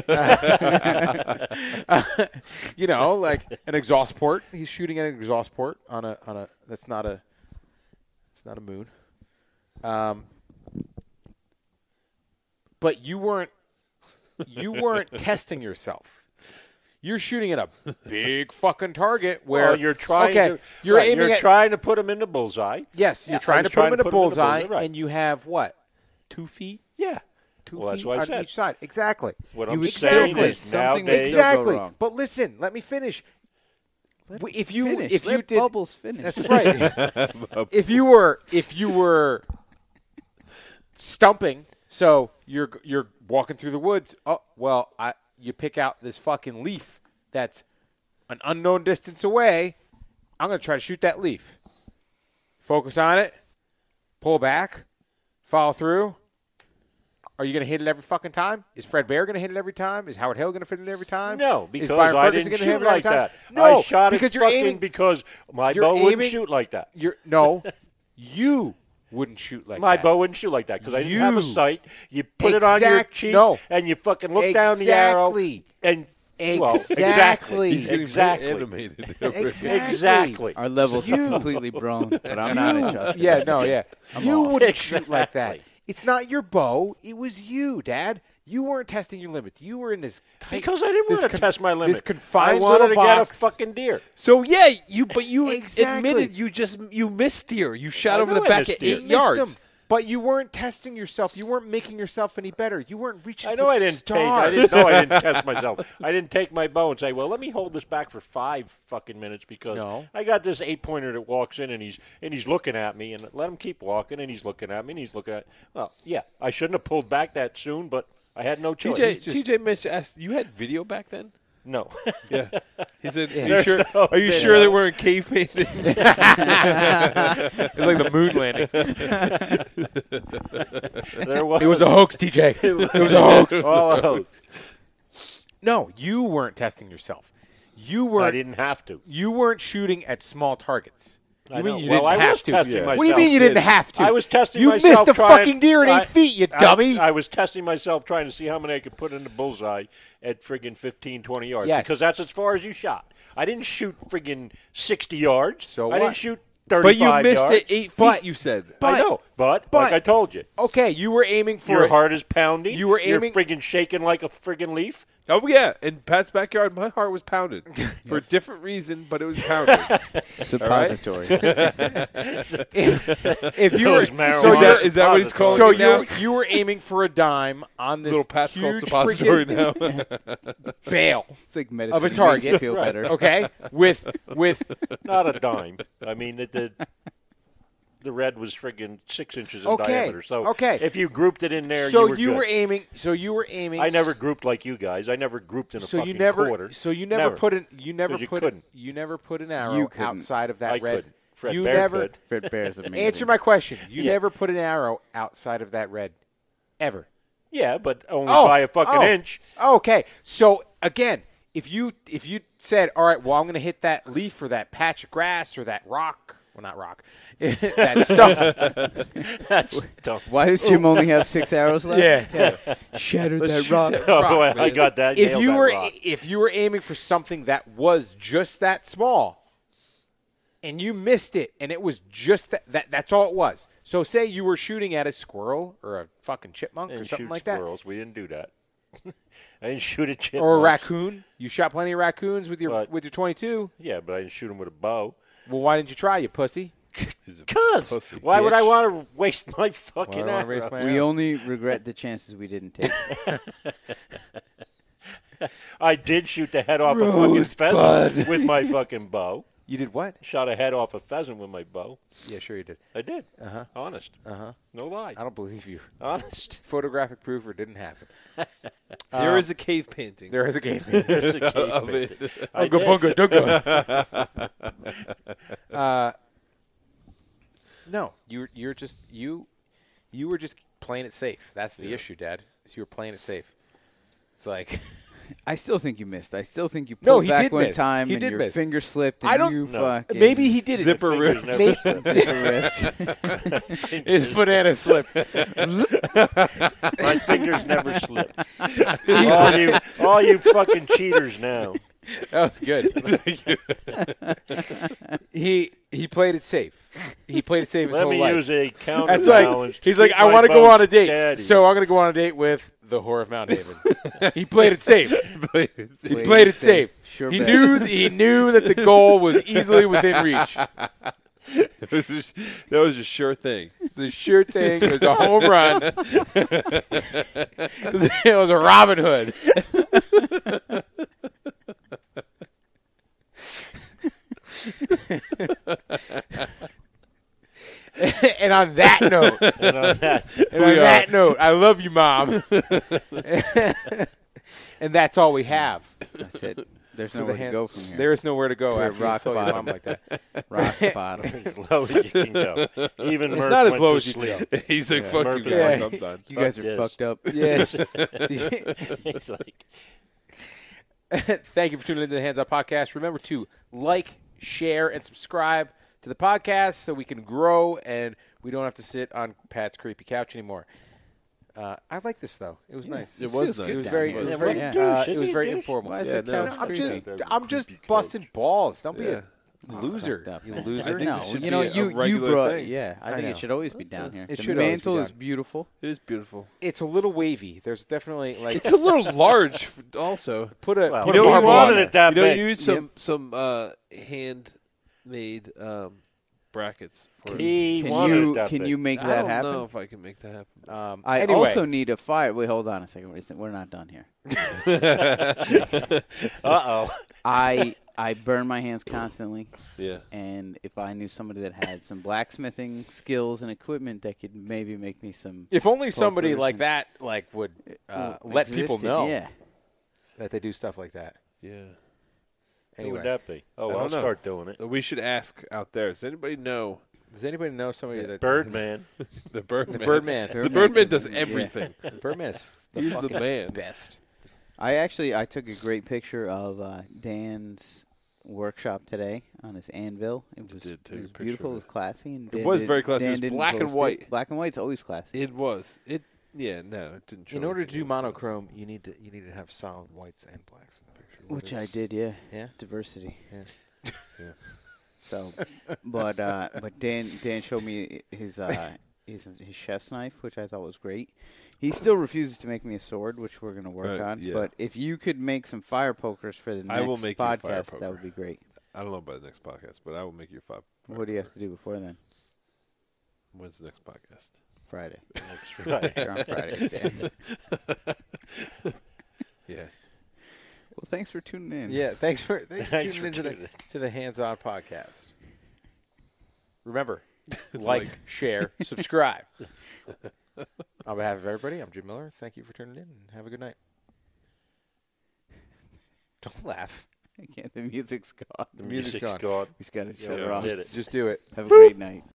you know, like an exhaust port. He's shooting at an exhaust port on a on a. That's not a. It's not a moon. Um. But you weren't. You weren't testing yourself. You're shooting at a big fucking target where
Well, you're trying
Okay,
to
you're
right,
aiming
you're
at
trying to put him in the bullseye.
Yes,
Yeah,
you're
I
trying
was
to put him in a bullseye,
right.
and you have what? two feet,
Yeah.
two
Well, that's
feet
what I
on
said.
each side. Exactly.
What
You
I'm
would-
saying
exactly.
is
Something
nowadays,
Things will go
exactly.
wrong.
But listen, let me finish.
Let
W- if you-
finish.
if
Let
you did-
bubbles finish.
That's right. if you were if you were stumping, so you're you're walking through the woods. Oh well, I you pick out this fucking leaf that's an unknown distance away. I'm gonna try to shoot that leaf. Focus on it. Pull back. Follow through. Are you going to hit it every fucking time? Is Fred Bear going to hit it every time? Is Howard Hill going to hit it every time?
No,
Um, Is
because
Byron
I
Ferguson
didn't
gonna hit
shoot
it every
like
time?
that.
No,
I shot
because
it
you're
fucking
aiming,
because my
you're
bow wouldn't
aiming-
shoot like that.
You're no, you wouldn't shoot like
My
that.
bow wouldn't shoot like that because I didn't have
You.
a sight. You put it on your
Exact-
cheek
no.
and you fucking look down the arrow
Exactly.
and well,
Exactly.
exactly,
He's
Getting very
exactly,
Animated.
exactly.
Our levels are completely blown, but I'm not adjusting.
Yeah, no, yeah. you
off.
wouldn't shoot like that.
Exactly.
It's not your bow. It was you, Dad. You weren't testing your limits. You were in this tight,
Because I didn't
this
want to
con-
test my limit.
This confined
I wanted
little
to
box.
get a fucking deer.
So yeah, you but you
Exactly. Admitted you just you missed deer. You shot
I
over
know
the
I
back
missed
at
deer.
eight
missed
yards.
them, but you weren't testing yourself. You weren't making yourself any better. You weren't reaching.
I
for
know I
the
didn't take.
stars.
I didn't know I didn't test myself. I didn't take my bow and say, "Well, let me hold this back for five fucking minutes because
No.
I got this eight pointer that walks in and he's and he's looking at me and let him keep walking and he's looking at me and he's looking at. Well, yeah, I shouldn't have pulled back that soon, but I had no choice.
TJ, TJ Mitch asked, "You had video back then?"
no,
Yeah. He said, "Are you
There's
sure?
no
are you
video.
sure that we're in cave painting?"
It was like the moon landing.
there was.
It was a hoax, TJ. It was a hoax.
all a hoax.
No, you weren't testing yourself. You
I
weren't.
didn't have to.
You weren't shooting at small targets. You
I
mean
know.
you
Well,
didn't
I
have
was
to.
testing
What do you
myself,
mean you didn't
did.
have to?
I was testing
you
myself.
missed a
trying-
fucking deer at eight
I-
feet, you
I-
dummy.
I was testing myself trying to see how many I could put in the bullseye at friggin' 15, 20 yards.
Yes.
Because that's as far as you shot. I didn't shoot friggin' 60 yards.
So
I
what?
didn't shoot 35
but you missed
yards.
it eight feet.
But-
you said,
but-
I know. But,
but-
like I told you,
okay, you were aiming for
your
it.
heart is pounding.
You were
You're
aiming-
friggin' shaking like a friggin' leaf.
"Oh yeah." In Pat's backyard, my heart was pounded for a different reason, but it was pounded.
Suppository.
If you were
Those marijuana
so
is, that,
you're,
is that what he's calling
so
it
you
now?
were, you were aiming for a dime on this
Little Pat's called
huge
suppository
friggin'
now.
bail.
It's like medicine
Of a
makes
target.
you feel better.
Okay, with with
Not a dime. I mean, it, the the red was friggin' six inches in
Okay.
diameter. So
Okay.
if you grouped it in there,
so
you
you
were
were,
good.
aiming. So you were aiming.
I never grouped like you guys. I never grouped in a
So
fucking
you never.
quarter.
So you never, put an. You never
'Cause you
put.
couldn't.
You never put an arrow
You couldn't.
outside of that
I
red.
couldn't. Fred
you
Bear
never
could.
Fred Bear's amazing.
answer my question. You
Yeah.
never put an arrow outside of that red, ever.
Yeah, but only by a fucking
oh,
inch.
Okay. So again, if you if you said, all right, well, I'm going to hit that leaf or that patch of grass or that rock. Well, not rock. that stuff.
That's dumb.
Why does Jim only have six arrows left?
yeah.
Shattered that rock.
Oh, well, I got that.
if
nailed
you
that
were
rock.
if you were aiming for something that was just that small and you missed it and it was just that, that that's all it was so say you were shooting at a squirrel or a fucking chipmunk
I
or
didn't
something
shoot
like that
squirrels. We didn't do that. I didn't shoot a chipmunk.
or a raccoon you shot plenty of raccoons with your
But-
with your 22
Yeah, but I didn't shoot him with a bow.
well why didn't you try you pussy
Cause why would I want to waste my
Why do
fucking
I wanna raise
arrow?
my
We
arrows?
only regret the chances we didn't take.
I did shoot the head off a fucking pheasant with my fucking bow.
you did what
Shot a head off a pheasant with my bow.
yeah sure you did
I did. Uh-huh. Honest. Uh-huh. No lie.
i don't believe you
Honest.
photographic proof or didn't happen Uh,
there is a cave painting.
there is a game
There's a cave painting. I
Unga
did.
bunga dunga. Uh, no, you were- you're just you you were just playing it safe. That's the issue, Dad. Is you were playing it safe. It's like
I still think you missed. I still think you pulled
No, he
back
did
one
miss.
time
He
and
did
your
miss.
finger slipped. And
I don't-
you
No.
fucking
maybe he did it.
Zipper
ripped.
Never
zipper ripped.
His banana slip.
My fingers never slip. all you, all you fucking cheaters now.
That was good. he he played it safe. He played it safe his
Let
whole
me
life.
use a counter
That's like
balance to
he's like
keep
I
my
want to go
bones
on a date,
steady."
so I'm gonna go on a date with the whore of Mount Haven. he played it safe.
He
He played it safe.
Sure
he
bet.
knew th- he knew that the goal was easily within reach.
It was just- that was a sure thing.
It's a sure thing. It was a home run. it was a Robin Hood. and on that note,
And on that,
and on
We are-
that note, I love you, Mom. and that's all we have.
That's it. There's
For the
nowhere to
hand-
go from here.
There is nowhere to go
We're at
after you
rock
insult your
bottom.
mom like that.
Rock bottom.
as low as you can go. Even
It's
Murph
not as
went
low
to
as you can
sleep.
go.
He's like,
Yeah.
fuck
Murphy
you guys,
was-
I'm done.
You guys
Fuck
are
this.
fucked up.
Yeah.
He's like,
Thank you for tuning into the Hands Up Podcast. Remember to like, share, and subscribe to the podcast so we can grow and we don't have to sit on Pat's creepy couch anymore. Uh, I like this though. It was nice.
it was
feels good.
nice.
It was
Yeah,
very.
it
It
was
was
very-
very. uh,
yeah.
it was
Douche,
very
douche.
informative.
Why is
Yeah,
it
no,
couch
I'm
creepy?
just.
Creepy
I'm just
couch.
busting balls. Don't be a loser.
Fucked up.
You
I
loser.
no,
this should
you know
be a
you you
regular
brought
thing.
yeah. I
I
think
know.
it should always be down here.
It
the
should always be
mantle is
down.
beautiful.
It is beautiful.
It's a little wavy. There's definitely like
It's a little large, f- also.
put a
Well,
put
you
a
know
marble
you
on
wanted
there.
it that
you know,
big.
you need some some uh, handmade um, brackets. For it.
he
Can
wanted
you
it that
can
big.
you make
I
that
don't
happen?
know if I can make that happen.
Um,
I
anyway,
also need a fire. Wait, hold on a second. We're- We're not done here.
Uh oh.
I I burn my hands constantly,
Yeah.
and if I knew somebody that had some blacksmithing skills and equipment that could maybe make me some
if only somebody
person.
like that like would uh, let people
existed-
know
Yeah,
that they do stuff like that.
Yeah.
Who would
Anyway,
that be? Oh,
don't
I'll
know.
start doing it.
So we should ask out there. Does anybody know
does anybody know somebody that
Birdman.
the Birdman? The
Birdman.
the Birdman does everything.
Birdman is the
He's the
fucking
man.
best.
I actually I took a great picture of uh, Dan's workshop today on his anvil. It was,
did take
it
a
was
picture
beautiful.
of
It was
it.
classy. And
It
Dan
was
did-
very classy. It
Dan
was
didn't
black and
post it.
white.
Black and white's always classy.
It was. It. Yeah. No, it didn't. Show
In order to
anything.
do monochrome, you need to you need to have solid whites and blacks in the picture.
Which I did, yeah.
Yeah?
Diversity.
Yeah. Yeah.
So, but uh, but Dan Dan showed me his uh his his chef's knife, which I thought was great. He still refuses to make me a sword, which we're gonna work
Right,
on.
yeah.
But if you could make some fire pokers for the next
I will make you a fire
podcast,
poker.
that would be great.
I don't know about the next podcast, but I will make you a five.
What do you have to do before then?
When's the next podcast?
Friday.
Next Friday.
You're on Fridays, Dan. well,
Yeah.
thanks for tuning in.
Yeah, thanks for thanks for
Thanks
tuning
for
into
tuning
the to the hands on podcast. Remember, like,
Like.
share, subscribe. On behalf of everybody, I'm Jim Miller. Thank you for tuning in and have a good night. Don't laugh.
I can't. The music's gone.
The
music's
music's
gone.
gone.
We just gotta shut
Yeah,
her off.
did it.
Just do it.
Have a great night.